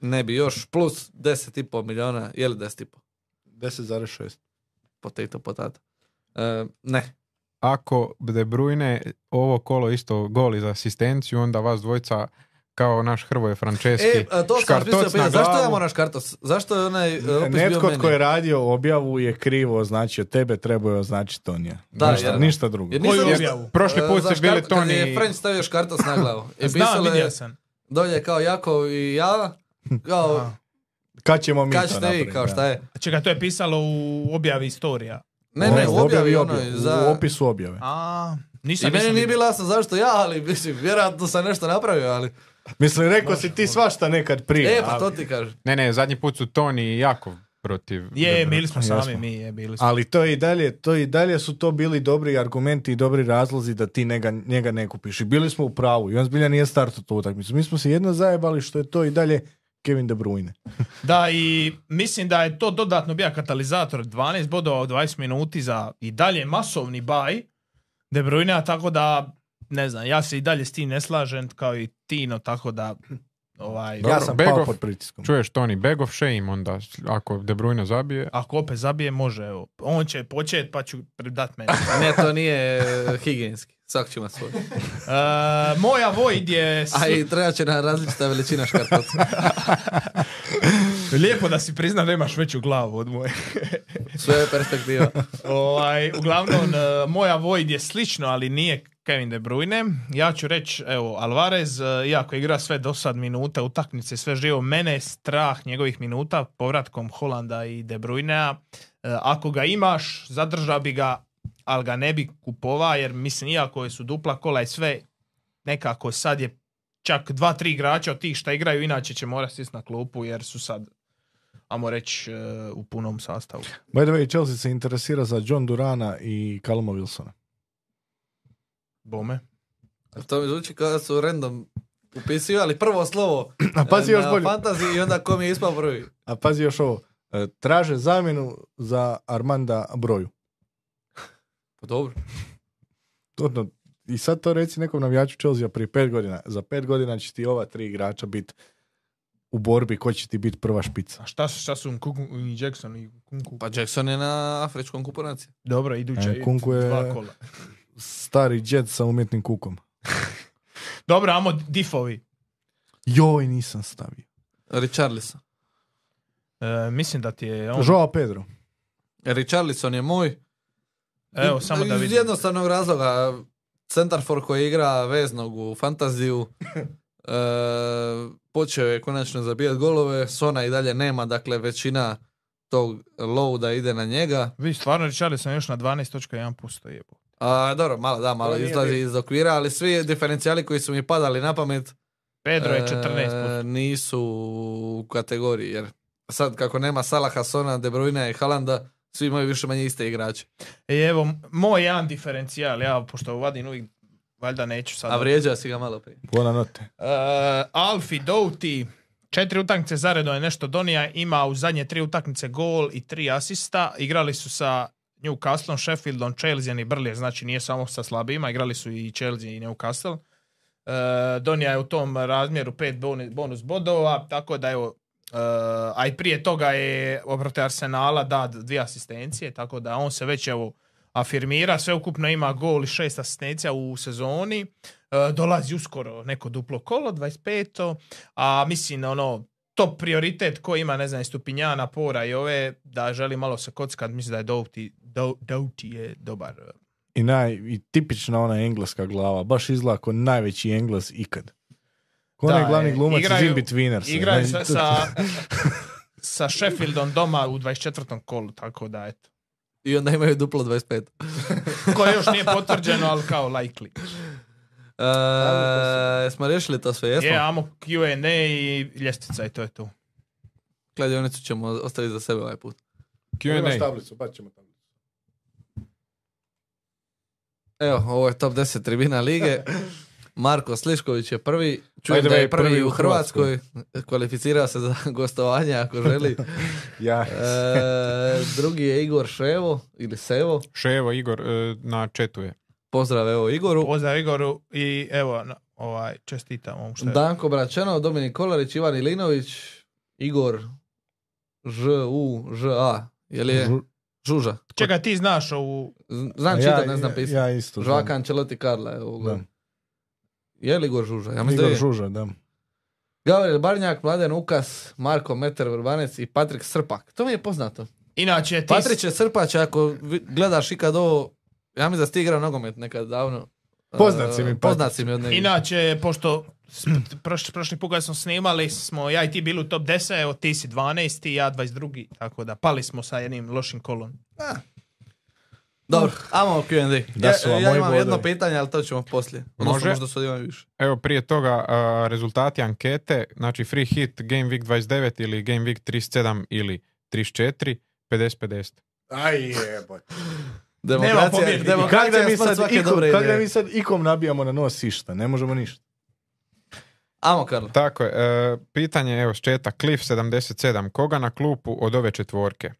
Speaker 1: ne bi još, plus 10,5 miliona, je li 10,5?
Speaker 2: 10,6.
Speaker 1: potato potato. E, ne,
Speaker 4: Ako De Bruyne ovo kolo isto goli za asistenciju, onda vas dvojica kao naš Hrvoje Franceski.
Speaker 1: E, a to sam vas mislio
Speaker 4: škartoc na
Speaker 1: pitati, zašto ja
Speaker 4: glavu.
Speaker 1: moram škartos? Zašto je onaj e, opis
Speaker 2: Netko
Speaker 1: bio meni?
Speaker 2: tko je radio objavu je krivo označio tebe, trebao je označiti Tonija.
Speaker 1: Da,
Speaker 2: ništa,
Speaker 1: jer-
Speaker 2: ništa drugo.
Speaker 1: jer
Speaker 3: koju
Speaker 1: Nisam-
Speaker 3: objavu?
Speaker 4: Prošli
Speaker 1: E,
Speaker 4: put
Speaker 1: za
Speaker 4: ste bili
Speaker 1: škart- kad je
Speaker 4: Toni...
Speaker 1: French stavio škartos na glavu. I
Speaker 3: Znam,
Speaker 1: pisalo
Speaker 3: vidio
Speaker 1: je
Speaker 3: sam.
Speaker 1: dolje kao Jakov i ja, kao
Speaker 2: Kad ćemo mi
Speaker 1: kad
Speaker 2: to
Speaker 1: ćete vi,
Speaker 2: napraviti,
Speaker 1: kao
Speaker 2: da.
Speaker 1: šta je.
Speaker 3: A Čekaj, to je pisalo u objavi storija.
Speaker 1: Ne, ne, u objavi ono
Speaker 2: Ovaj u
Speaker 1: za...
Speaker 2: opisu objave.
Speaker 3: A,
Speaker 1: I
Speaker 3: nisam,
Speaker 1: meni
Speaker 3: nisam
Speaker 1: nije
Speaker 3: vidio.
Speaker 1: bilo jasno zašto ja, ali mislim, vjerojatno sam nešto napravio, ali...
Speaker 2: Mislim, rekao si ti svašta nekad prije.
Speaker 1: E, pa to
Speaker 2: ali,
Speaker 1: ti kažem.
Speaker 4: Ne, ne, zadnji put su Toni i Jakov protiv... De
Speaker 3: Je,
Speaker 4: Bruyne.
Speaker 3: bili smo
Speaker 2: Jesmo.
Speaker 3: sami mi, je, bili smo.
Speaker 2: ali to je i dalje, to je i dalje su to bili dobri argumenti i dobri razlozi da ti njega, njega ne kupiš. I bili smo u pravu i on zbilja nije startao tu utakmicu. Mi smo se jedno zajebali što je to i dalje Kevin De Bruyne.
Speaker 3: Da, i mislim da je to dodatno bio katalizator. 12 bodova u 20 minuti za i dalje masovni baj De Bruyne, tako da, ne znam, ja se i dalje s tim ne slažem, kao i Tino, tako da, ovaj...
Speaker 4: Dobro,
Speaker 2: ja sam pao
Speaker 4: Begov.
Speaker 2: pod pritiskom.
Speaker 4: Čuješ Toni, bag of shame onda, ako De Bruyne zabije.
Speaker 3: Ako opet zabije, može. Evo. On će počet, pa ću dat meni.
Speaker 1: Ne, to nije e, higijenski. Svak će ima svoj.
Speaker 3: E, moja Void je... s-
Speaker 1: A i treba će na različita veličina škartoca.
Speaker 3: Lijepo da si prizna da imaš veću glavu od moje.
Speaker 1: Sve je perspektiva.
Speaker 3: ovaj, uglavnom, e, moja Void je slično, ali nije Kevin De Bruyne. Ja ću reći, evo, Alvarez, e, iako igra sve do sad minuta, utakmice, sve živo, mene je strah njegovih minuta povratkom Holanda i De Bruyne. ako ga imaš, zadržao bi ga, ali ga ne bi kupova, jer mislim, iako su dupla kola i sve, nekako sad je čak dva, tri igrača od tih šta igraju, inače će morati sjesti na klupu, jer su sad, ajmo reći, e, u punom sastavu.
Speaker 2: By the way, Chelsea se interesira za John Durana i Kalma Wilsona.
Speaker 3: Bome.
Speaker 1: To mi zvuči kao da su random upisivali prvo slovo
Speaker 2: A pazi
Speaker 1: e,
Speaker 2: Pa još
Speaker 1: na
Speaker 2: bolje.
Speaker 1: fantasy i onda kom je ispao prvi.
Speaker 2: A pazi još ovo. E, Traže zamjenu za Armanda Broju.
Speaker 1: Pa dobro.
Speaker 2: Točno. I sad to reci nekom navijaču Chelsea prije pet godina. Za pet godina će ti ova tri igrača biti u borbi ko će ti biti prva špica.
Speaker 3: A šta su, šta su Nkunku i Jackson i Kunku?
Speaker 1: Pa Jackson je na afričkom kuponaciji.
Speaker 3: Dobro, iduće
Speaker 2: E, Nkunku je-
Speaker 3: dva kola.
Speaker 2: Stari jet sa umjetnim kukom.
Speaker 3: Dobro, amo difovi.
Speaker 2: Joj, nisam stavio.
Speaker 1: Richarlison.
Speaker 3: E, mislim da ti je on...
Speaker 2: Joao Pedro.
Speaker 1: Richarlison je moj.
Speaker 3: Evo,
Speaker 1: I-
Speaker 3: samo da
Speaker 1: iz
Speaker 3: vidim.
Speaker 1: jednostavnog razloga. Centarfor koji igra veznog u fantaziju. e, počeo je konačno zabijat golove. Sona i dalje nema, dakle većina tog loada ide na njega.
Speaker 3: Vi stvarno Richarlison sam još na 12.1% jebo.
Speaker 1: A, dobro, malo da, malo
Speaker 2: To nije
Speaker 1: izlazi iz okvira, ali svi diferencijali koji su mi padali na pamet
Speaker 3: Pedro je
Speaker 1: e,
Speaker 3: 14%.
Speaker 1: nisu u kategoriji, jer sad kako nema Salaha, Sona, De Bruyne i Halanda, svi imaju više manje iste igrače.
Speaker 3: I E, evo, moj jedan diferencijal, ja pošto vadim uvijek, valjda neću sad.
Speaker 1: A vrijeđao si ga malo prije.
Speaker 2: Bona note.
Speaker 3: E, Alfi Doughty, četiri utakmice zaredno je nešto donija, ima u zadnje tri utakmice gol i tri asista. Igrali su sa Newcastle, Sheffieldom, Chelsea i Brlije, znači nije samo sa slabijima, igrali su i Chelsea i Newcastle. E, donija je u tom razmjeru pet boni- bonus bodova, tako da evo, e, a i prije toga je oprote Arsenala da dvije asistencije, tako da on se već evo afirmira, sveukupno ima gol i šest asistencija u sezoni. E, dolazi uskoro neko duplo kolo, 25. A mislim, ono, top prioritet ko ima, ne znam, i Stupinjana, Pora i ove, da želi malo se kockat, mislim da je Doughty, Dou- Doughty je dobar.
Speaker 2: I, naj, i tipična ona engleska glava. Baš izgleda kao najveći engles ikad. Ko
Speaker 3: Da,
Speaker 2: onaj glavni
Speaker 3: e,
Speaker 2: glumac
Speaker 3: igraju-
Speaker 2: iz Inbetweenersa.
Speaker 3: Igraju
Speaker 2: Ne,
Speaker 3: sa,
Speaker 2: to-
Speaker 3: sa, sa Sheffieldom doma u 24. kolu, tako da, eto.
Speaker 1: I onda imaju duplo E, 25.
Speaker 3: Koje još nije potvrđeno, ali kao likely.
Speaker 1: E, jesmo riješili to sve, jesmo?
Speaker 3: Je, amo Q&A i ljestvica i to je to.
Speaker 1: Kladionicu ćemo ostaviti za sebe ovaj put.
Speaker 2: Imaš
Speaker 4: Q&A.
Speaker 2: tablicu, baš ćemo tablicu.
Speaker 1: Evo, ovo je top 10 tribina lige. Marko Slišković je prvi. Čujem
Speaker 2: By the
Speaker 1: da je
Speaker 2: way,
Speaker 1: prvi u Hrvatskoj. Kvalificirao se za gostovanje ako želi.
Speaker 2: Ja.
Speaker 1: E, drugi je Igor Ševo ili Sevo.
Speaker 4: Ševo, Igor, e, na četu je.
Speaker 1: Pozdrav evo Igoru.
Speaker 3: Pozdrav Igoru i evo, na- ovaj, čestitam ovom što je.
Speaker 1: Danko Bračanov, Dominik Kolarić, Ivan Ilinović, Igor Ž, U, Ž, A. Je li je? Žuža.
Speaker 3: Čega ti znaš ovu...
Speaker 1: Z- Znam
Speaker 2: A
Speaker 1: čitat, ne znam pisat.
Speaker 2: Ja isto. znam.
Speaker 1: Žvaka Ancelotti Karla, evo ga.
Speaker 2: Da.
Speaker 1: Je li Igor Žuža? Ja mislim da
Speaker 2: Igor
Speaker 1: je.
Speaker 2: Žuža, da.
Speaker 1: Gavril Barnjak, Mladen Ukas, Marko Meter Vrbanec i Patrik Srpak. To mi je poznato.
Speaker 3: Inače, ti
Speaker 1: Patriće Srpač, ako vi- gledaš ikad ovo, ja mislim da si ti igrao nogomet nekad davno.
Speaker 2: Poznat si mi,
Speaker 1: E,
Speaker 2: Patrić.
Speaker 1: Poznat si mi od negdje.
Speaker 3: Inače, pošto s- prošli, prošli put kad smo snimali, smo ja i ti bili u top 10, evo ti si 12, ja 22, tako da pali smo sa jednim lošim kolom.
Speaker 1: Dobro, ajmo Q&A.
Speaker 2: Da su
Speaker 1: ja,
Speaker 2: vam
Speaker 1: ja
Speaker 2: moji
Speaker 1: imam
Speaker 2: bodovi.
Speaker 1: jedno pitanje, ali to ćemo poslije. Odnosno,
Speaker 4: Može.
Speaker 1: možda su imam više.
Speaker 4: Evo prije toga a, rezultati ankete, znači free hit Game Week 29 ili Game Week 37 ili 34, 50-50.
Speaker 2: Aj jebote.
Speaker 1: Demokracija,
Speaker 3: pobjednika.
Speaker 2: I kak
Speaker 1: demokracija
Speaker 2: da mi
Speaker 1: je smrt
Speaker 2: sad,
Speaker 1: svake
Speaker 2: ikom,
Speaker 1: dobre
Speaker 2: kak da
Speaker 1: ideje.
Speaker 2: mi sad ikom nabijamo na nos išta? Ne možemo ništa.
Speaker 1: Ajmo, Karlo.
Speaker 4: Tako je, e, pitanje evo s četa, Cliff 77, koga na klupu od ove četvorke?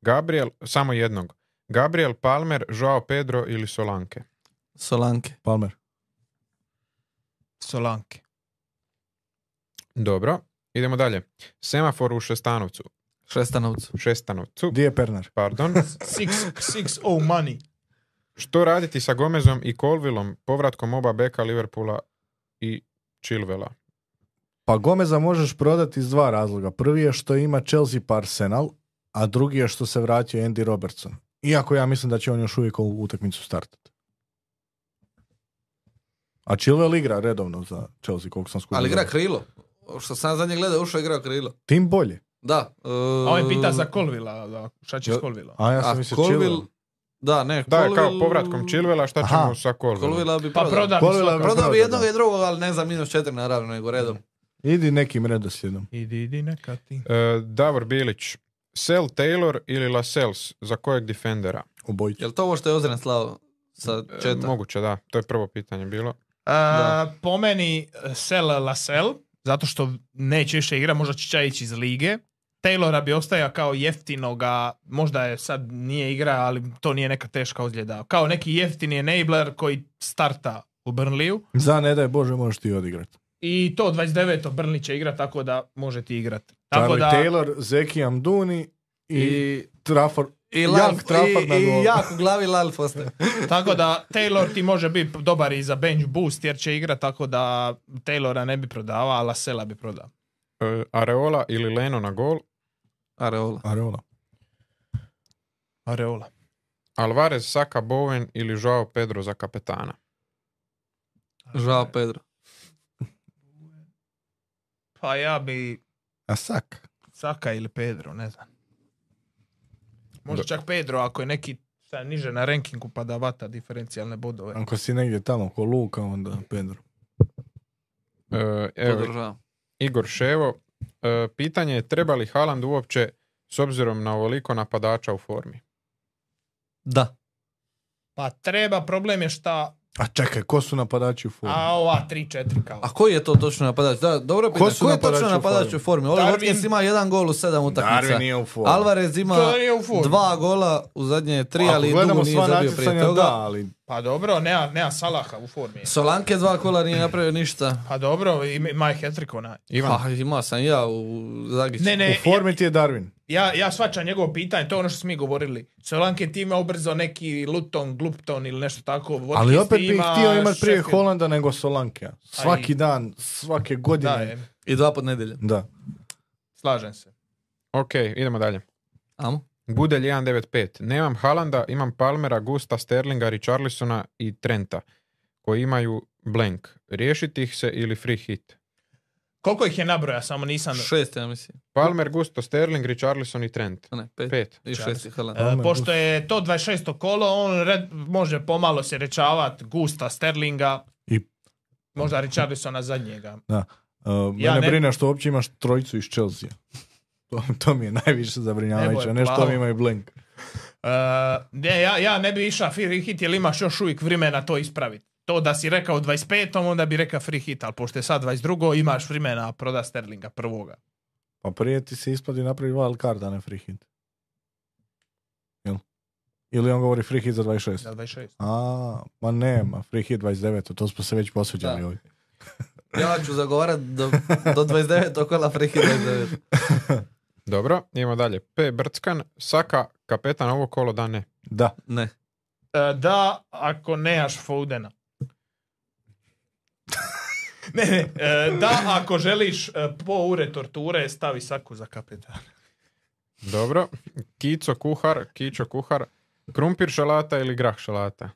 Speaker 4: Gabriel, samo jednog. Gabriel Palmer, Joao Pedro ili Solanke?
Speaker 1: Solanke.
Speaker 2: Palmer.
Speaker 3: Solanke.
Speaker 4: Dobro, idemo dalje. Semafor u šestanovcu,
Speaker 1: Šestanovcu.
Speaker 4: šestanovcu,
Speaker 2: Di je Pernar?
Speaker 4: pardon.
Speaker 3: Six, six oh money.
Speaker 4: Što raditi sa Gomezom i Colvillom, povratkom oba beka Liverpoola i Chilvela?
Speaker 2: Pa Gomeza možeš prodati iz dva razloga. Prvi je što ima Chelsea pa Arsenal, a drugi je što se vratio Andy Robertson. Iako ja mislim da će on još uvijek ovu utakmicu startati. A Chilwell igra redovno za Chelsea, koliko sam skupio.
Speaker 1: Ali igra krilo. Što sam zadnje gledao, ušao je igrao krilo.
Speaker 2: Tim bolje.
Speaker 1: Da. e,
Speaker 3: A on je pita za Kolvila, da, šta će s Kolvilom?
Speaker 2: A ja
Speaker 1: A
Speaker 2: sam mislio
Speaker 1: Colville...
Speaker 2: Chilwell.
Speaker 1: Da, ne,
Speaker 4: Da,
Speaker 1: Colville-
Speaker 4: kao povratkom Chilvela, šta
Speaker 2: Aha.
Speaker 4: ćemo sa Colvillom?
Speaker 1: Colvilla bi
Speaker 3: Pa
Speaker 1: prodao.
Speaker 3: proda mi
Speaker 2: Colvilla-
Speaker 3: svakako.
Speaker 1: Prodao bi
Speaker 2: Prodao,
Speaker 1: jednog
Speaker 2: da.
Speaker 1: i drugog, ali ne za minus četiri naravno, nego redom.
Speaker 2: Idi nekim redoslijedom.
Speaker 3: Idi, idi neka ti.
Speaker 4: E, Davor Bilić, Sel Taylor ili Lascelles, za kojeg defendera?
Speaker 2: Obojicu.
Speaker 1: Jel to ovo što je Ozren slao sa
Speaker 4: E,
Speaker 1: četa?
Speaker 4: moguće, da, to je prvo pitanje bilo.
Speaker 1: Da.
Speaker 3: A, E, po meni Sel Lasel, zato što neće više igra, možda će čaj ići iz lige. Taylora bi ostaja kao jeftinoga, možda je sad nije igra, ali to nije neka teška ozljeda. Kao neki jeftini enabler koji starta u Burnleyu.
Speaker 2: Za ne daj Bože možeš ti odigrati.
Speaker 3: I to 29. Burnley će igrat, tako da može ti igrat. Tako
Speaker 2: Charlie
Speaker 3: da,
Speaker 2: Taylor, Zeki Amduni i,
Speaker 1: I,
Speaker 2: Trafford.
Speaker 1: i,
Speaker 2: Jak
Speaker 1: Lalf-
Speaker 2: Trafford na
Speaker 1: i,
Speaker 2: golu.
Speaker 1: i jak u glavi Lalf ostaje.
Speaker 3: tako da Taylor ti može biti dobar i za bench boost jer će igrat, tako da Taylora ne bi prodava, a Lasela bi prodao.
Speaker 4: E, Areola ili Leno na gol.
Speaker 1: Areola.
Speaker 2: Areola.
Speaker 3: Areola.
Speaker 4: Alvarez, Saka, Bowen ili Joao Pedro za kapetana.
Speaker 1: Žao Pedro.
Speaker 3: Pa ja bi
Speaker 2: A sak.
Speaker 3: Saka ili Pedro, ne znam. Možda
Speaker 4: Da.
Speaker 3: čak Pedro ako je neki šta, niže na rankingu pa da vata diferencijalne bodove.
Speaker 2: Ako si negdje tamo ko Luka, onda Pedro.
Speaker 4: E, evo,
Speaker 1: Podržavam.
Speaker 4: Igor Ševo, e, pitanje je treba li Haaland uopće s obzirom na ovoliko napadača u formi?
Speaker 1: Da.
Speaker 3: Pa treba, problem je šta,
Speaker 2: A čekaj, ko su napadači u formi? Ah.
Speaker 3: a ova 3-4 kao.
Speaker 1: A koji je to točno napadač? Da, dobro
Speaker 2: Ko
Speaker 1: pitanje.
Speaker 2: su
Speaker 1: Ko je
Speaker 2: napadači
Speaker 1: točno
Speaker 2: u
Speaker 1: napadač
Speaker 2: formi?
Speaker 1: u formi? Oli
Speaker 3: Darwin-
Speaker 1: Watkins ima jedan gol u sedam utakmica.
Speaker 2: Darwin nije u formi.
Speaker 1: Alvarez ima
Speaker 3: To je u formi.
Speaker 1: dva gola u zadnje tri,
Speaker 2: Ako
Speaker 1: ali dugo
Speaker 2: gledamo
Speaker 1: nije
Speaker 2: sva
Speaker 1: zabio prije
Speaker 2: natjecanja, da,
Speaker 1: toga.
Speaker 2: ali
Speaker 3: Pa dobro, nema, nema Salaha u formi. je.
Speaker 1: Solanke dva kola nije napravio ništa.
Speaker 3: Pa dobro, ima- ima je hat-trick onaj.
Speaker 4: Ivan,
Speaker 1: Pa, imao sam ja u Zagiću.
Speaker 3: Ne, ne,
Speaker 2: u formi ti je Darwin.
Speaker 3: ja, ja svačam njegovo pitanje, to je ono što smo mi govorili. Solanke ti ima ubrzo neki Luton, Glupton ili nešto tako.
Speaker 2: Ali
Speaker 3: Watkins
Speaker 2: opet
Speaker 3: ti
Speaker 2: bi htio imati prije
Speaker 3: Sheffield.
Speaker 2: Holanda nego Solankija. Svaki dan, svake
Speaker 3: Da,
Speaker 2: godine.
Speaker 3: je,
Speaker 1: I dva pod nedelje.
Speaker 2: Da.
Speaker 3: slažem se.
Speaker 4: ok, idemo dalje.
Speaker 1: Amo?
Speaker 4: Budelj 195. Nemam Halanda, imam Palmera, Gusta, Sterlinga, Richarlisona i Trenta koji imaju blank. Riješiti ih se ili free hit?
Speaker 3: Koliko ih je nabroja, samo nisam...
Speaker 1: Šest, ja mislim.
Speaker 4: Palmer, Gusto, Sterling, Richarlison i Trent.
Speaker 1: A Ne, pet.
Speaker 4: Pet.
Speaker 1: I šest je Haaland.
Speaker 3: E,
Speaker 2: Palmer,
Speaker 3: pošto je to 26. kolo, on red, može pomalo se rečavat Gusta, Sterlinga,
Speaker 2: I-
Speaker 3: možda Richarlisona zadnjega.
Speaker 2: Uh,
Speaker 3: Ja
Speaker 2: mene
Speaker 3: ne-
Speaker 2: brine što uopće imaš trojicu iz Chelsea. To, to mi je najviše
Speaker 3: Nebo
Speaker 2: zabrinjavajuće,
Speaker 3: je
Speaker 2: a ne što
Speaker 3: plavo.
Speaker 2: oni imaju blank.
Speaker 3: E, ne, ja, ja ne bi išao free hit jer imaš još uvijek vremena to ispraviti. To da si rekao 25. onda bi rekao free hit, ali pošto je sad 22. imaš vremena proda Sterlinga prvoga.
Speaker 2: Pa prije ti se isplati napravi wild card, a ne free hit. Jel? Ili on govori free hit za 26.
Speaker 3: Za 26.
Speaker 2: A, ma nema, free hit 29, to smo se već posveđali
Speaker 1: Da.
Speaker 2: ovdje.
Speaker 1: Ja ću zagovarat do, do 29. kola friki 29.
Speaker 4: Dobro, idemo dalje. P. Brckan, Saka, kapetan ovo kolo da ne.
Speaker 2: Da,
Speaker 1: Ne.
Speaker 3: E, da, ako nemaš Foudena. ne, ne, e, da, ako želiš e, po ure torture, stavi saku za kapetana.
Speaker 4: Dobro. Kico kuhar, Kičo kuhar, krumpir šalata ili grah šalata?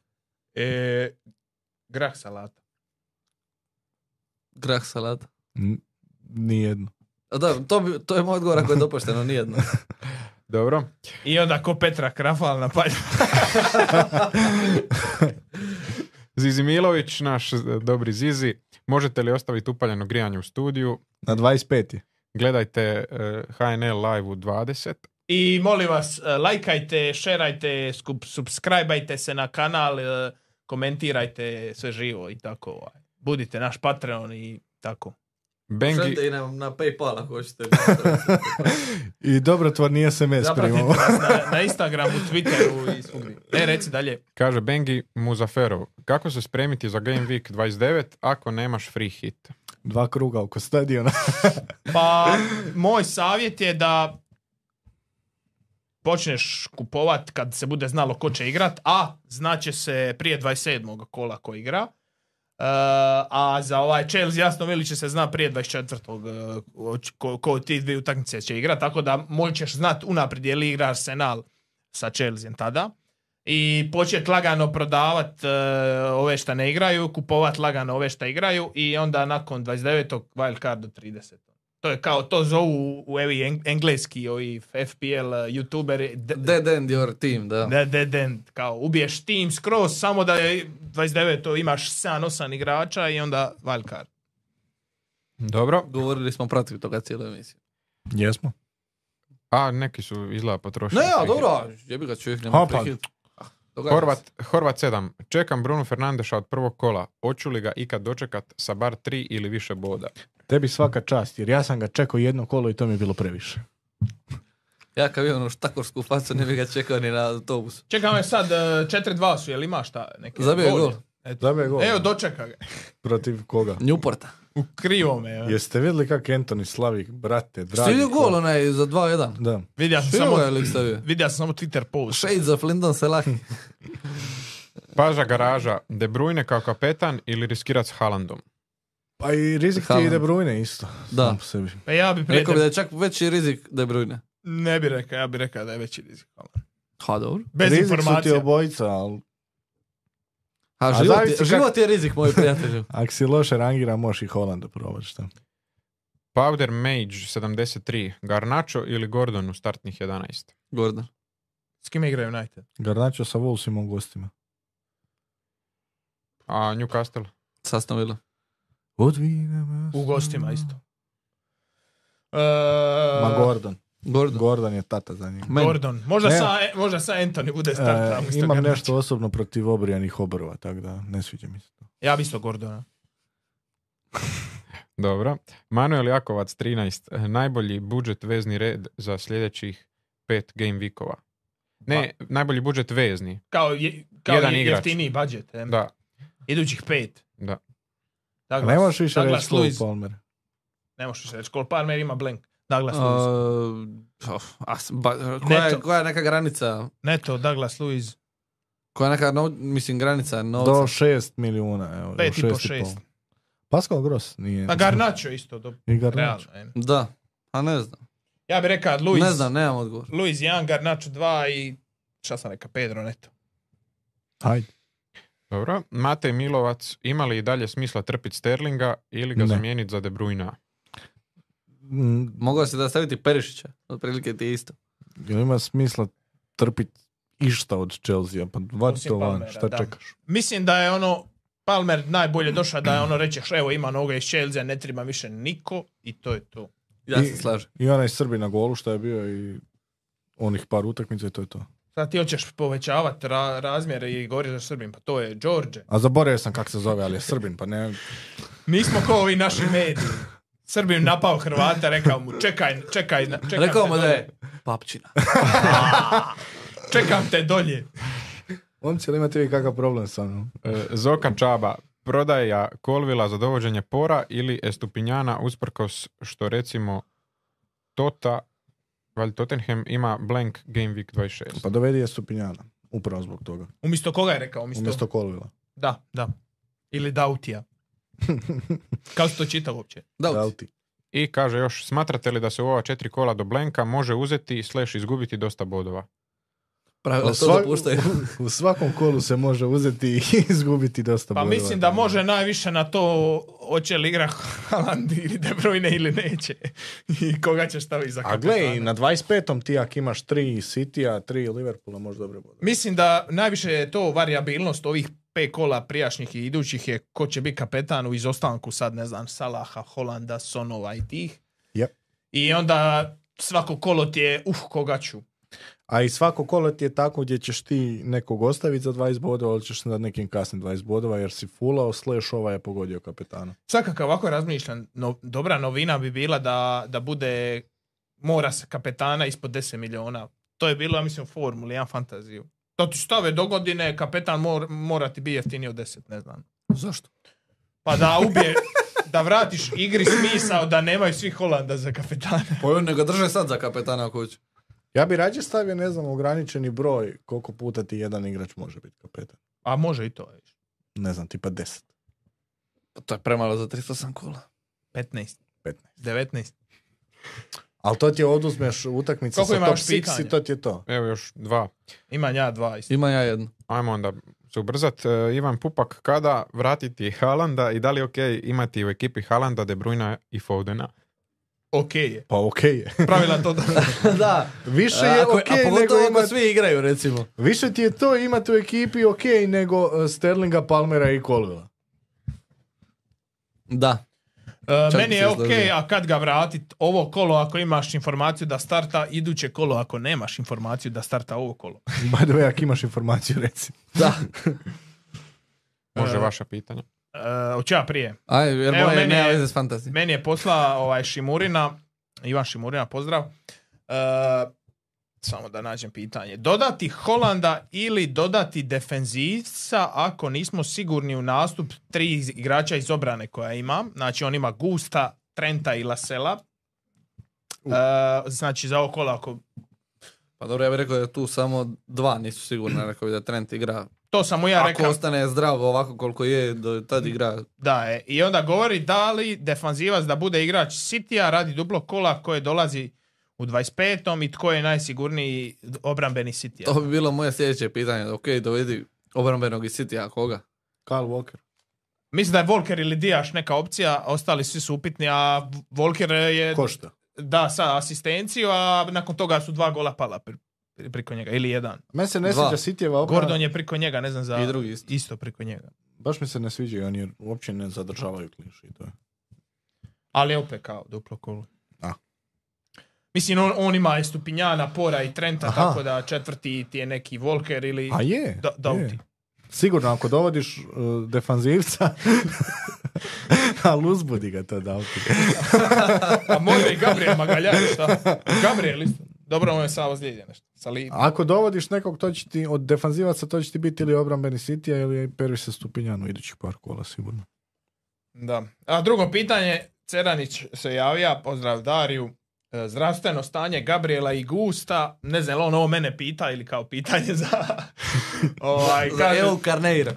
Speaker 3: E, grah salata.
Speaker 1: Grah salata.
Speaker 2: n- nijedno.
Speaker 1: A Da, to, bi, to je moj odgovor ako je dopušteno, nijedno.
Speaker 4: Dobro.
Speaker 3: I onda ko Petra Krafal na palju.
Speaker 4: Zizimilović, naš eh, dobri Zizi, možete li ostaviti upaljeno grijanje u studiju?
Speaker 2: Na 25. je.
Speaker 4: Gledajte eh, HNL live u 20.
Speaker 3: I molim vas, e, lajkajte, šerajte, skup, subscribeajte se na kanal, e, komentirajte sve živo i tako. ovaj. Budite naš Patreon i tako.
Speaker 4: Bengi,
Speaker 1: Šaljte i na, na Paypal ako hoćete.
Speaker 2: I dobrotvorni SMS
Speaker 3: Zapratite
Speaker 2: primamo.
Speaker 3: nas na, na Instagramu, Twitteru i svugdje. Ne, reci dalje.
Speaker 4: kaže Bengi Muzaferov, kako se spremiti za Game Week 29 ako nemaš free hit?
Speaker 2: Dva kruga oko stadiona.
Speaker 3: Pa, moj savjet je da počneš kupovat kad se bude znalo ko će igrat, a znaće se prije 27. kola ko igra. E, a za ovaj Chelsea jasno ili će se zna prije 24. e, ko, ko od tih dvije utakmice će igrat, tako da moćeš znat unaprijed je li igra Arsenal sa Chelsea tada. I počet lagano prodavat e, ove šta ne igraju, kupovat lagano ove šta igraju i onda nakon 29. wild card do 30. To je kao, to zovu u evi eng- engleski ovi FPL e, youtuberi de-
Speaker 1: Dead end your team, da.
Speaker 3: da, dead end, kao ubiješ tim skroz, samo da je 29. imaš 7-8 igrača i onda wildcard.
Speaker 4: Dobro.
Speaker 1: Govorili smo protiv toga cijelu emisiju.
Speaker 2: Jesmo.
Speaker 4: A, neki su izgleda potrošili.
Speaker 1: Ne, a
Speaker 4: free hit.
Speaker 1: dobro, a jebi ga čovjek nema
Speaker 2: Hopad.
Speaker 1: prihit. Ah, događa se.
Speaker 4: Horvat, Horvat 7. Čekam Bruno Fernandeša od prvog kola. Hoću li ga ikad dočekat sa bar 3 ili više boda?
Speaker 2: Tebi svaka čast, jer ja sam ga čekao jedno kolo i to mi je bilo previše.
Speaker 1: Ja kad vidim onu štakorsku facu ne bi ga čekao ni na autobus.
Speaker 3: Čekaj, ovo je sad e, 4-2 su, jel ima šta? Neke
Speaker 1: Zabio je gol.
Speaker 3: Eto.
Speaker 2: Zabio je gol.
Speaker 3: Evo, dočeka ga.
Speaker 2: Protiv koga?
Speaker 1: Newporta.
Speaker 3: U krivome. evo.
Speaker 2: Jeste vidjeli kak Anthony slavi, brate, dragi.
Speaker 1: Stivio
Speaker 2: ko-
Speaker 1: gol
Speaker 3: ono?
Speaker 1: onaj za 2-1.
Speaker 2: Da.
Speaker 3: Vidio sam
Speaker 1: Stivio
Speaker 3: samo...
Speaker 1: ga je lik stavio.
Speaker 3: Vidio sam samo Twitter post.
Speaker 1: Shades za Lyndon Selahi.
Speaker 4: Paža garaža, De Bruyne kao kapetan ili riskirat s Haalandom?
Speaker 2: Pa i rizik ti je i De Bruyne isto.
Speaker 1: Da.
Speaker 2: sam Po sebi.
Speaker 3: Pa ja bi prije...
Speaker 1: Rekao bi da je čak veći rizik De Bruyne.
Speaker 3: Ne bi rekao, ja bi rekao da je veći rizik.
Speaker 1: Ha, dobro.
Speaker 3: Bez
Speaker 2: rizik su ti
Speaker 3: informacija.
Speaker 2: obojica, ali
Speaker 1: A
Speaker 2: A
Speaker 1: život,
Speaker 2: zavisi
Speaker 1: je,
Speaker 2: kak-
Speaker 1: život je rizik, moji prijatelju.
Speaker 2: ako si loše rangira, možeš i Holanda probati šta.
Speaker 4: Powder Mage 73, Garnacho ili Gordon u startnih 11?
Speaker 1: Gordon.
Speaker 3: S kim igra United?
Speaker 2: Garnacho sa Wolvesima u gostima.
Speaker 4: A Newcastle?
Speaker 1: Sasno bilo.
Speaker 2: Odvina me
Speaker 3: U gostima isto. E,
Speaker 2: Ma Gordon.
Speaker 1: Gordon.
Speaker 2: Gordon je tata za njega.
Speaker 1: Meni.
Speaker 3: Gordon. Možda,
Speaker 2: Ne.
Speaker 3: sa, e, možda sa Anthony bude
Speaker 2: E,
Speaker 3: start tamo isto
Speaker 2: imam
Speaker 3: Garnacho.
Speaker 2: nešto osobno protiv obrijanih obrva, tako da ne sviđa mi se to.
Speaker 3: Ja bi isto Gordona.
Speaker 4: Dobro. Manuel Jakovac 13, najbolji budžet vezni red za sljedećih pet game weekova. Ne, najbolji budžet vezni.
Speaker 3: Kao, je, kao
Speaker 4: Jedan
Speaker 3: je,
Speaker 4: igrač.
Speaker 3: jeftiniji budžet. em.
Speaker 4: Da.
Speaker 3: Idućih pet.
Speaker 4: Da.
Speaker 3: Douglas,
Speaker 2: Ne možeš više
Speaker 3: Douglas
Speaker 2: reći Cole
Speaker 3: Lewis.
Speaker 2: Palmer.
Speaker 3: Ne možeš reći. Cole Palmer ima blank. Douglas Lewis.
Speaker 1: Uh, of, a s- ba- koja, je,
Speaker 3: Neto.
Speaker 1: koja je neka granica?
Speaker 3: Neto, Douglas Lewis.
Speaker 1: Koja je neka, nov, mislim, granica novca?
Speaker 2: Do šest milijuna evo,
Speaker 3: Pet i po,
Speaker 2: šest i
Speaker 3: šest.
Speaker 2: pol. Pascal Gross nije.
Speaker 3: Pa Garnacho isto. Do,
Speaker 2: I Garnacho.
Speaker 3: realno, em.
Speaker 1: Da. A ne znam.
Speaker 3: Ja bih rekao Luis.
Speaker 1: Ne znam, nemam odgovor.
Speaker 3: Luis 1, Garnacho 2 i šta sam rekao, Pedro Neto.
Speaker 2: Hajde.
Speaker 4: Dobro. Matej Milovac, ima li i dalje smisla trpiti Sterlinga ili ga
Speaker 2: Ne.
Speaker 4: zamijeniti za De Bruyne?
Speaker 2: Mm,
Speaker 1: Mogao si da staviti Perišića. Otprilike ti je isto.
Speaker 2: Jel ima smisla trpit išta od Chelsea, pa vadi
Speaker 3: Osim
Speaker 2: to van,
Speaker 3: Palmera,
Speaker 2: šta
Speaker 3: da.
Speaker 2: čekaš?
Speaker 3: Mislim da je ono, Palmer najbolje došao da je ono rećeš, evo ima noga iz Chelsea, ne treba više niko i to je to.
Speaker 1: Ja
Speaker 2: I-
Speaker 1: se slažem.
Speaker 2: I onaj Srbi na golu što je bio i onih par utakmica i to je to.
Speaker 3: Sad ti hoćeš povećavati ra- razmjere i govoriš za Srbim, pa to je Đorđe.
Speaker 2: A zaboravio sam kak se zove, ali je Srbin, pa ne...
Speaker 3: Nismo kao ovi naši mediji. Srbim napao Hrvata, rekao mu čekaj, čekaj, na- čekam
Speaker 1: Rekao
Speaker 3: te
Speaker 1: mu da
Speaker 3: dolje.
Speaker 1: je papčina.
Speaker 3: Čekam te dolje.
Speaker 2: On će li imati vi kakav problem sa mnom?
Speaker 4: E, Zokan Čaba, prodaja Kolvila za dovođenje Pora ili Estupinjana usprkos što recimo Tota, valjda Tottenham ima blank game week 26.
Speaker 2: Pa dovedi je Stupinjana, upravo zbog toga.
Speaker 3: Umjesto koga je rekao? Umjesto,
Speaker 2: Umjesto Kolvila.
Speaker 3: Da, da. Ili Dautija. Kako si to čitao uopće?
Speaker 1: Da,
Speaker 2: Da li ti?
Speaker 4: I kaže još, smatrate li da se u ova četiri kola do blanka može uzeti slash izgubiti dosta bodova?
Speaker 1: pravila
Speaker 2: U
Speaker 1: to
Speaker 2: svak-
Speaker 1: dopuštaju.
Speaker 2: u svakom kolu se može uzeti i izgubiti dosta
Speaker 3: Pa
Speaker 2: bodova.
Speaker 3: mislim da može najviše na to hoće li igra Haaland ili De Bruyne ili neće. I koga će staviti za
Speaker 2: A
Speaker 3: kapetana.
Speaker 2: gle, i na 25. ti ako imaš 3 City-a, 3 Liverpoola, može dobre bodove.
Speaker 3: Mislim da najviše je to variabilnost ovih pet kola prijašnjih i idućih je ko će biti kapetan u izostanku sad, ne znam, Salaha, Holanda, Sonova i tih.
Speaker 2: Yep.
Speaker 3: I onda svako kolo ti je, uh, koga ću.
Speaker 2: A i svako kolo ti je tako gdje ćeš ti nekog ostaviti za 20 bodova, ali ćeš nad nekim kasnije 20 bodova jer si fulao, slash ovaj je pogodio kapetana.
Speaker 3: Sad kako ovako razmišljam, no- dobra novina bi bila da, da bude mora se kapetana ispod 10 miliona. To je bilo, ja mislim, u formuli, jedan fantaziju. To ti stave do godine, kapetan mor, mora ti biti jeftiniji od 10, ne znam.
Speaker 1: Zašto?
Speaker 3: Pa da ubije, da vratiš igri smisao da nemaju svi Holanda za kapetana.
Speaker 1: Pa nego drže sad za kapetana ako hoće.
Speaker 2: Ja bi rađe stavio, ne znam, ograničeni broj koliko puta ti jedan igrač može biti kapetan.
Speaker 3: A može i to, viš.
Speaker 2: Ne znam, tipa 10,
Speaker 1: Pa to je premalo za 308 kola.
Speaker 3: 15,
Speaker 2: 15.
Speaker 3: 19.
Speaker 2: Ali to ti je oduzmeš utakmice
Speaker 3: Koliko
Speaker 2: sa
Speaker 3: ima
Speaker 2: top
Speaker 3: još
Speaker 2: six
Speaker 3: pitanja?
Speaker 2: i to ti je to.
Speaker 4: Evo još dva.
Speaker 3: Imam ja dva isto.
Speaker 1: Ima ja jedno.
Speaker 4: Ajmo onda se ubrzat. E, Ivan Pupak, kada vratiti Haalanda i da li je ok imati u ekipi Haalanda, De Bruyne i Fodena?
Speaker 3: Ok je.
Speaker 2: Pa okej je.
Speaker 3: Pravila to da...
Speaker 1: da.
Speaker 2: Više je
Speaker 1: Ako-
Speaker 2: okej
Speaker 1: a
Speaker 2: nego
Speaker 1: pogotovo ako
Speaker 2: imat-
Speaker 1: svi igraju recimo.
Speaker 2: Više ti je to imati u ekipi okej nego eh, Sterlinga, Palmera i Kolvila.
Speaker 1: Da.
Speaker 3: E,
Speaker 1: Čak
Speaker 3: meni
Speaker 1: se
Speaker 3: je ok,
Speaker 1: složio.
Speaker 3: a kad ga vratit ovo kolo ako imaš informaciju da starta iduće kolo ako nemaš informaciju da starta ovo kolo. E,
Speaker 2: By the way, ako imaš informaciju, reci.
Speaker 1: Da.
Speaker 4: Može
Speaker 3: E.
Speaker 4: vaša pitanja.
Speaker 3: E, Hoću ja prije.
Speaker 1: Aj, jer
Speaker 3: Evo,
Speaker 1: moje
Speaker 3: meni
Speaker 1: nema
Speaker 3: je-
Speaker 1: veze s fantazijom.
Speaker 3: Meni je posla ovaj Šimurina, Ivan Šimurina, pozdrav. E, samo da nađem pitanje. Dodati Holanda ili dodati defenzivca ako nismo sigurni u nastup tri iz- igrača iz obrane koja ima. Znači on ima Gusta, Trenta i Lasela. E, znači za okola ako...
Speaker 1: Pa dobro, ja bih rekao da tu samo dva nisu sigurna, rekao bih da Trent igra.
Speaker 3: To sam mu ja
Speaker 1: Ako
Speaker 3: rekao.
Speaker 1: ostane zdrav ovako koliko je, do tad igra.
Speaker 3: Da, e, i onda govori da li defanzivac da bude igrač Citya radi duplo kola koje dolazi u 25. i tko je najsigurniji obrambeni Citya.
Speaker 1: To bi bilo moje sljedeće pitanje. Ok, dovedi obrambenog i City, a koga?
Speaker 2: Kyle Walker.
Speaker 3: Mislim da je Volker ili Dijaš neka opcija, ostali svi su upitni, a Volker je
Speaker 2: Košta.
Speaker 3: da sa asistenciju, a nakon toga su dva gola pala pri- pri- priko njega, ili jedan.
Speaker 2: Meni se ne
Speaker 1: Dva.
Speaker 2: sviđa Sitijeva obrana.
Speaker 3: Gordon je priko njega, ne znam za...
Speaker 1: I drugi isto.
Speaker 3: priko njega.
Speaker 2: Baš mi se ne sviđaju oni jer uopće ne zadržavaju kliši. To je.
Speaker 3: Ali je opet kao duplo kolo.
Speaker 2: A.
Speaker 3: Mislim, on, on ima i Stupinjana, Pora i Trenta,
Speaker 2: Aha.
Speaker 3: tako da četvrti ti je neki Volker ili...
Speaker 2: A je.
Speaker 3: Da- Doughty.
Speaker 2: je. Sigurno ako dovodiš uh, defanzivca, ali uzbudi ga to da
Speaker 3: A možda i Gabriel Magaljan, šta? Gabriel isto. Dobro, on je samo ozlijedio nešto. Sa li...
Speaker 2: Ako dovodiš nekog, to će ti, od defanzivaca to će ti biti ili obrambeni Sitija ili Pervis se Stupinjanu idućih par kola sigurno.
Speaker 3: Da. A drugo pitanje, Ceranić se javlja, pozdrav Dariju. E, Zdravstveno stanje Gabriela i Gusta, ne znam, jel on ovo mene pita ili kao pitanje za... ovaj, kaže,
Speaker 1: Evo Carneiro.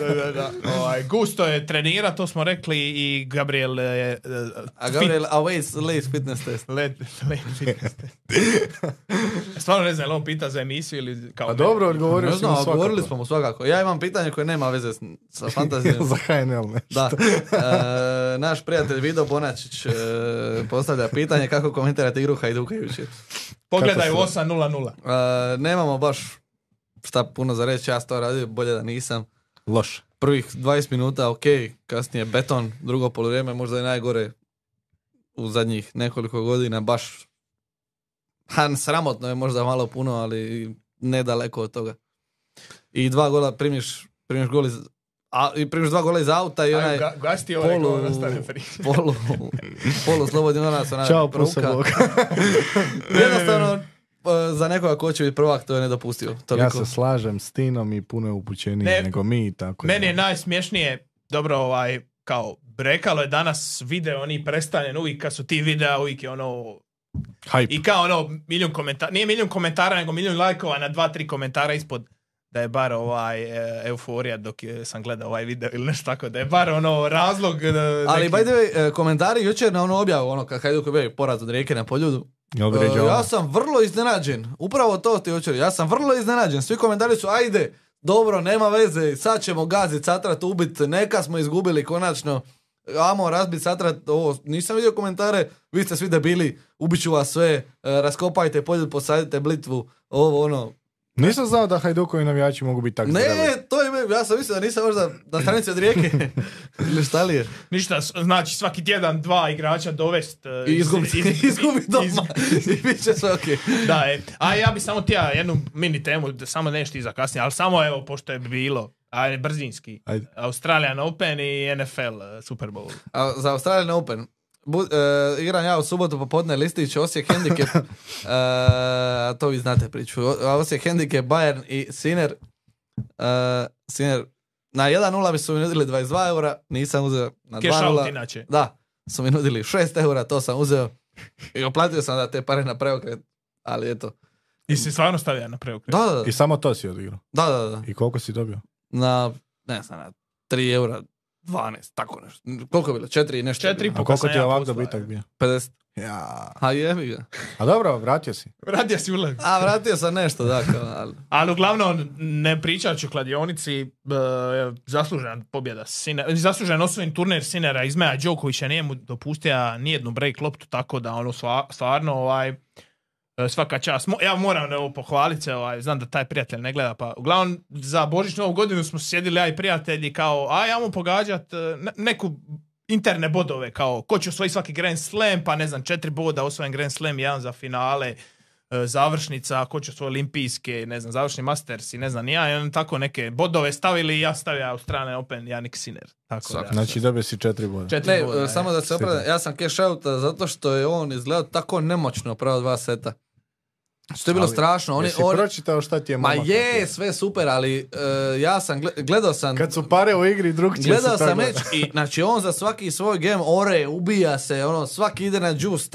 Speaker 3: da, da, da. Ovaj, Gusto je trenira, to smo rekli i Gabriel je... e,
Speaker 1: A
Speaker 3: fit.
Speaker 1: Gabriel Awais Lace fitness test.
Speaker 3: Led, led fitness test. Stvarno ne znam, jel on pita za emisiju ili kao...
Speaker 2: Pa
Speaker 3: mene
Speaker 2: dobro,
Speaker 3: pita.
Speaker 2: odgovorio
Speaker 1: Ne
Speaker 2: si
Speaker 1: znam,
Speaker 2: mu
Speaker 1: a govorili
Speaker 2: svakako.
Speaker 1: smo mu svakako. Ja imam pitanje koje nema veze s- sa fantazijom.
Speaker 2: Za HNL ne.
Speaker 1: Da. E, naš prijatelj Vido Bonačić e, postavlja pitanje kako komentirate igru Hajduka jučer.
Speaker 3: Pogledaj u
Speaker 2: Kako
Speaker 3: 8.00.
Speaker 1: E, nemamo baš šta puno za reći, ja sam to radio, bolje da nisam.
Speaker 2: Loš.
Speaker 1: Prvih 20 minuta ok, kasnije beton, drugo poluvrijeme možda i najgore u zadnjih nekoliko godina, baš han, sramotno je možda malo puno, ali nedaleko od toga. I dva gola primiš, primiš gol iz, a, i primiš dva gola iz auta i onaj
Speaker 3: Ga, gasti ovaj
Speaker 1: polu-
Speaker 3: govor, ostane priča.
Speaker 1: polu, polu slobodni nonac, onaj
Speaker 2: Ćao,
Speaker 1: prouka.
Speaker 2: pusa Bog.
Speaker 1: Jednostavno, e, za nekoga ko će biti prvak, to je nedopustivo.
Speaker 2: Ja
Speaker 1: Toliko.
Speaker 2: se slažem s Tinom i puno je upućeniji
Speaker 3: Ne.
Speaker 2: nego mi. Tako
Speaker 3: Meni
Speaker 2: da.
Speaker 3: je najsmješnije, dobro ovaj, kao brekalo je danas video, oni prestane, uvijek kad su ti videa, uvijek je ono,
Speaker 2: Hype.
Speaker 3: i kao ono, milijun komentara, nije milijun komentara, nego milijun lajkova na dva, tri komentara ispod da je bar ovaj e, euforija dok je, sam gledao ovaj video ili nešto tako, da je bar ono razlog. e,
Speaker 1: Ali,
Speaker 3: neki-
Speaker 1: by the way, e, komentari jučer na ono objavu, ono, kad Hajduk je bio poraz od rijeke na poljudu,
Speaker 2: Jel bi
Speaker 1: E,
Speaker 2: ređao
Speaker 1: ja
Speaker 2: ono?
Speaker 1: sam vrlo iznenađen. Upravo to ti hoću reći. Ja sam vrlo iznenađen. Svi komentari su, ajde, dobro, nema veze, sad ćemo gazit, satrat, ubit, neka smo izgubili konačno. Amo razbit satrat, ovo, nisam vidio komentare, vi ste svi debili, ubit ću vas sve, e, raskopajte poljud, posadite blitvu, ovo ono.
Speaker 2: Nisam znao da Hajdukovi navijači mogu biti tako zdravi.
Speaker 1: Ne, to je, me- ja sam mislio da nisam možda na stranici od rijeke, ili šta li je.
Speaker 3: Ništa, s- znači svaki tjedan dva igrača dovest. e,
Speaker 1: I izgubi,
Speaker 3: iz- iz-
Speaker 1: izgubi
Speaker 3: iz-
Speaker 1: doma, i bit će sve okej.
Speaker 3: Da, e. a ja bi samo tija jednu mini temu, da samo nešto iza kasnije, ali samo evo, pošto je bilo, a brzinski,
Speaker 2: Ajde.
Speaker 3: Australian Open i NFL e, Super Bowl.
Speaker 1: A, za Australian Open. Bu, e, igram ja u subotu popodne listić Osijek Handicap. E, a to vi znate priču. O- Osijek Handicap, Bayern i Sinner. E, Sinner na 1-0 bi su mi nudili 22 eura, nisam uzeo na
Speaker 3: Cash out
Speaker 1: 2
Speaker 3: inače.
Speaker 1: Da, su mi nudili 6 eura, to sam uzeo. I oplatio sam da te pare na preokret, ali eto.
Speaker 3: I si stvarno stavio na preokret.
Speaker 1: Da, da,
Speaker 2: I samo to si odigrao.
Speaker 1: da, da, da.
Speaker 2: I koliko si dobio?
Speaker 1: Na, ne znam, na 3 eura, 12, tako nešto. Koliko je bilo? 4 i nešto. je
Speaker 3: Četiri i
Speaker 1: bilo.
Speaker 2: A
Speaker 3: Pa
Speaker 2: koliko
Speaker 3: sam
Speaker 2: ti je
Speaker 3: ja
Speaker 2: ovak
Speaker 3: poslao,
Speaker 2: dobitak
Speaker 3: ja.
Speaker 2: bio?
Speaker 1: 50.
Speaker 2: Ja.
Speaker 1: A jebi ga.
Speaker 2: A dobro, vratio si.
Speaker 3: Radio si uleg.
Speaker 1: A vratio sam nešto, da, kao, ali...
Speaker 3: Ali uglavnom, ne pričaću kladionici, e, zaslužena pobjeda Sinera, zaslužen osvojim turnir Sinera izmeja Đokovića, nije mu dopustio nijednu break loptu, tako da ono sva- stvarno ovaj, e, svaka čast. Mo- ja moram ovo pohvaliti, se, ovaj, znam da taj prijatelj ne gleda, pa uglavnom za Božić Novu godinu smo sjedili ja i prijatelji kao, a ja mu pogađat e, ne- neku interne bodove, kao ko će osvojiti svaki Grand Slam, pa ne znam, četiri boda osvojen Grand Slam, jedan za finale, e, završnica, ko će svoje olimpijske, ne znam, završni masters i ne znam, ni ja, i on tako neke bodove stavili i ja stavio u strane Open Janik Sinner. Tako da,
Speaker 1: Svaka
Speaker 2: Znači dobio si četiri boda.
Speaker 3: četiri
Speaker 1: Ne,
Speaker 3: boda,
Speaker 1: e, samo da se opravdam, ja sam cash out zato što je on izgledao tako nemoćno prava dva seta. Što je bilo
Speaker 2: Ali,
Speaker 1: strašno. Oni,
Speaker 2: Jesi
Speaker 1: oni-
Speaker 2: pročitao šta ti je
Speaker 1: ma
Speaker 2: momak
Speaker 1: je,
Speaker 2: napisao?
Speaker 1: sve super, ali e, ja sam, gle- gledao sam...
Speaker 2: Kad su pare u igri, drug
Speaker 1: Gledao
Speaker 2: se to
Speaker 1: sam
Speaker 2: gleda.
Speaker 1: meč i znači on za svaki svoj game ore, ubija se, ono, svaki ide na juice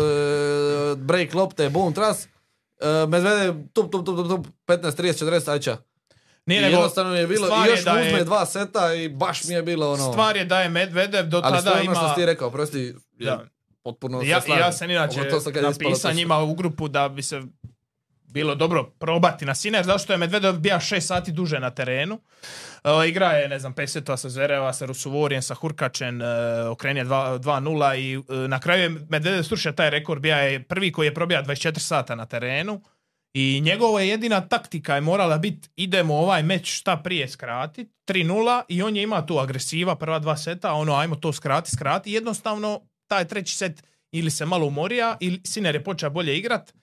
Speaker 1: 3, break lopte, boom, tras, e, medvede, tup, tup, tup, tup, tup, 15, 30, 40, ajča. I
Speaker 3: Nije nego,
Speaker 1: jednostavno mi je bilo,
Speaker 3: stvar
Speaker 1: i
Speaker 3: je
Speaker 1: još
Speaker 3: da
Speaker 1: mu
Speaker 3: je-
Speaker 1: uzme dva seta i baš mi je bilo ono...
Speaker 3: stvar je da je Medvedev do
Speaker 1: ali
Speaker 3: tada
Speaker 1: stvarno
Speaker 3: ima...
Speaker 1: što si ti rekao, prosti,
Speaker 3: Da.
Speaker 1: potpuno
Speaker 3: Ja,
Speaker 1: se slažem.
Speaker 3: ja sam inače
Speaker 1: Pogotovo sad kad je ispalo
Speaker 3: napisao
Speaker 1: to-
Speaker 3: njima u grupu da bi se bilo dobro probati na Siner, zato što je Medvedev bija 6 sati duže na terenu. E, igra je, ne znam, Pesetova sa Zvereva, sa Rusuvorijem, sa Hurkačen, uh, okrenje 2- 2-0 i e, na kraju je Medvedev strušio taj rekord, bija je prvi koji je probija 24 sata na terenu. I njegova je jedina taktika je morala biti idemo ovaj meč šta prije skratit, 3-0 i on je ima tu agresiva prva dva seta, ono ajmo to skrati, skrati. Jednostavno taj treći set ili se malo umorija ili Siner je počeo bolje igrat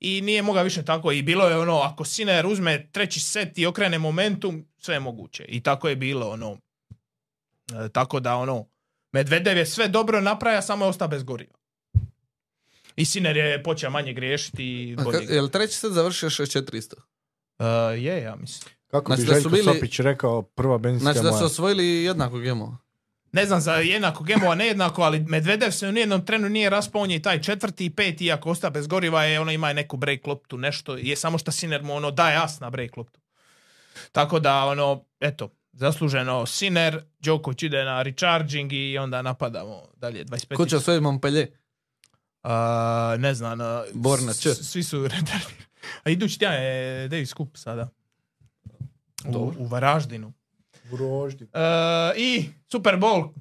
Speaker 3: i nije mogao više tako i bilo je ono ako Siner uzme treći set i okrene momentum, sve je moguće. I tako je bilo ono. E, tako da ono Medvedev je sve dobro napravio, samo je ostao bez goriva. I Siner je počeo manje griješiti i
Speaker 1: A
Speaker 3: bolje
Speaker 1: ka-
Speaker 3: igrat.
Speaker 1: Jel treći set završio 6-4 isto?
Speaker 3: Uh, je, ja mislim.
Speaker 2: Kako
Speaker 1: Znači
Speaker 2: bi
Speaker 1: da su
Speaker 2: Željko
Speaker 1: bili-
Speaker 2: Sopić rekao, prva benzinska
Speaker 1: Znači da su
Speaker 2: moja.
Speaker 1: osvojili jednako gemo.
Speaker 3: Ne znam za jednako gemova, nejednako, ali Medvedev se u nijednom trenu nije raspao, on je i taj četvrti i peti, iako osta bez goriva, je, ono ima i neku break loptu, nešto, je samo što Siner mu ono daje as na break loptu. Tako da, ono, eto, zasluženo Siner, Djokovic ide na recharging i onda napadamo dalje, 25.
Speaker 1: Ko će osvojiti Montpellier?
Speaker 3: A, ne znam, a,
Speaker 1: Borna,
Speaker 3: s-
Speaker 1: č.
Speaker 3: svi su retardirani. A idući tjedan je Davis Cup sada. U,
Speaker 1: Dobro.
Speaker 3: u Varaždinu.
Speaker 2: Grožđi.
Speaker 3: E, I Super Bowl.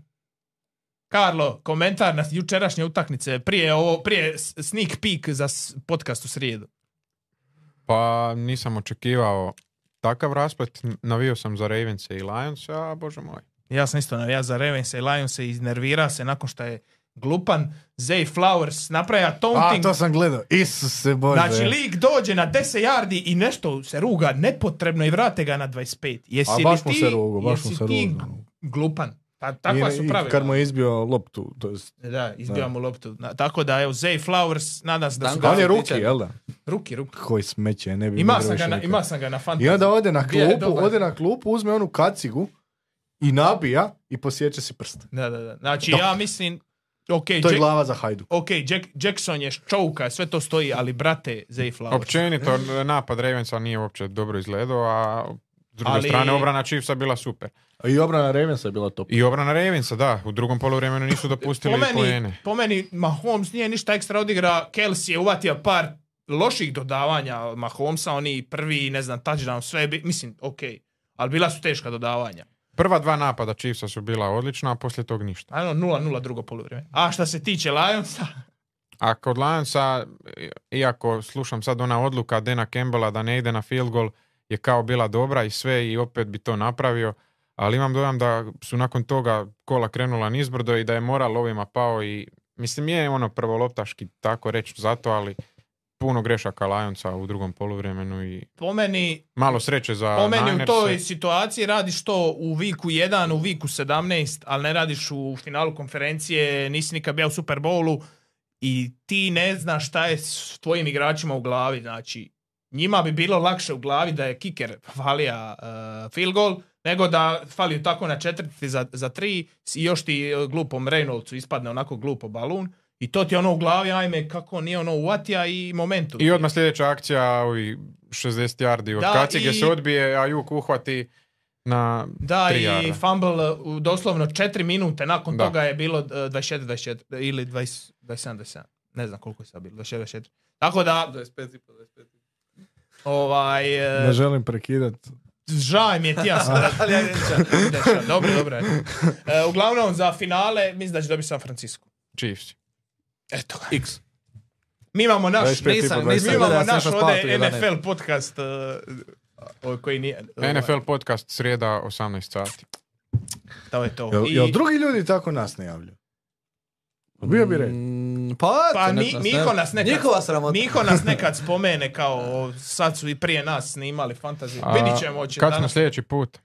Speaker 3: Karlo, komentar na jučerašnje utakmice prije ovo prije s- sneak peek za s- podcast u srijedu.
Speaker 4: Pa nisam očekivao takav rasplet. Navio sam za Ravens i Lions, a bože moj.
Speaker 3: Ja sam isto navija za Ravens i Lions se iznervira se nakon što je glupan Zay Flowers napravio
Speaker 2: A,
Speaker 3: taunting.
Speaker 2: to sam gledao. Isuse Bože.
Speaker 3: Znači, lik dođe na 10 yardi i nešto se ruga nepotrebno i vrate ga na 25. Jesi
Speaker 2: A
Speaker 3: li
Speaker 2: baš mu
Speaker 3: ti-
Speaker 2: se rugo, baš
Speaker 3: jesi
Speaker 2: mu se
Speaker 3: ti
Speaker 2: rugo.
Speaker 3: glupan? Pa takva
Speaker 2: Nije-
Speaker 3: su
Speaker 2: i
Speaker 3: pravila.
Speaker 2: Kad mu je izbio loptu, to jest...
Speaker 3: Da,
Speaker 2: Da.
Speaker 3: izbija mu loptu. Na- tako da, evo, Zay Flowers, nadam se da su
Speaker 1: Tanko.
Speaker 3: ga...
Speaker 2: A on je
Speaker 1: Tičan.
Speaker 2: ruki, jel da?
Speaker 3: Ruki, ruki.
Speaker 2: Koji smeće, ne bi
Speaker 3: Ima
Speaker 2: mogao
Speaker 3: sam,
Speaker 2: više
Speaker 3: ga na,
Speaker 2: nikad.
Speaker 3: ima sam ga na fantasy.
Speaker 2: I onda ode na
Speaker 3: Bio je
Speaker 2: klupu,
Speaker 3: dobar.
Speaker 2: ode na klupu, uzme onu kacigu i nabija i posjeće si prst.
Speaker 3: Da, da, da. Znači,
Speaker 2: Dok.
Speaker 3: ja mislim... Ok,
Speaker 2: To je
Speaker 3: Jack,
Speaker 2: glava za hajdu.
Speaker 3: ok, Jack, Jackson je čouka, sve to stoji, ali brate, Zay Flowers.
Speaker 4: Općenito,
Speaker 3: e.
Speaker 4: napad Ravensa nije uopće dobro izgledao, a s druge
Speaker 3: Ali-
Speaker 4: strane obrana Chiefsa bila super.
Speaker 2: I obrana Revensa je bila top.
Speaker 4: I obrana Ravensa, da, u drugom poluvremenu nisu
Speaker 3: po
Speaker 4: dopustili
Speaker 3: meni,
Speaker 4: poene.
Speaker 3: po meni Mahomes nije ništa ekstra odigra. Kelsey je uvatio par loših dodavanja Mahomesa, oni prvi, ne znam, touchdown, sve, bi, mislim, ok. Ali bila su teška dodavanja.
Speaker 4: Prva dva napada Chiefsa su bila odlična, a poslije tog ništa.
Speaker 3: Ajmo, 0-0 drugo poluvrijeme. A šta se tiče Lionsa,
Speaker 4: A kod Lionsa, iako slušam sad ona odluka Dena Campbella da ne ide na field goal, je kao bila dobra i sve i opet bi to napravio, ali imam dojam da su nakon toga kola krenula nizbrdo i da je moral ovima pao i mislim je ono prvoloptaški tako reći zato, ali puno grešaka Lionsa u drugom poluvremenu i
Speaker 3: po meni,
Speaker 4: malo sreće za
Speaker 3: po meni u
Speaker 4: Niners-e.
Speaker 3: toj situaciji radiš to u viku 1, u viku 17, ali ne radiš u finalu konferencije, nisi nikad bio u Super Bowlu i ti ne znaš šta je s tvojim igračima u glavi. Znači, njima bi bilo lakše u glavi da je kiker falija uh, field goal, nego da fali tako na četvrti za, za tri i još ti e, glupom Reynoldsu ispadne onako glupo balun. I to ti je ono u glavi, ajme, kako nije ono uvatija i momentu.
Speaker 4: I odmah sljedeća akcija, ovi 60 yardi od
Speaker 3: Da,
Speaker 4: kacige
Speaker 3: i-
Speaker 4: se odbije, a Juk uhvati na
Speaker 3: Da,
Speaker 4: tri
Speaker 3: i
Speaker 4: jarda.
Speaker 3: fumble uh, u doslovno 4 minute nakon
Speaker 4: Da.
Speaker 3: toga je bilo uh, 24-24 ili 20 27-27. Ne znam koliko je sad bilo, 24-24. Tako da,
Speaker 1: 25 i
Speaker 3: ovaj, e,
Speaker 2: Ne želim prekidat.
Speaker 3: žao mi je ti ja sam. Ali ja neću. Neću, dobro, dobro. E, uglavnom, za finale, mislim da će dobiti San Francisco.
Speaker 4: Chiefs.
Speaker 3: Eto ga.
Speaker 1: X.
Speaker 3: Mi imamo naš,
Speaker 2: 25 i po
Speaker 1: Nisam,
Speaker 2: 25.
Speaker 1: nisam
Speaker 3: mi imamo
Speaker 1: gledao, ja sam
Speaker 3: naš
Speaker 1: išao spavati u
Speaker 3: ovdje
Speaker 1: 11.
Speaker 3: NFL podcast e, o- koji nije... ovaj,
Speaker 4: NFL podcast srijeda 18 sati.
Speaker 3: To je to.
Speaker 2: Jel,
Speaker 3: I-
Speaker 2: jel drugi ljudi tako nas ne javljaju? Bio bi red.
Speaker 1: Mm, Pa,
Speaker 3: Pa
Speaker 1: eto, nek
Speaker 3: mi,
Speaker 1: nas
Speaker 3: Miho nas nekad,
Speaker 1: Njihova sramota.
Speaker 3: Miho nas nekad spomene kao o, sad su i prije nas snimali fantasy.
Speaker 4: A
Speaker 3: Vidit ćemo hoće
Speaker 4: Kad smo
Speaker 3: danas.
Speaker 4: sljedeći put?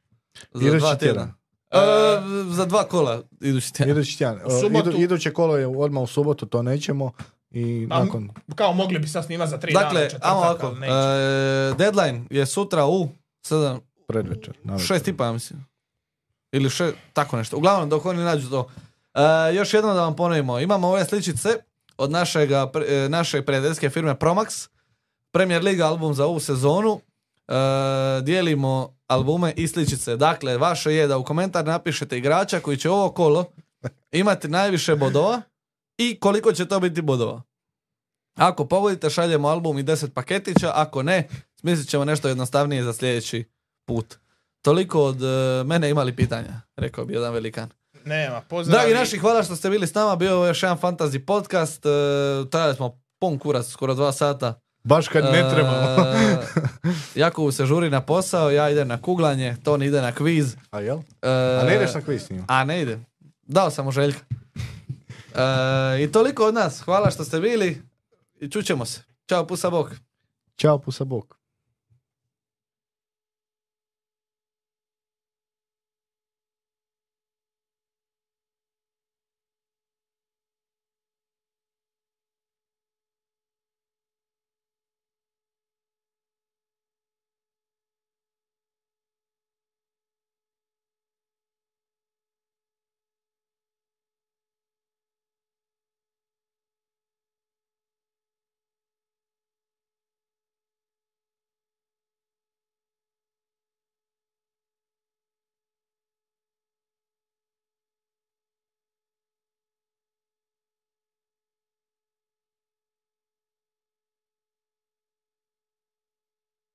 Speaker 1: Za
Speaker 2: Idući
Speaker 1: dva
Speaker 2: tjedan.
Speaker 1: tjedna. E, za dva kola idući tjedan.
Speaker 2: Idući tjedan.
Speaker 3: U subotu-
Speaker 2: Idu- iduće kolo je odmah u subotu, to nećemo. I
Speaker 3: A m-
Speaker 2: nakon...
Speaker 3: Kao mogli bi sad snimati za tri dana,
Speaker 1: Dakle,
Speaker 3: četvrtak,
Speaker 1: ajmo ovako.
Speaker 3: ali neće.
Speaker 1: e, deadline je sutra u 7,
Speaker 2: Predvečer. navečer.
Speaker 1: šest i pa ja mislim. Ili še, tako nešto. Uglavnom, dok oni nađu to. E, još jednom da vam ponovimo. Imamo ove sličice od našega, pre- e, naše prijateljske firme Promax. Premier Liga album za ovu sezonu. E, dijelimo albume i sličice. Dakle, vaše je da u komentar napišete igrača koji će ovo kolo imati najviše bodova i koliko će to biti bodova. Ako pogodite, šaljemo album i 10 paketića. Ako ne, smislit ćemo nešto jednostavnije za sljedeći put. Toliko od e, mene imali pitanja, rekao bi jedan velikan.
Speaker 3: Nema, pozdrav.
Speaker 1: Dragi naši, hvala što ste bili s nama. Bio je ovo još jedan fantasy podcast. E, trajali smo pun kurac, skoro dva sata.
Speaker 2: Baš kad ne trebamo.
Speaker 1: E, Jakovu se žuri na posao, ja idem na kuglanje, Ton ide na kviz.
Speaker 2: A jel?
Speaker 1: E,
Speaker 2: A ne ideš na kviz s njima?
Speaker 1: a ne ide. Dao sam mu željka. E, I toliko od nas. Hvala što ste bili. I čućemo se. Ćao, pusa bok.
Speaker 2: Ćao, pusa bok.